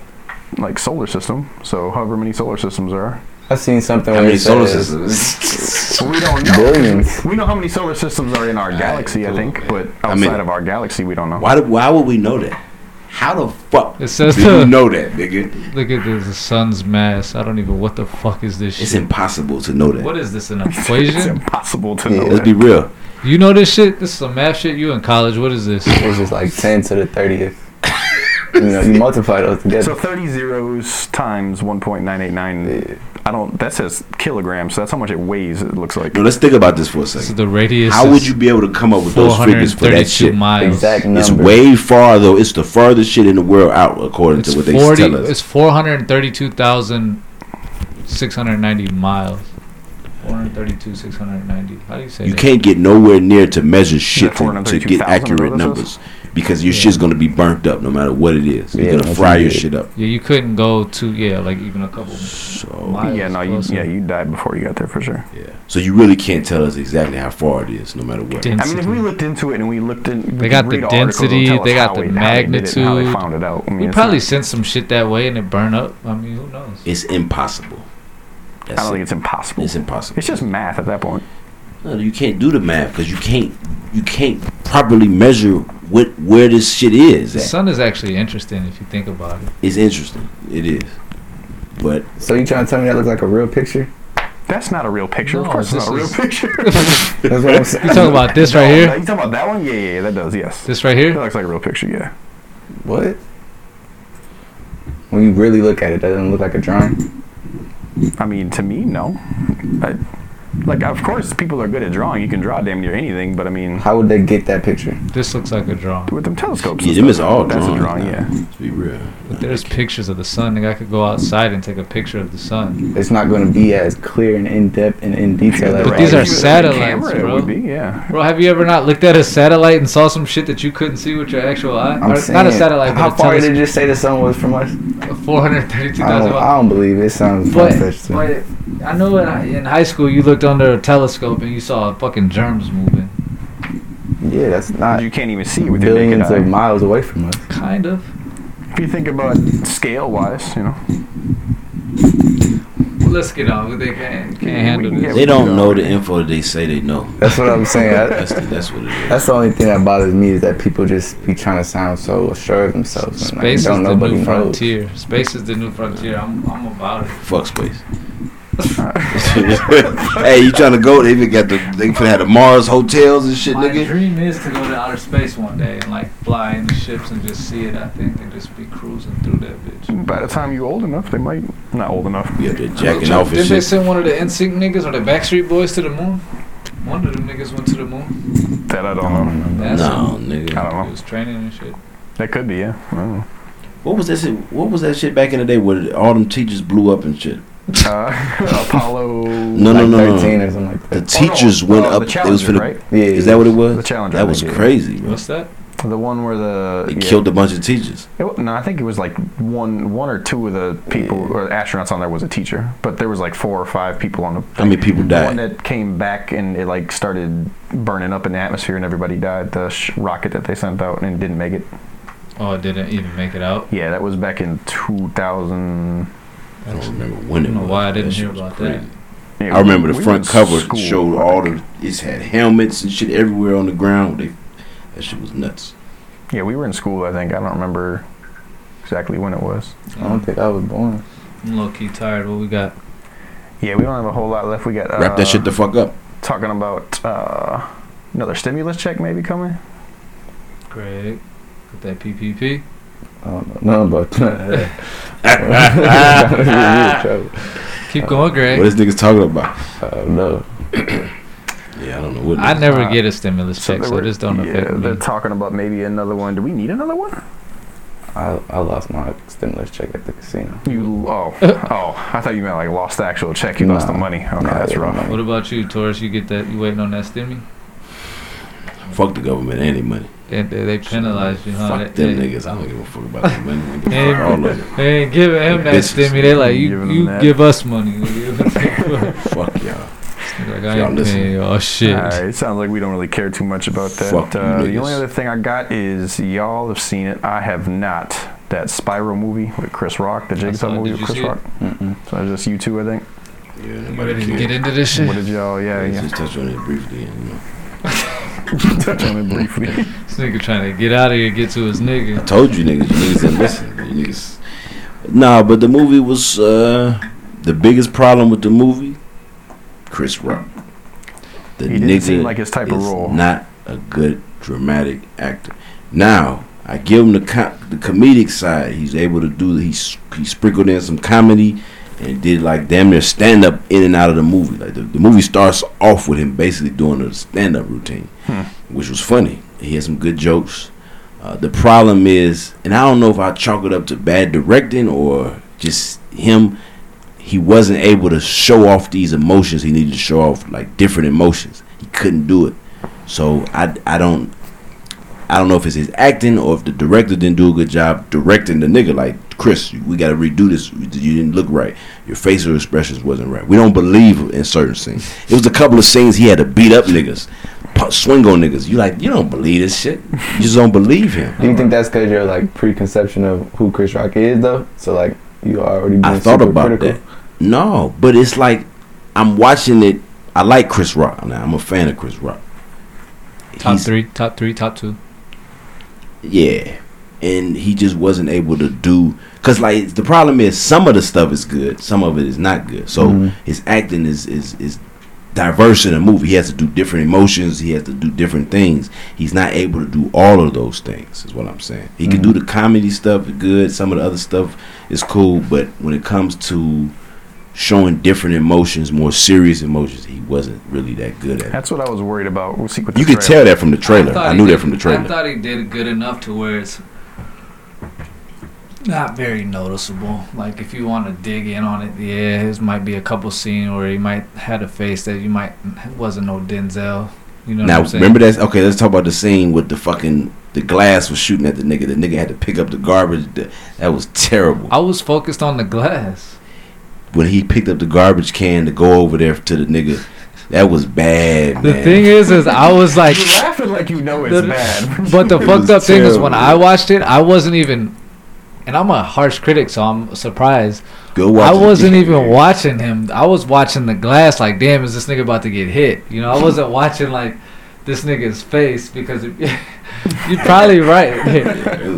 Speaker 1: like solar system. So however many solar systems there are.
Speaker 4: I seen something
Speaker 2: How
Speaker 4: where
Speaker 2: many
Speaker 4: it
Speaker 2: solar
Speaker 4: says
Speaker 2: systems?
Speaker 1: Well, we don't know.
Speaker 4: Billions.
Speaker 1: We know how many solar systems are in our galaxy, I
Speaker 2: cool,
Speaker 1: think,
Speaker 2: man.
Speaker 1: but
Speaker 2: I
Speaker 1: outside
Speaker 2: mean-
Speaker 1: of our galaxy, we don't know.
Speaker 2: why do, why would we know that? How the fuck
Speaker 3: It says
Speaker 2: did
Speaker 3: the-
Speaker 2: you know that, nigga?
Speaker 3: look at this, the sun's mass. I don't even what the fuck is this
Speaker 2: It's
Speaker 3: shit?
Speaker 2: impossible to know that.
Speaker 3: What is this an
Speaker 1: It's
Speaker 3: equation?
Speaker 1: impossible to
Speaker 4: Yeah,
Speaker 1: know.
Speaker 2: Let's
Speaker 1: that.
Speaker 2: be real.
Speaker 3: you know this shit? This is some math shit. You in college? What is this?
Speaker 4: it's just like ten to the thirtieth. You know, you multiply those
Speaker 1: So
Speaker 4: together.
Speaker 1: 30 zeros times 1.989. I don't. That says kilograms. So that's how much it weighs. It looks like.
Speaker 2: No, let's think about this for a
Speaker 3: This is
Speaker 2: second.
Speaker 3: the radius.
Speaker 2: How would
Speaker 3: is
Speaker 2: you be able to come up with those figures for
Speaker 3: 432
Speaker 2: that shit?
Speaker 3: miles.
Speaker 4: Exact number.
Speaker 2: It's way far though. It's the farthest shit in the world out, according
Speaker 3: It's
Speaker 2: to what they
Speaker 3: forty.
Speaker 2: tell us.
Speaker 3: It's four hundred thirty-two thousand six hundred ninety miles. Four hundred thirty-two six hundred ninety. How do you say
Speaker 2: You
Speaker 3: that?
Speaker 2: can't get nowhere near to measure shit to, to get
Speaker 1: 432,000
Speaker 2: accurate
Speaker 1: or whatever this
Speaker 2: numbers because your
Speaker 3: Yeah.
Speaker 2: shit's gonna be burnt up no matter what it is. You're
Speaker 4: Yeah,
Speaker 2: gonna
Speaker 4: that's
Speaker 2: fry your
Speaker 4: good.
Speaker 2: shit up.
Speaker 3: Yeah, you couldn't go to yeah, like even a couple.
Speaker 2: So
Speaker 3: miles
Speaker 1: Oh, yeah, no, you,
Speaker 3: closer.
Speaker 1: yeah, you died before you got there for sure.
Speaker 2: yeah. So you really can't tell us exactly how far it is, no matter what.
Speaker 3: Didn't-
Speaker 1: I mean, if we
Speaker 3: Density.
Speaker 1: looked into it and we looked in, we
Speaker 3: They got
Speaker 1: could
Speaker 3: the
Speaker 1: read articles that'll
Speaker 3: density,
Speaker 1: tell us
Speaker 3: they got
Speaker 1: how
Speaker 3: the
Speaker 1: it- how they did it and how they
Speaker 3: magnitude.
Speaker 1: found it out. I mean,
Speaker 3: We
Speaker 1: it's
Speaker 3: probably
Speaker 1: not-
Speaker 3: sent some shit that way and it burned up. I mean, who knows?
Speaker 2: It's impossible.
Speaker 1: I
Speaker 2: That's
Speaker 1: don't
Speaker 2: it.
Speaker 1: think it's impossible.
Speaker 2: It's impossible.
Speaker 1: It's just math at that point.
Speaker 2: No, you can't do the math because you can't you can't properly measure what where this shit is.
Speaker 3: The
Speaker 2: At.
Speaker 3: sun is actually interesting if you think about it.
Speaker 2: It's interesting. It is. But
Speaker 4: So you trying to tell me that looks like a real picture?
Speaker 1: That's not a real picture. of
Speaker 3: No,
Speaker 1: course, it's not a
Speaker 3: this
Speaker 1: real
Speaker 3: is-
Speaker 1: picture. Oh,
Speaker 4: That's what I'm saying.
Speaker 3: You talking about this right
Speaker 1: No,
Speaker 3: here?
Speaker 1: you talking about that one? Yeah, yeah, yeah, that does. Yes,
Speaker 3: This right
Speaker 1: that
Speaker 3: here?
Speaker 1: looks like a real picture. Yeah,
Speaker 4: What? When you really look at it, that doesn't look like a drawing.
Speaker 1: I mean, to me, no. I, like, of course, people are good at drawing. You can draw damn near anything, but I mean,
Speaker 4: How would they get that picture?
Speaker 3: This looks like a drawing.
Speaker 1: with them telescopes,
Speaker 2: yeah,
Speaker 1: and
Speaker 2: them is
Speaker 1: stuff,
Speaker 2: all
Speaker 1: that's
Speaker 2: drawing.
Speaker 1: a drawing.
Speaker 2: now,
Speaker 1: Yeah,
Speaker 2: To be real.
Speaker 3: But there's pictures of the sun. Nigga, I could go outside and take a picture of the sun.
Speaker 4: It's not going to be as clear and in depth and in detail as.
Speaker 3: But these
Speaker 1: If
Speaker 3: are
Speaker 1: you was
Speaker 3: satellites,
Speaker 1: on camera, It
Speaker 3: bro.
Speaker 1: would be, yeah.
Speaker 3: Bro, have you ever not looked at a satellite and saw some shit that you couldn't see with your actual eye?
Speaker 4: I'm
Speaker 3: Or,
Speaker 4: saying,
Speaker 3: not a satellite,
Speaker 4: How
Speaker 3: but a
Speaker 4: far did it
Speaker 3: telescope.
Speaker 4: just say the sun was from us? I
Speaker 3: 432,000
Speaker 4: don't, I don't believe it. It sounds far
Speaker 3: But,
Speaker 4: fetched.
Speaker 3: but I know in, in high school you looked under a telescope and you saw fucking germs moving.
Speaker 4: Yeah, that's not
Speaker 1: You can't even see it with your naked
Speaker 4: billions
Speaker 1: eye.
Speaker 4: of miles away from us.
Speaker 3: Kind of.
Speaker 1: if you think about scale-wise, you know,
Speaker 3: Well, let's get on. They can't, can't handle
Speaker 1: can
Speaker 3: this.
Speaker 1: get-
Speaker 2: They don't
Speaker 1: uh,
Speaker 2: know the info they say they know.
Speaker 4: That's what I'm saying. I-
Speaker 2: That's, that's what it is.
Speaker 4: That's the only thing that bothers me is that people just be trying to sound so sure of themselves. and, like,
Speaker 3: Space is
Speaker 4: don't
Speaker 3: the
Speaker 4: nobody
Speaker 3: new
Speaker 4: knows.
Speaker 3: frontier. Space is the new frontier. I'm, I'm about it.
Speaker 2: Fuck space. hey, you trying to go? They even got the they could have the Mars hotels and shit,
Speaker 3: My
Speaker 2: nigga.
Speaker 3: dream is to go to outer space one day and like fly in the ships and just see it. I think and just be cruising through that bitch.
Speaker 1: By the time you old enough, they might not old enough.
Speaker 2: Yeah, they're jacking off and
Speaker 3: Didn't they
Speaker 2: shit.
Speaker 3: send one of the NSYNC niggas or the Backstreet Boys to the moon? One of them niggas went to the moon.
Speaker 1: That I don't
Speaker 2: Mm.
Speaker 1: know.
Speaker 3: That's
Speaker 2: No,
Speaker 1: I
Speaker 2: nigga.
Speaker 1: don't
Speaker 3: It
Speaker 1: know.
Speaker 3: was training and shit.
Speaker 1: That could be yeah. I don't know.
Speaker 2: What was that shit? What was that shit back in the day where all them teachers blew up and shit?
Speaker 1: Uh, Apollo.
Speaker 2: No, no,
Speaker 4: like
Speaker 2: no, no.
Speaker 4: 13 or something like
Speaker 2: The
Speaker 4: that.
Speaker 2: teachers
Speaker 1: Oh, no,
Speaker 2: went
Speaker 1: uh,
Speaker 2: up.
Speaker 1: The
Speaker 2: it was
Speaker 1: Challenger,
Speaker 2: for the.
Speaker 1: right?
Speaker 4: Yeah,
Speaker 2: Is that what it was?
Speaker 1: The Challenger.
Speaker 2: That was
Speaker 1: they did.
Speaker 2: crazy, bro.
Speaker 3: What's that?
Speaker 1: The one where the
Speaker 2: It
Speaker 1: yeah.
Speaker 2: killed a bunch of teachers.
Speaker 1: It, wa- no, I think it was like one, one or two of the people or astronauts on there was a teacher, but there was like four or five people on the.
Speaker 2: How many people
Speaker 1: The one
Speaker 2: died?
Speaker 1: that came back and it like started burning up in the atmosphere and everybody died. The sh- rocket that they sent out and it didn't make it.
Speaker 3: Oh, it didn't even make it out.
Speaker 1: Yeah, that was back in 2000.
Speaker 2: I don't remember when
Speaker 3: I don't
Speaker 2: it
Speaker 3: know
Speaker 2: was.
Speaker 3: why I didn't
Speaker 2: shit
Speaker 3: hear
Speaker 2: was
Speaker 3: about
Speaker 2: crazy.
Speaker 3: that.
Speaker 1: Yeah,
Speaker 2: I remember the
Speaker 1: we
Speaker 2: front
Speaker 1: were in
Speaker 2: cover
Speaker 1: school.
Speaker 2: showed all the. It had helmets and shit everywhere on the ground. They, that shit was nuts.
Speaker 1: Yeah, we were in school. I think I don't remember exactly when it was.
Speaker 4: I don't think I was born.
Speaker 3: I'm low key tired. What we got?
Speaker 1: Yeah, we don't have a whole lot left. We got uh,
Speaker 2: Wrap that shit the fuck up.
Speaker 1: talking about uh, another stimulus check maybe coming.
Speaker 3: Greg, got that PPP.
Speaker 4: I don't know nothing about that. I
Speaker 3: Keep going, Greg.
Speaker 2: Uh, What is niggas talking about?
Speaker 4: don't know.
Speaker 2: Yeah, I don't know what.
Speaker 3: I
Speaker 2: niggas-
Speaker 3: never
Speaker 1: Uh,
Speaker 3: get a stimulus check,
Speaker 1: they
Speaker 3: so
Speaker 1: were-
Speaker 3: this don't
Speaker 1: yeah,
Speaker 3: affect me.
Speaker 1: They're talking about maybe another one. Do we need another one?
Speaker 4: I, I lost my stimulus check at the casino.
Speaker 1: You oh oh, I thought you meant like lost the actual check. You lost
Speaker 4: No.
Speaker 1: the money. Okay,
Speaker 4: No,
Speaker 1: that's
Speaker 4: yeah,
Speaker 1: rough.
Speaker 4: no.
Speaker 3: What about you, Taurus? You get that? You waiting on that stimmy?
Speaker 2: Fuck the government, any money.
Speaker 3: They, they, they penalized you, huh?
Speaker 2: Fuck
Speaker 3: they,
Speaker 2: them
Speaker 3: they,
Speaker 2: niggas. I don't give a fuck about that money. Nigga,
Speaker 3: Hey,
Speaker 2: fuck all of it.
Speaker 3: they ain't giving him that
Speaker 2: Bitches.
Speaker 3: stimmy. They like you.
Speaker 1: Giving him
Speaker 3: You
Speaker 1: that.
Speaker 3: give us money. will you? like
Speaker 2: Fuck y'all.
Speaker 3: I
Speaker 2: Y'all
Speaker 3: ain't
Speaker 2: listen.
Speaker 3: paying. Oh shit.
Speaker 1: All right, it sounds like we don't really care too much about that.
Speaker 2: Fuck you
Speaker 1: uh, the
Speaker 2: niggas.
Speaker 1: only other thing I got is y'all have seen it. I have not. That Spyro movie with Chris Rock, the
Speaker 3: saw
Speaker 1: Jigsaw
Speaker 3: it.
Speaker 1: movie
Speaker 3: Did
Speaker 1: with
Speaker 3: you
Speaker 1: Chris
Speaker 3: see it?
Speaker 1: Rock.
Speaker 4: Mm-mm.
Speaker 1: So it's just you two, I think.
Speaker 2: Yeah,
Speaker 3: You
Speaker 2: nobody
Speaker 3: ready to get
Speaker 2: cares.
Speaker 3: into this shit?
Speaker 1: What did y'all? Yeah,
Speaker 2: Let's
Speaker 1: yeah.
Speaker 2: Just touch on it briefly. You know.
Speaker 1: Touch on it briefly.
Speaker 3: This nigga trying to get out of here, get to his
Speaker 2: I
Speaker 3: nigga.
Speaker 2: told you niggas, you niggas didn't listen. You niggas. Nah, but the movie was uh, the biggest problem with the movie. Chris Rock. The
Speaker 1: He didn't seem like his type of
Speaker 2: is
Speaker 1: role.
Speaker 2: Not a good dramatic actor. Now I give him the com- the comedic side. He's able to do. He s- he sprinkled in some comedy and did like damn near stand up in and out of the movie. Like the, the movie starts off with him basically doing a stand up routine,
Speaker 1: Hmm.
Speaker 2: which was funny. He had some good jokes. Uh, the problem is, and I don't know if I chalk it up to bad directing or just him. He wasn't able to show off these emotions he needed to show off, like different emotions. He couldn't do it. So I, I don't I don't know if it's his acting or if the director didn't do a good job directing the nigga. Like Chris, we got to redo this. You didn't look right. Your facial expressions wasn't right. We don't believe in certain scenes. It was a couple of scenes he had to beat up niggas, pu- swing on niggas. You like you don't believe this shit. You just don't believe him.
Speaker 4: Do you think that's because you're like preconception of who Chris Rock is though? So like you already been
Speaker 2: I thought
Speaker 4: super
Speaker 2: about
Speaker 4: critical.
Speaker 2: that. No, but it's like I'm watching it. I like Chris Rock. Now I'm a fan of Chris Rock.
Speaker 3: Top
Speaker 2: He's-
Speaker 3: three, top three, top two.
Speaker 2: Yeah. And he just wasn't able to do cuz like the problem is some of the stuff is good, some of it is not good. So
Speaker 4: Mhm.
Speaker 2: his acting is is is diverse in a movie. He has to do different emotions, he has to do different things. He's not able to do all of those things is what I'm saying. He can do the comedy stuff good, some of the other stuff is cool, but when it comes to showing different emotions, more serious emotions, he wasn't really that good at.
Speaker 1: That's what I was worried about. We'll see what
Speaker 2: it. You
Speaker 1: the
Speaker 2: could tell that from the trailer.
Speaker 3: thought
Speaker 2: I
Speaker 3: he
Speaker 2: knew that
Speaker 3: did-
Speaker 2: from the
Speaker 3: I
Speaker 2: trailer.
Speaker 3: thought he did good enough to where it's not very noticeable. Like if you want to dig in on it, yeah, his might be a couple scene where he might had a face that you might wasn't no Denzel. You know
Speaker 2: Now
Speaker 3: what I'm saying?
Speaker 2: remember that's okay. Let's talk about the scene with the fucking the glass was shooting at the nigga. The nigga had to pick up the garbage. That, that was terrible.
Speaker 3: I was focused on the glass.
Speaker 2: When he picked up the garbage can to go over there to the nigga, that was bad.
Speaker 3: The
Speaker 2: man.
Speaker 3: thing is, is I was like,
Speaker 1: You're laughing like you know it's
Speaker 3: The-
Speaker 1: bad.
Speaker 3: but the
Speaker 2: It
Speaker 3: fucked
Speaker 2: was
Speaker 3: up thing is when
Speaker 2: terrible.
Speaker 3: I watched it, I wasn't even and I'm a harsh critic, so I'm surprised.
Speaker 2: Go
Speaker 3: I
Speaker 2: watch. it.
Speaker 3: wasn't even watching him. I was watching the glass. Like, damn, is this nigga about to get hit? You know, I wasn't watching like this nigga's face because it, you're probably right.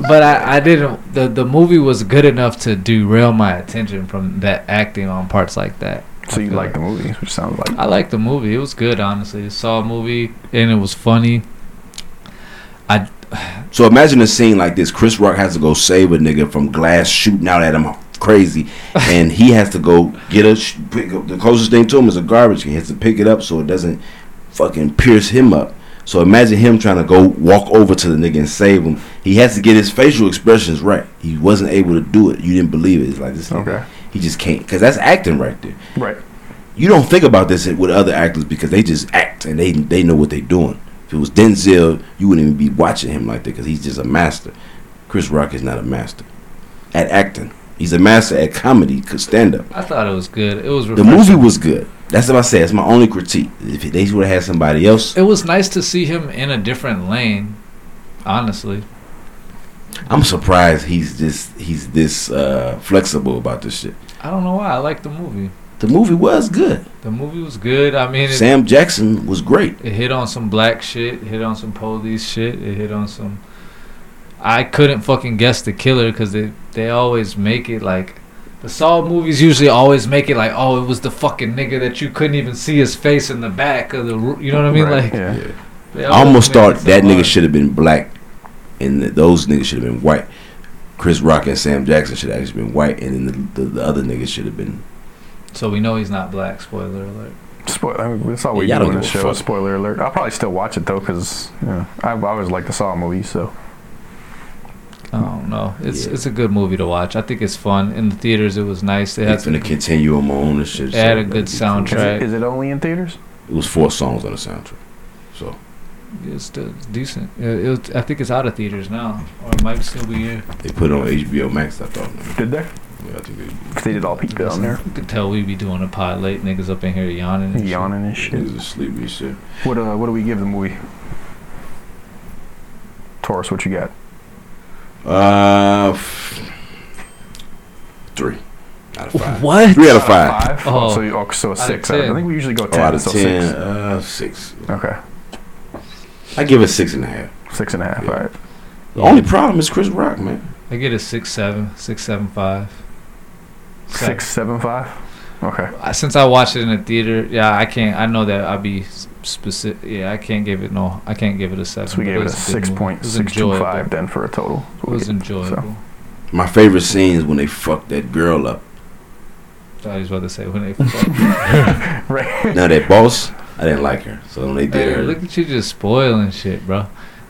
Speaker 3: but I, I didn't. The the movie was good enough to derail my attention from that acting on parts like that.
Speaker 1: So you
Speaker 3: feel
Speaker 1: like the movie, which sounds like
Speaker 3: I liked the movie. It was good, honestly. I saw a movie and it was funny.
Speaker 2: So imagine a scene like this: Chris Rock has to go save a nigga from glass shooting out at him crazy, and he has to go get a sh- pick up, the closest thing to him is a garbage can. He has to pick it up so it doesn't fucking pierce him up. So imagine him trying to go walk over to the nigga and save him. He has to get his facial expressions right. He wasn't able to do it. You didn't believe it. It's like this.
Speaker 1: okay,
Speaker 2: He just can't because that's acting right there.
Speaker 1: right?
Speaker 2: you don't think about this with other actors because they just act and they they know what they're doing. If it was Denzel, you wouldn't even be watching him like that because he's just a master. Chris Rock is not a master at acting. He's a master at comedy, stand up.
Speaker 3: I thought it was good. It was
Speaker 2: The movie was good. That's what I said. That's my only critique. If they would have had somebody else,
Speaker 3: It was nice to see him in a different lane. Honestly,
Speaker 2: I'm surprised he's this he's this uh, flexible about this shit.
Speaker 3: I don't know why. I liked the movie.
Speaker 2: The movie was good.
Speaker 3: The movie was good. I mean, it,
Speaker 2: Sam Jackson was great.
Speaker 3: it hit on some black shit. It hit on some police shit. It hit on some. I couldn't fucking guess the killer because they they always make it like. The Saw movies usually always make it like, oh, it was the fucking nigga that you couldn't even see his face in the back of the, ro- you know what I mean?
Speaker 1: Right,
Speaker 3: Like,
Speaker 1: yeah.
Speaker 3: they
Speaker 2: I
Speaker 3: always
Speaker 2: almost
Speaker 3: make
Speaker 2: thought
Speaker 3: it so
Speaker 2: that nigga
Speaker 3: hard.
Speaker 2: should have been black, and that those niggas should have been white. Chris Rock and Sam Jackson should have actually been white, and then the, the, the other niggas should have been.
Speaker 3: So we know he's not black. Spoiler alert.
Speaker 1: Spoiler. I mean, that's all we
Speaker 2: Yeah, I
Speaker 1: do
Speaker 2: don't
Speaker 1: on this
Speaker 2: give a
Speaker 1: show.
Speaker 2: fuck.
Speaker 1: Spoiler alert. I'll probably still watch it though, because you know, I, I always like the Saw movie. So
Speaker 3: I don't know. It's
Speaker 2: Yeah.
Speaker 3: it's a good movie to watch. I think it's fun in the theaters. It was nice. They had
Speaker 2: It's gonna continue on my own and shit.
Speaker 3: It had a
Speaker 2: so-
Speaker 3: good
Speaker 1: is it,
Speaker 3: soundtrack.
Speaker 1: is it only in theaters?
Speaker 2: It was four songs on the soundtrack. So
Speaker 3: It's still decent. Uh, It, it was, I think it's out of theaters now, or it might still be here.
Speaker 2: they put it on HBO Max. I thought.
Speaker 1: Did they?
Speaker 2: Yeah, I think they-
Speaker 1: 'Cause They did all peep on there,
Speaker 3: You could tell we be doing a pod late. Niggas up in here yawning. And
Speaker 1: yawning and shit.
Speaker 2: niggas are sleepy as shit.
Speaker 1: What uh, what do we give the movie? Taurus, what you got?
Speaker 2: Uh, f- three out of five.
Speaker 3: What?
Speaker 2: Three out of five.
Speaker 3: Oh.
Speaker 1: so, you- oh, so a
Speaker 3: of
Speaker 1: six. I, I
Speaker 3: 10.
Speaker 1: think we usually go
Speaker 2: Oh,
Speaker 1: ten.
Speaker 2: out of
Speaker 1: so
Speaker 2: ten,
Speaker 1: six.
Speaker 2: uh, six.
Speaker 1: Okay,
Speaker 2: I give it six and a half.
Speaker 1: six and a half.
Speaker 2: Yeah.
Speaker 1: All right.
Speaker 2: The only problem is Chris Rock, man.
Speaker 3: I get a six seven, six seven five. Seven.
Speaker 1: Six, seven, five. Okay.
Speaker 3: I- Since I watched it in the theater, yeah, I can't. I know that I'd be specific. Yeah, I can't give it no. I can't give it a seven.
Speaker 1: So we
Speaker 3: but
Speaker 1: gave it a
Speaker 3: was good
Speaker 1: six
Speaker 3: movie.
Speaker 1: point
Speaker 3: It was
Speaker 1: six two
Speaker 3: enjoyable.
Speaker 1: five then for a total. That's
Speaker 3: It
Speaker 1: what we
Speaker 3: was
Speaker 1: gave.
Speaker 3: enjoyable.
Speaker 2: My favorite scene is when they fuck that girl up.
Speaker 3: I was about to say when they fuck.
Speaker 1: Right.
Speaker 2: Now that boss, I didn't like her, so when they did
Speaker 3: Hey,
Speaker 2: her.
Speaker 3: look at you just spoiling shit, bro.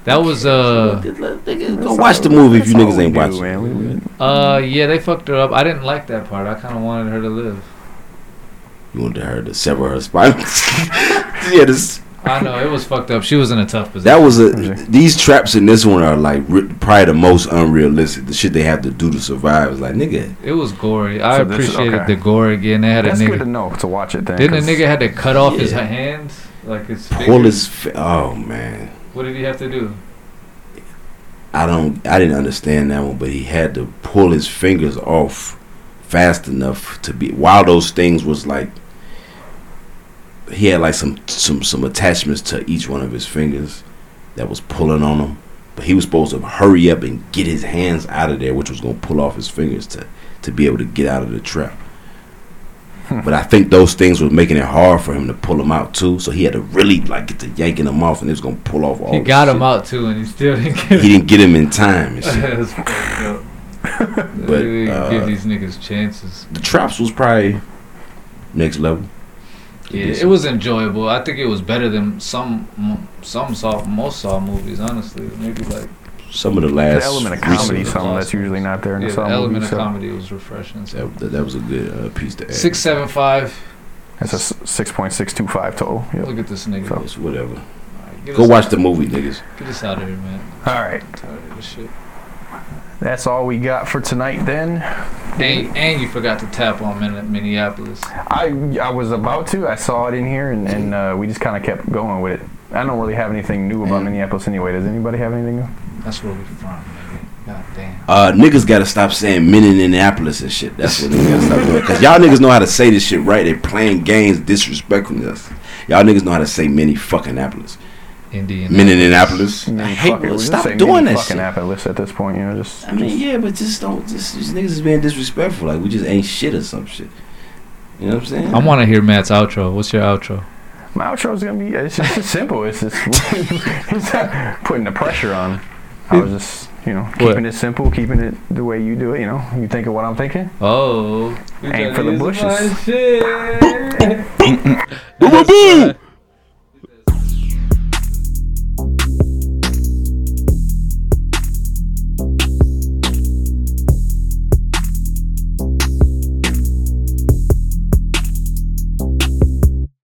Speaker 3: That was
Speaker 2: So,
Speaker 3: uh
Speaker 2: let- let- niggas Go watch the movie if you niggas ain't watching.
Speaker 1: Man. We, we,
Speaker 3: uh yeah they fucked her up. I didn't like that part. I kind of wanted her to live.
Speaker 2: You wanted her to sever her spinals. yeah, this,
Speaker 3: I know it was fucked up. She was in a tough position.
Speaker 2: that was a. These traps in this one are like re- probably the most unrealistic. The shit they have to do to survive is like nigga.
Speaker 3: it was gory. I
Speaker 1: So this-
Speaker 3: appreciated
Speaker 1: okay.
Speaker 3: the gore again. They had
Speaker 1: that's
Speaker 3: a
Speaker 1: good to
Speaker 3: nigga.
Speaker 1: know to watch it then.
Speaker 3: Didn't
Speaker 1: 'cause-
Speaker 3: the nigga had to cut off his
Speaker 2: Yeah.
Speaker 3: hands? Like his
Speaker 2: Pull
Speaker 3: fingers?
Speaker 2: his. Fa- oh man,
Speaker 3: What did he have to do?
Speaker 2: I don't. I didn't understand that one, but he had to pull his fingers off fast enough to be. While those things was like. He had like some some some attachments to each one of his fingers that was pulling on him, but he was supposed to hurry up and get his hands out of there, which was gonna pull off his fingers to to be able to get out of the trap.
Speaker 1: Hmm.
Speaker 2: But I think those things was making it hard for him to pull them out too, so he had to really like get to yanking them off, and it was gonna pull off all.
Speaker 3: he
Speaker 2: the
Speaker 3: got
Speaker 2: shit.
Speaker 3: him out too, and he still didn't get
Speaker 2: He
Speaker 3: him.
Speaker 2: didn't get him in time. and shit.
Speaker 3: It was fucked up.
Speaker 2: But,
Speaker 3: They
Speaker 2: uh,
Speaker 3: give these niggas chances.
Speaker 2: the traps was probably next level.
Speaker 3: Yeah, it was enjoyable. I think it was better than some some saw most saw movies. Honestly, maybe like
Speaker 2: some of the
Speaker 1: The
Speaker 2: last
Speaker 1: element of
Speaker 2: recent-
Speaker 1: comedy,
Speaker 3: is
Speaker 1: something that's
Speaker 3: awesome.
Speaker 1: usually not there in
Speaker 3: yeah,
Speaker 1: the
Speaker 3: the
Speaker 1: song.
Speaker 3: element
Speaker 1: movie,
Speaker 3: of
Speaker 1: so
Speaker 3: comedy was refreshing. So
Speaker 2: That, that, that was a good uh, piece to add.
Speaker 3: six seven five.
Speaker 1: It's a six point six two five total. Yep.
Speaker 3: Look at this nigga.
Speaker 1: So-
Speaker 2: It's whatever.
Speaker 3: Alright, get
Speaker 2: Go
Speaker 3: us-
Speaker 2: watch the movie, niggas.
Speaker 3: Get us out of here, man.
Speaker 1: All right,
Speaker 3: I'm tired of this shit.
Speaker 1: that's all we got for tonight. Then
Speaker 3: And, and you forgot to tap on Min- Minneapolis.
Speaker 1: I I was about to. I saw it in here, and, and uh, we just kind of kept going with it. I don't really have anything new about Minneapolis anyway. Does anybody have anything new?
Speaker 3: That's where we from. nigga. God damn.
Speaker 2: Uh, niggas gotta stop saying men in Indianapolis and shit. That's what niggas gotta stop doing. Cause y'all niggas know how to say this shit right. They playing games, disrespecting us. Y'all niggas know how to say many fucking Annapolis.
Speaker 3: Indian.
Speaker 2: Men in Indianapolis.
Speaker 1: Man,
Speaker 2: I hate
Speaker 1: fuck it,
Speaker 2: when-
Speaker 1: we just
Speaker 2: stop
Speaker 1: say
Speaker 2: doing
Speaker 1: many
Speaker 2: that
Speaker 1: Fucking
Speaker 2: shit.
Speaker 1: Appalachia at this point, you know, just
Speaker 2: I mean, yeah, but just don't. Just these niggas is being disrespectful. Like we just ain't shit or some shit. You know what I'm saying?
Speaker 3: I want to hear Matt's outro. What's your outro?
Speaker 1: my outro's gonna be. It's just it's simple. It's just it's not putting the pressure on. I was just you know keeping it simple, keeping it the way you do it. You know, you think of what I'm thinking.
Speaker 3: Oh.
Speaker 1: Aim for the bushes.
Speaker 3: Shit.
Speaker 2: Boo, boo, boo.